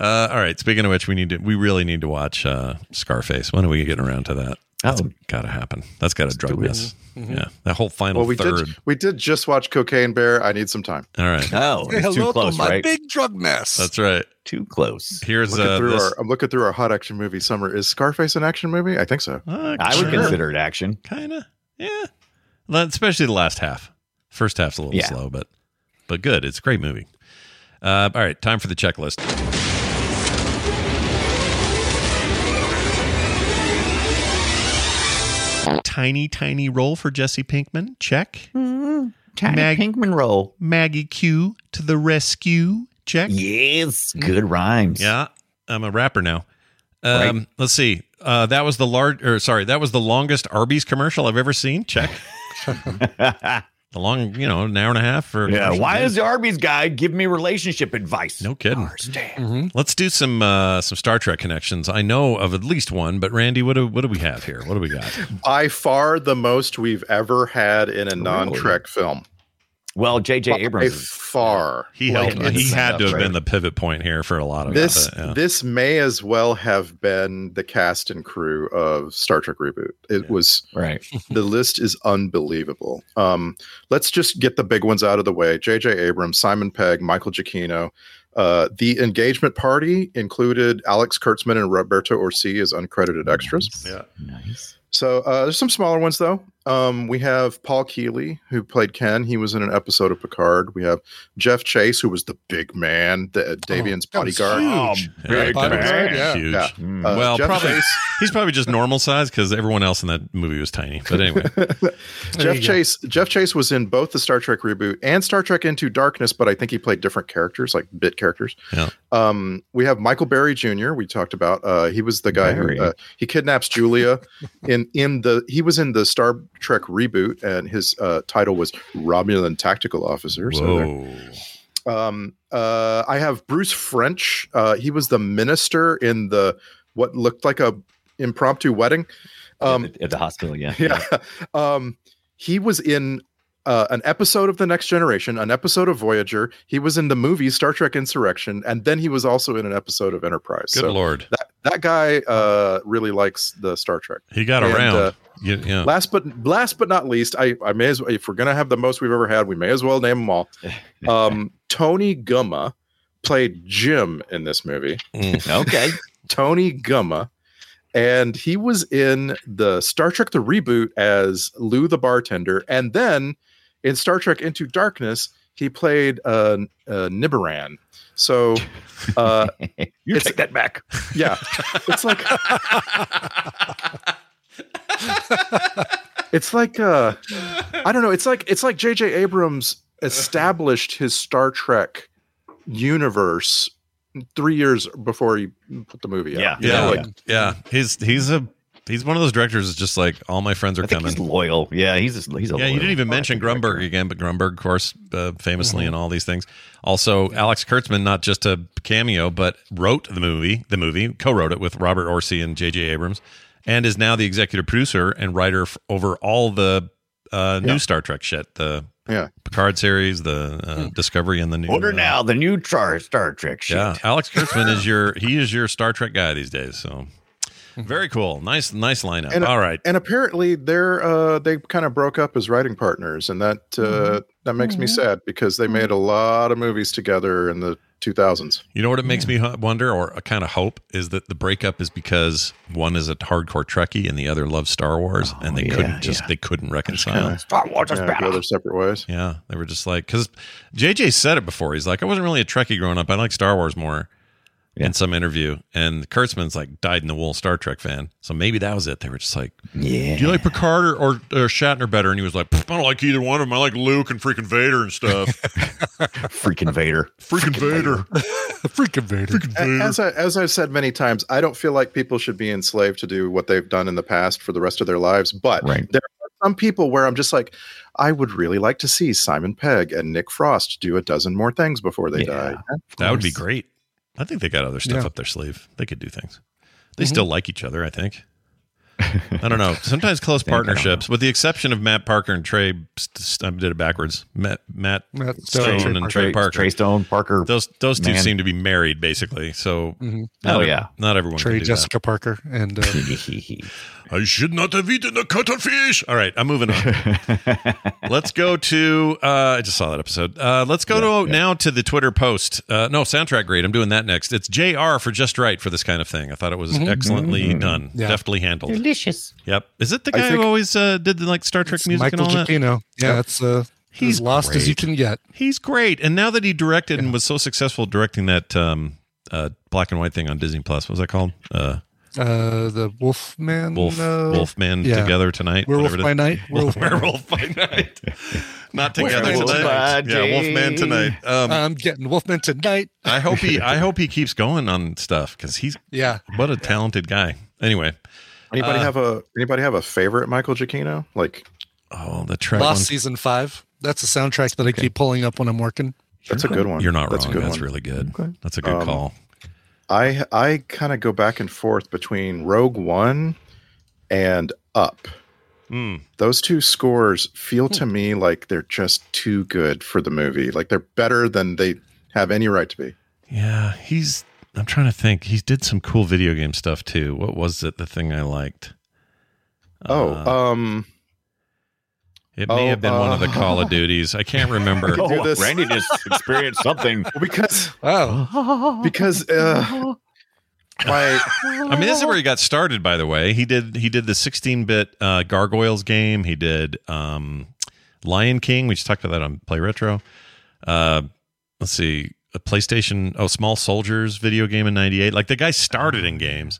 Uh, all right. Speaking of which, we need to. We really need to watch uh, Scarface. When are we getting around to that? That's Oh. got to happen. That's got a drug do it. mess. Yeah. That whole final well, we third. did we did just watch Cocaine Bear. I need some time. All right. Oh, Say it's hello to too close, my right? big drug mess. That's right. too close. Here's Looking uh, through this. our, I'm looking through our hot action movie summer. Is Scarface an action movie? I think so. Uh, I sure. would consider it action. kind of yeah Well, especially the last half first half's a little Yeah. slow but but good it's a great movie uh, all right time for the checklist tiny tiny role for jesse pinkman check Mm-hmm. Tiny Mag- Pinkman roll. maggie q to the rescue check Yes, good rhymes. yeah i'm a rapper now um, let's see uh, that was the large or sorry that was the longest arby's commercial i've ever seen check the long you know an hour and a half for Yeah, Why is the Arby's guy giving me relationship advice? No kidding. Damn. Let's do some uh, some Star Trek connections. I know of at least one, but Randy, what do what do we have here? Hmm. What do we got? By far the most we've ever had in a non-Trek film. Well, J.J. Abrams By far he Like, helped. he it's- had to have been the pivot point here for a lot of this. it, yeah. This may as well have been the cast and crew of Star Trek reboot. It was right. the list is unbelievable. Um, let's just get the big ones out of the way: J.J. Abrams, Simon Pegg, Michael Giacchino. Uh, the engagement party included Alex Kurtzman and Roberto Orsi as uncredited extras. Yeah. Nice. So uh, there's some smaller ones though. Um, we have Paul Keeley who played Ken. He was in an episode of Picard. We have Jeff Chase who was the big man, the uh, Davian's Oh, that was bodyguard. huge. Oh, Yeah, big bodyguard, man. yeah. Huge. Uh, Um, well, Jeff probably Chase- he's probably just normal size because everyone else in that movie was tiny. But anyway, Jeff Chase. Jeff Chase was in both the Star Trek reboot and Star Trek Into Darkness, but I think he played different characters, like bit characters. Yeah. Um, we have Michael Berry Jr. We talked about. Uh, he was the guy Barry. who uh, he kidnaps Julia in in the he was in the Star Trek reboot, and his uh, title was Romulan Tactical Officer. So there- Whoa. um, uh, I have Bruce French. Uh, he was the minister in the what looked like a impromptu wedding. Um, At the hospital, yeah. yeah. Um, he was in uh, an episode of The Next Generation, an episode of Voyager. He was in the movie Star Trek Insurrection, and then he was also in an episode of Enterprise. Good lord. that, that guy uh, really likes the Star Trek. he got And, around. uh, yeah, yeah. Last but last but not least, I, I may as well, if we're gonna have the most we've ever had, we may as well name them all. Um, Tony Gumma played Jim in this movie. Okay. Tony Gumma, and he was in the Star Trek the reboot as Lou the bartender, and then in Star Trek Into Darkness, he played uh, uh Nibiran. So uh, you take that back. Yeah, it's like it's like uh i don't know it's like it's like jj abrams established his star trek universe three years before he put the movie out Yeah. you know, yeah, like, yeah, He's he's a he's one of those directors. that's just like all my friends are coming. He's loyal. Yeah, he's just, he's a yeah, loyal. you didn't even mention Grumberg again, but Grumberg, of course, uh, famously in all these things. Also, Alex Kurtzman, not just a cameo, but wrote the movie, the movie, co-wrote it with Robert Orsi and J.J. Abrams, and is now the executive producer and writer f- over all the uh, new Yeah. Star Trek shit, the yeah Picard series, the uh, Discovery, and the new. Order uh, now the new Star Star Trek shit. Yeah, Alex Kurtzman is your he is your Star Trek guy these days. So very cool, nice nice lineup. and, all right, and apparently they're uh they kind of broke up as writing partners and that Mm-hmm. uh that makes me sad because they made a lot of movies together in the 2000s You know what it makes me me wonder or kind of hope is that the breakup is because one is a hardcore Trekkie and the other loves Star Wars and they Oh, yeah, couldn't just they couldn't reconcile. Star Wars is Yeah, better. go their separate ways yeah, they were just like cuz JJ said it before. He's like I wasn't really a Trekkie growing up. I like Star Wars more. In some interview, and Kurtzman's like died in the wool Star Trek fan, so maybe that was it. They were just like, Yeah. "Do you like Picard or, or, or Shatner better?" And he was like, "Pff, "I don't like either one of them. I like Luke and freaking Vader and stuff." Freaking Vader. freaking Vader. Freak invader. A- As I, as I've said many times, I don't feel like people should be enslaved to do what they've done in the past for the rest of their lives. But Right. there are some people where I'm just like, I would really like to see Simon Pegg and Nick Frost do a dozen more things before they die. That would be great. I think they got other stuff Yeah. up their sleeve. They could do things. They still like each other, I think. I don't know. Sometimes close Think I don't partnerships, with the exception of Matt Parker and Trey, st- st- I did it backwards. Matt, Matt Matt Stone Stone, Trey and Parker. Trey Parker. Trey Stone, Parker. Those those two Man. seem to be married, basically. So, Mhm. not Oh, ev- yeah. not everyone. Trey can do Jessica Parker and uh, That. I should not have eaten the cuttlefish. All right, I'm moving on. let's go to uh, I just saw that episode. Uh, let's go to now to the Twitter post. Uh, no soundtrack grade. I'm doing that next. It's Jr. for just right for this kind of thing. I thought it was excellently done, Mm-hmm. Yeah. deftly handled. Delicious. Yep. Is it the Mm-hmm. I guy who think- always uh, did the like Star Trek music Michael and all that? Giacchino. Yeah, that's uh, He's as lost as you great. can get. He's great. And now that he directed and was so successful directing that um, uh, black and white thing on Disney Plus, what was that called? Uh, Uh, the Wolfman. Wolf uh, Wolfman yeah. together tonight. Werewolf whatever it is. by Night? Werewolf by Night. Werewolf by night. Not together Werewolf by tonight. Yeah, Wolfman day. tonight. Um, I'm getting Wolfman tonight. I hope he I hope he keeps going on stuff because he's Yeah. what a talented guy. Anyway, Anybody Uh, have a anybody have a favorite Michael Giacchino? Like oh the Trek Lost one. season five. That's a soundtrack that I keep pulling up when I'm working. that's a good one. You're not that's wrong. A good That's one. really good. That's a good Um, call. I I kind of go back and forth between Rogue One and Up. Hmm. Those two scores feel to me like they're just too good for the movie. Like they're better than they have any right to be. Yeah, he's. I'm trying to think. He did some cool video game stuff too. What was it? The thing I liked. Oh, Uh, um, it may oh, have been one of the uh, Call of Duties. I can't remember. I could do this. Randy Oh, just experienced something. because Oh, because uh, my I mean, this is where he got started. By the way, he did he did the 16-bit uh, Gargoyles game. He did um, Lion King. We just talked about that on Play Retro. Uh, let's see, a PlayStation. Oh, Small Soldiers video game in '98. Like the guy started in games.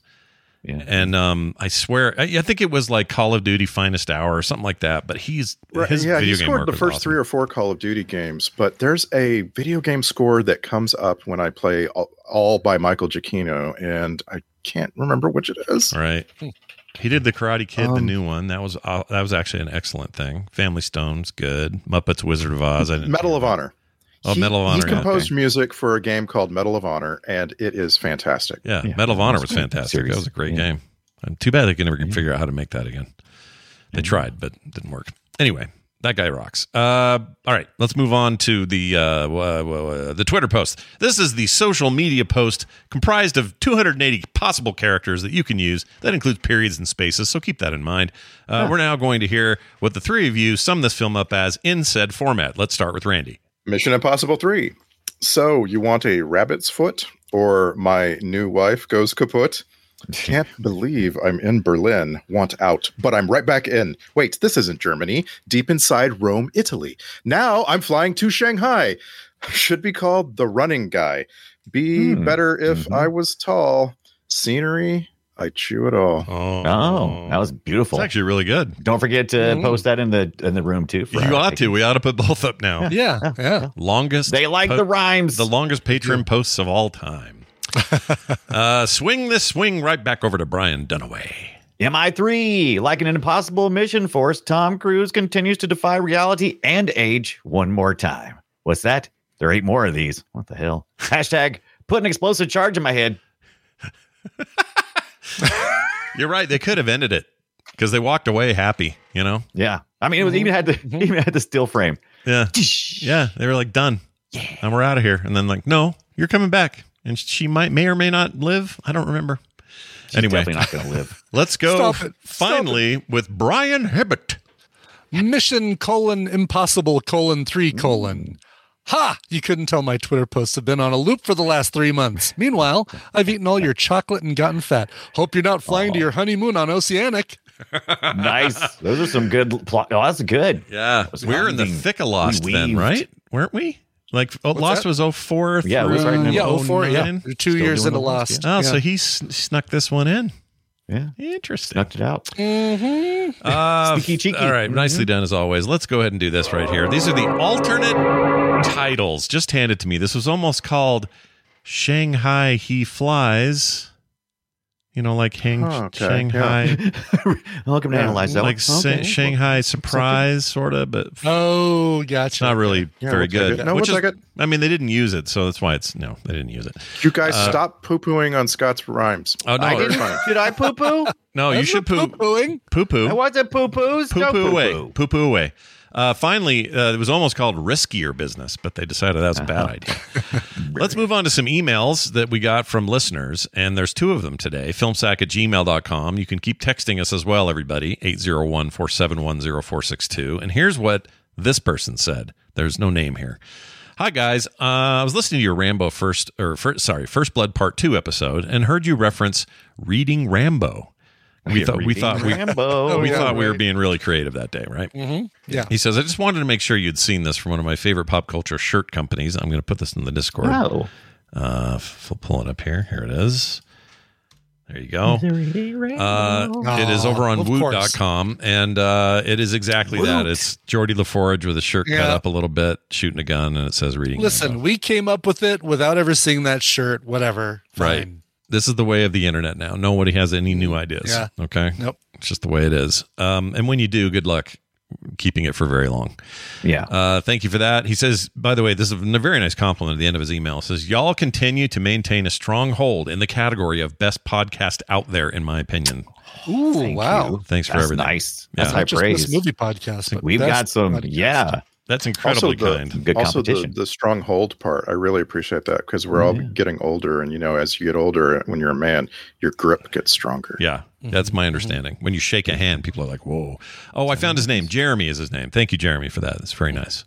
And um, I swear, I, I think it was like Call of Duty Finest Hour or something like that. But he's Right, his yeah, video he game scored work the was first awesome. three or four Call of Duty games, but there's a video game score that comes up when I play all, all by Michael Giacchino, and I can't remember which it is. All right. He did the Karate Kid, the Um, new one. That was uh, that was actually an excellent thing. Family Stones, good. Muppets, Wizard of Oz. I didn't Medal of Honor. Oh, Medal of Honor, He yeah, composed okay. music for a game called Medal of Honor, and it is fantastic. Yeah, Medal of Honor was It's a good fantastic. series. That was a great game. And too bad they can never can figure out how to make that again. They tried, but it didn't work. Anyway, that guy rocks. Uh, all right, let's move on to the uh, wha- wha- wha- the Twitter post. This is the social media post comprised of 280 possible characters that you can use. That includes periods and spaces, so keep that in mind. Uh, We're now going to hear what the three of you sum this film up as in said format. Let's start with Randy. Mission Impossible 3. So, you want a rabbit's foot or my new wife goes kaput? Can't believe I'm in Berlin. Want out, but I'm right back in. Wait, this isn't Germany. Deep inside Rome, Italy. Now I'm flying to Shanghai. Should be called the running guy. Be Hmm. better if Mm-hmm. I was tall. Scenery, I chew it all. Oh, Oh, that was beautiful. It's actually really good. Don't forget to Mhm. post that in the in the room too. for You our- ought to. We ought to put both up now. Yeah, yeah. longest They like the rhymes. the longest patron posts of all time uh swing this swing right back over to brian dunaway MI3, like an impossible mission force, Tom Cruise continues to defy reality and age one more time. What's that? There are eight more of these. What the hell? Hashtag put an explosive charge in my head. you're right they could have ended it because they walked away happy you know yeah I mean, it was even had the even had the still frame. yeah yeah they were like done yeah and we're out of here and then like no you're coming back and she might may or may not live i don't remember anyway definitely not gonna live. let's go Stop it. Stop finally with brian hibbert Mission colon impossible colon three colon. Ha! You couldn't tell my Twitter posts have been on a loop for the last three months. Meanwhile, I've eaten all your chocolate and gotten fat. Hope you're not flying to your honeymoon on Oceanic. nice. Those are some good plot. Oh, that's good. Yeah, was we're in the winding. thick of Lost We then, weaved. right? Weren't we? Like oh, What's Lost that? was 04 Yeah, it was right in through the- Um, Yeah, 04, yeah. 09? Two Still years doing into the Lost, Lost. yeah. Oh, so Yeah. he sn- snuck this one in. Yeah, interesting. Knocked it out. Mm-hmm. Uh, All right, Mm-hmm. nicely done as always. Let's go ahead and do this right here. These are the alternate titles just handed to me. This was almost called Shanghai He Flies. You know, like Hang- Oh, okay, Shanghai. Welcome to analyze that. Like one. Sa- Okay. Shanghai Surprise, sort of, but Oh, gotcha. It's not really Yeah, very we'll take good. it. No, which we'll is- take it. I mean, they didn't use it, so that's why it's no. They didn't use it. You guys Uh, stop poo pooing on Scott's rhymes. Oh, no. I I did didn't- Did I poo poo? No, you should poo poo poo poo I wasn't poo poos. poo poo away poo poo away. Uh, finally, uh, it was almost called riskier business, but they decided that was a bad idea. Let's move on to some emails that we got from listeners, and there's two of them today. Filmsack at gmail.com. You can keep texting us as well, everybody, 801 471 0462. And here's what this person said. There's no name here. Hi guys, uh, I was listening to your Rambo first, or first, sorry, First Blood Part Two episode, and heard you reference reading Rambo. We Yeah, thought we reading thought we, Rambo. we Oh, yeah, thought we were right. being really creative that day, right? Mm-hmm. Yeah. He says, I just wanted to make sure you'd seen this from one of my favorite pop culture shirt companies. I'm going to put this in the Discord. Oh. Uh, f- I'll pull it up here. Here it is. There you go. Uh, it is over on Ah, Of course. woot.com, and uh, it is exactly that. It's Jordy LaForge with a shirt cut Yeah. up a little bit, shooting a gun, and it says reading. Listen, we came up with it without ever seeing that shirt, whatever. Right. This is the way of the internet now. Nobody has any new ideas. Yeah. Okay. Nope. It's just the way it is. Um, and when you do, good luck. keeping it for very long. Yeah. Uh, thank you for that. He says, by the way, this is a very nice compliment at the end of his email. It says, Y'all continue to maintain a strong hold in the category of best podcast out there, in my opinion. Ooh, wow. Thanks for Oh, That's everything. nice. That's high Not just praise. this movie podcast. but We've that's got some. podcast. Yeah. That's also incredibly the, kind. Good also the, competition. the strong hold part i really appreciate that because Oh, we're all getting older and you know as you get older when you're a man your grip gets stronger Yeah, that's my understanding. When you shake a hand, people are like, "Whoa!" Oh, I found his name. Jeremy is his name. Thank you, Jeremy, for that. That's very nice.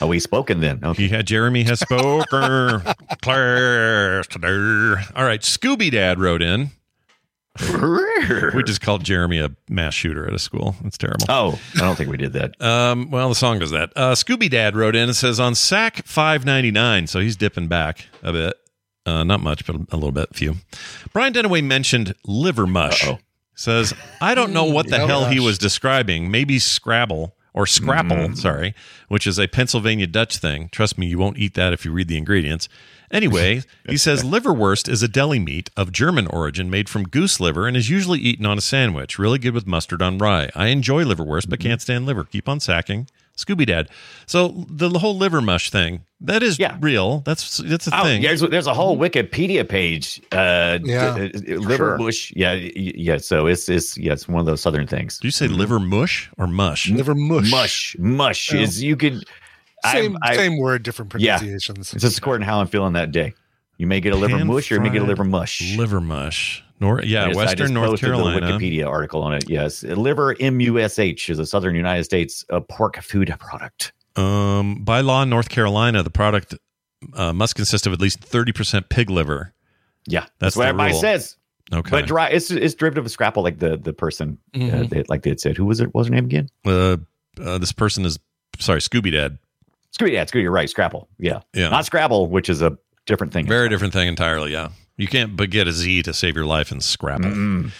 Oh, he's spoken then. Okay. Yeah, Jeremy has spoken. Class today. All right, Scooby Dad wrote in. we just called Jeremy a mass shooter at a school. That's terrible. Oh, I don't think we did that. Um, well, the song does that. Uh, Scooby Dad wrote in and says on SAC 599, so he's dipping back a bit. Uh, not much, but a little bit, few. Brian Dunaway mentioned liver mush. Says, I don't know what the Yeah, hell he mush. was describing. Maybe Scrabble or Scrapple, Mm-hmm. sorry, which is a Pennsylvania Dutch thing. Trust me, you won't eat that if you read the ingredients. Anyway, he says liverwurst is a deli meat of German origin made from goose liver and is usually eaten on a sandwich. Really good with mustard on rye. I enjoy liverwurst, Mm-hmm. but can't stand liver. Keep on sacking. Scooby Dad. So the whole liver mush thing, that is real. That's that's a Oh, thing. there's there's a whole Wikipedia page. Uh, Yeah. d- d- liver Sure. mush. Yeah, y- yeah. So it's it's yeah, it's one of those southern things. Do you say liver mush or mush? Liver mush. Mush, mush Yeah. is you could. Same, I, I, same word, different Yeah. pronunciations. It's just according to how I'm feeling that day. You may get a liver Pan mush, or you may get a fried liver mush. Liver mush. Nor- yeah, I just- I Western just North posted the Carolina. Wikipedia article on it. Yes, liver mush is a southern United States uh, pork food product. Um, by law in North Carolina, the product uh, must consist of at least 30% pig liver. Yeah, That's that's, what the everybody rule. says. Okay. Mm-hmm. But dry, it's it's derivative of scrapple, like the the person, uh, Mhm. that, like they had said. Who was it? What was her name again? uh, uh, this person is, sorry, Scooby Dad. Screw yeah, screw you're right. Scrapple, yeah, Yeah. not Scrabble, which is a different thing. Very different thing entirely. Yeah. You can't but get a Z to save your life in Scrabble.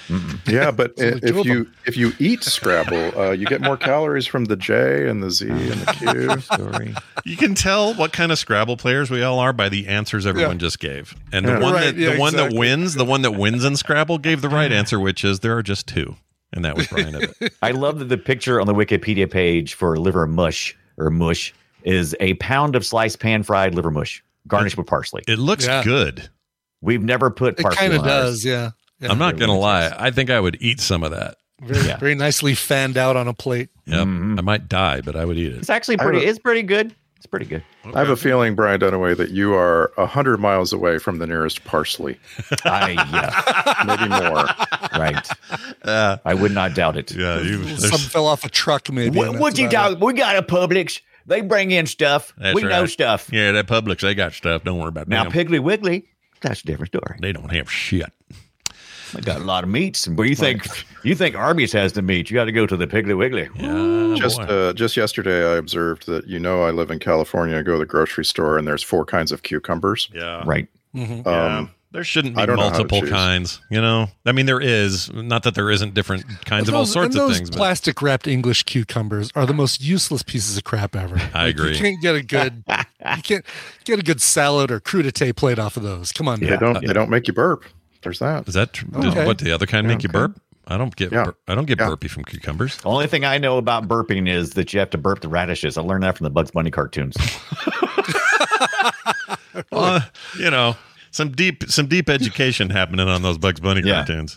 yeah but i- Only two if of you if you eat scrabble uh, you get more calories from the j and the z and the q Sorry. You can tell what kind of Scrabble players we all are by the answers everyone Yeah. just gave. And Yeah. the one Right, that yeah, the one that exactly. wins, the one that wins in Scrabble gave the right answer, which is there are just two. And that was Brian Ebbett. I love that the picture on the Wikipedia page for liver mush or mush is a pound of sliced pan fried liver mush garnished with parsley. It looks Yeah. good. We've never put It parsley. kind of on ours. does, yeah. yeah. I'm not It going to really lie. I think I would eat some of that. very, yeah. very nicely fanned out on a plate. Yep. I might die, but I would eat it. It's actually I pretty. re- It's pretty good. It's pretty good. i have a feeling brian dunaway that you are 100 miles away from the nearest parsley I yeah, maybe more Oh, right. Uh, I would not doubt it. yeah. You, Some there's- fell off a truck, maybe. What, and what that's you about doubt? We got a Publix. They bring in stuff. That's we know right. stuff. yeah, that Publix, they got stuff. Don't worry about Now them. Piggly Wiggly, that's a different story. They don't have shit. They got a lot of meats. And what do you think? You think Arby's has the meat? You got to go to the Piggly Wiggly. Yeah, just boy. uh, just yesterday i observed that you know i live in california I go to the grocery store and there's four kinds of cucumbers yeah. Right. Mhm. Yeah. um, there shouldn't I be don't know how to multiple choose. kinds. You know, I mean, there is. Not that there isn't different kinds of all those- sorts and of those things. But Plastic wrapped English cucumbers are the most useless pieces of crap ever. I agree. You can't get a good, you can't get a good salad or crudité plate off of those. Come on, they now. Uh, don't they don't make you burp there's that is that tr- did- Okay. what the other kind make you burp? I don't get. Yeah. bur- I don't get Yeah. burpy from cucumbers. The only thing I know about burping is that you have to burp the radishes. I learned that from the Bugs Bunny cartoons. Uh, you know, some deep, some deep education happening on those Bugs Bunny Yeah. cartoons.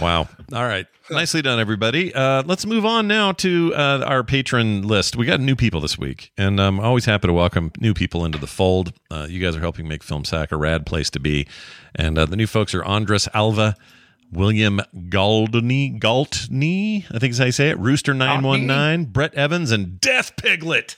Wow. All right. Nicely done, everybody. Uh, let's move on now to uh, our patron list. We got new people this week, and um, I'm always happy to welcome new people into the fold. Uh, you guys are helping make Film Sack a rad place to be. And uh, the new folks are Andres Alva, William Galdney, Galtney, I think is how you say it, Rooster919, Brett Evans, and Death Piglet.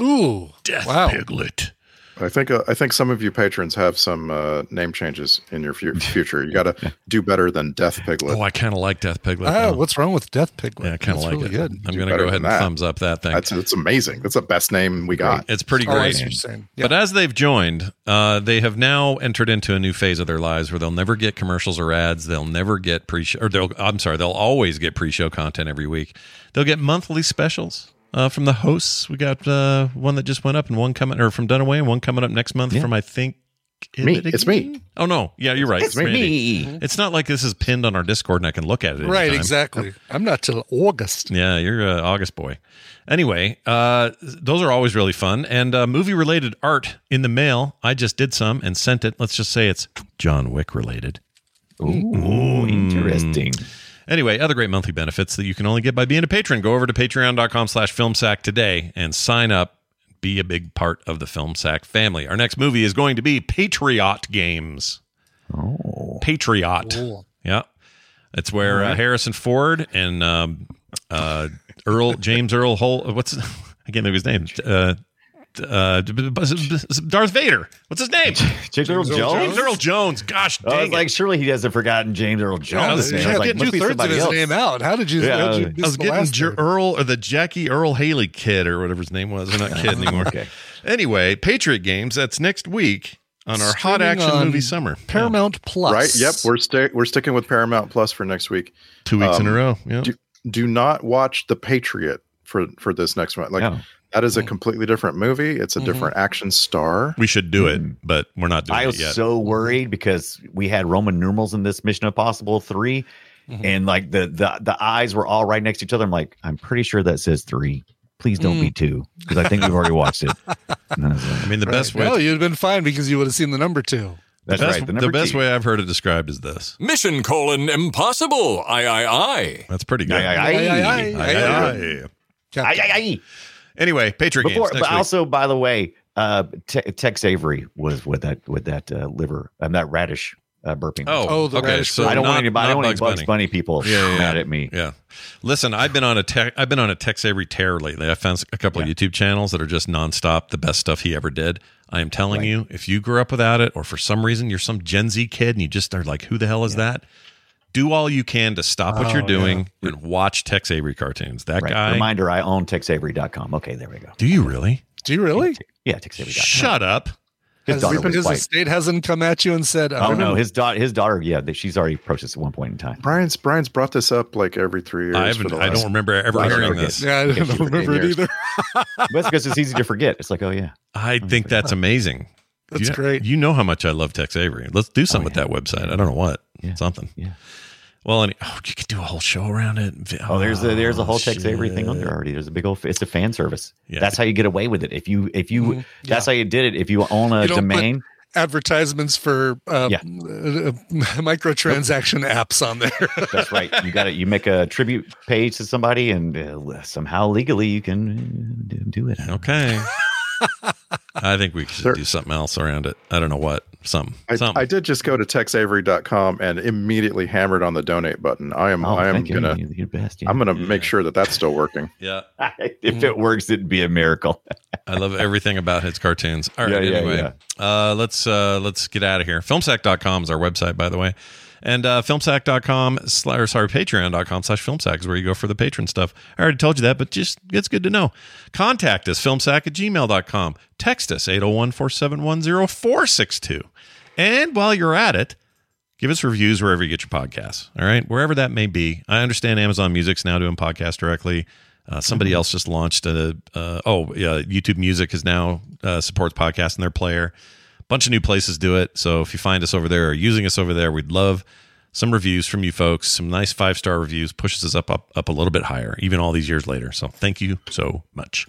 Ooh, Death wow. Piglet. I think uh, I think some of you patrons have some uh, name changes in your fu- future. You got to do better than Death Piglet. Oh, I kind of like Death Piglet. Ah, though. what's wrong with Death Piglet? Yeah, I kind of That's like really it. Good. I'm Do going to better go ahead and than that. thumbs up that thing. That's it's amazing. That's the best name we got. it's pretty Oh, I great. see what you're saying. Yeah. But as they've joined, uh, they have now entered into a new phase of their lives where they'll never get commercials or ads. They'll never get pre-show, or they'll. I'm sorry, they'll always get pre-show content every week. They'll get monthly specials uh, from the hosts. We got uh, one that just went up, and one coming, or from Dunaway, and one coming up next month from I think is Me. it It's again? me. Oh no, yeah, you're right. It's Randy. me. It's not like this is pinned on our Discord and I can look at it. at any Right, time. exactly. I'm not till August. Yeah, you're a August boy. Anyway, uh, those are always really fun. And uh, movie related art in the mail. I just did some and sent it. Let's just say it's John Wick related. Ooh, interesting. Anyway, other great monthly benefits that you can only get by being a patron. Go over to patreon.com slash filmsack today and sign up. Be a big part of the Filmsack family. Our next movie is going to be Patriot Games. Oh. Patriot. Cool. Yeah. It's where uh, Harrison Ford and um, uh, Earl James Earl Hol what's I can't think of his name. Uh, uh, Darth Vader. What's his name? James Earl Jones? James Earl Jones. Gosh dang I was it. like, surely he hasn't forgotten James Earl Jones. Yeah, I was you like, can't do must be thirds of somebody his else. Name out. How did you? Yeah. How did you I was miss the getting last Jer- Earl or the Jackie Earl Haley kid or whatever his name was. I'm not kidding anymore. Anyway, Patriot Games. That's next week on our hot Streaming action on movie summer. Paramount Plus. Right. Yep. We're stick. We're sticking with Paramount Plus for next week. Two weeks Um, in a row, yeah. Do, do not watch The Patriot for for this next month. Like that is a Mm-hmm. completely different movie. It's a different action star. We should do it, but we're not doing Hmm. I it was yet. so worried because we had Roman numerals in this Mission Impossible 3 and like the the the eyes were all right next to each other. I'm like, I'm pretty sure that says three. Please don't be two because I think we've already watched it. And I was like, I mean, the best way. No, you'd have been fine because you would have seen the number two. That's best, right. The, The number best two. way I've heard it described is this. Mission colon impossible. I, I, I. That's pretty good. Aye, aye, Aye, aye, aye. Aye, aye. Aye, aye, aye. Anyway, Patriot Before, Games but next week. also, by the way, uh, Te- Tex Avery was with that with that uh, liver and that radish uh, burping. Oh, Oh, the okay. radish So burger. I don't not- want anybody. I not don't want any Bugs Bugs Bunny. Bunny, people Yeah, yeah, mad yeah. at me. Yeah. Listen, I've been on a tech I've been on a Tex Avery tear lately. I found a couple of YouTube channels that are just nonstop the best stuff he ever did. I am telling you, if you grew up without it or for some reason you're some Gen Z kid and you just are like, who the hell is that? Do all you can to stop what you're Oh, doing and watch Tex Avery cartoons. That Right. guy. Reminder: I own TexAvery.com. Okay, there we go. do you really? Do you really? Yeah, TexAvery.com. Shut up. His Has, daughter was his white. estate hasn't come at you and said, um, Oh no, his daughter, his daughter, yeah, that she's already approached this at one point in time. Brian's Brian's brought this up like every three years. I for haven't, the I last- don't remember ever Last hearing year. this. Yeah, I If don't she remember it forgave either. That's because it's easy to forget. It's like, oh yeah, I think that's amazing. That's You- great. You know how much I love Tex Avery. Let's do something with that website. I don't know what. Something. Oh, Yeah. Well, and oh, you could do a whole show around it. oh there's a, there's a whole shit. Tex Avery thing on there already. There's a big old it's a fan service. Yeah. Mm-hmm. That's how you get away with it. If you if you that's how you did it. If you own a You don't put- domain, Advertisements for uh, Yeah. uh, microtransaction apps on there. that's right. You got it. You make a tribute page to somebody, and uh, somehow legally you can uh, do- do it. Okay. I think we should do something else around it. I don't know what. Something. I, something. I did just go to texavery.com and immediately hammered on the donate button. I am Oh, I am thank you. gonna You're the best. yeah. I'm gonna make sure that that's still working. yeah. if it works, it'd be a miracle. I love everything about his cartoons. All right. Yeah, yeah, anyway, Uh, let's uh, let's get out of here. Filmsack.com is our website, by the way. And uh, filmsack.com, sli- or sorry, patreon.com slash filmsack is where you go for the patron stuff. I already told you that, but just it's good to know. Contact us, filmsack at gmail.com. Text us, 801 471 0462. And while you're at it, give us reviews wherever you get your podcasts. All right, wherever that may be. I understand Amazon Music's now doing podcasts directly. Uh, somebody else just launched a. Uh, oh, yeah, YouTube Music is now uh, supports podcasts in their player. Bunch of new places do it. So if you find us over there or using us over there, we'd love some reviews from you folks. Some nice five star reviews pushes us up up up a little bit higher, even all these years later. So thank you so much.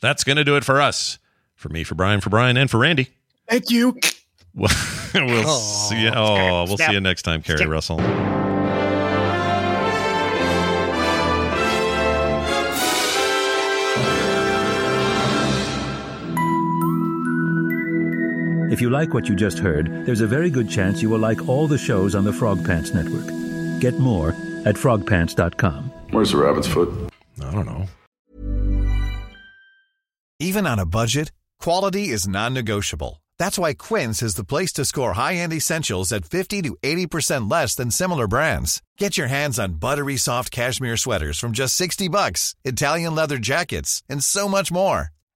That's gonna do it for us. For me, for Brian, for Brian, and for Randy. Thank you. We'll, we'll see. You, oh, we'll see you next time, Carrie Russell. If you like what you just heard, there's a very good chance you will like all the shows on the Frog Pants Network. Get more at frogpants.com. Where's the rabbit's foot? I don't know. Even on a budget, quality is non-negotiable. That's why Quince is the place to score high-end essentials at 50 to 80% less than similar brands. Get your hands on buttery soft cashmere sweaters from just 60 bucks, Italian leather jackets, and so much more.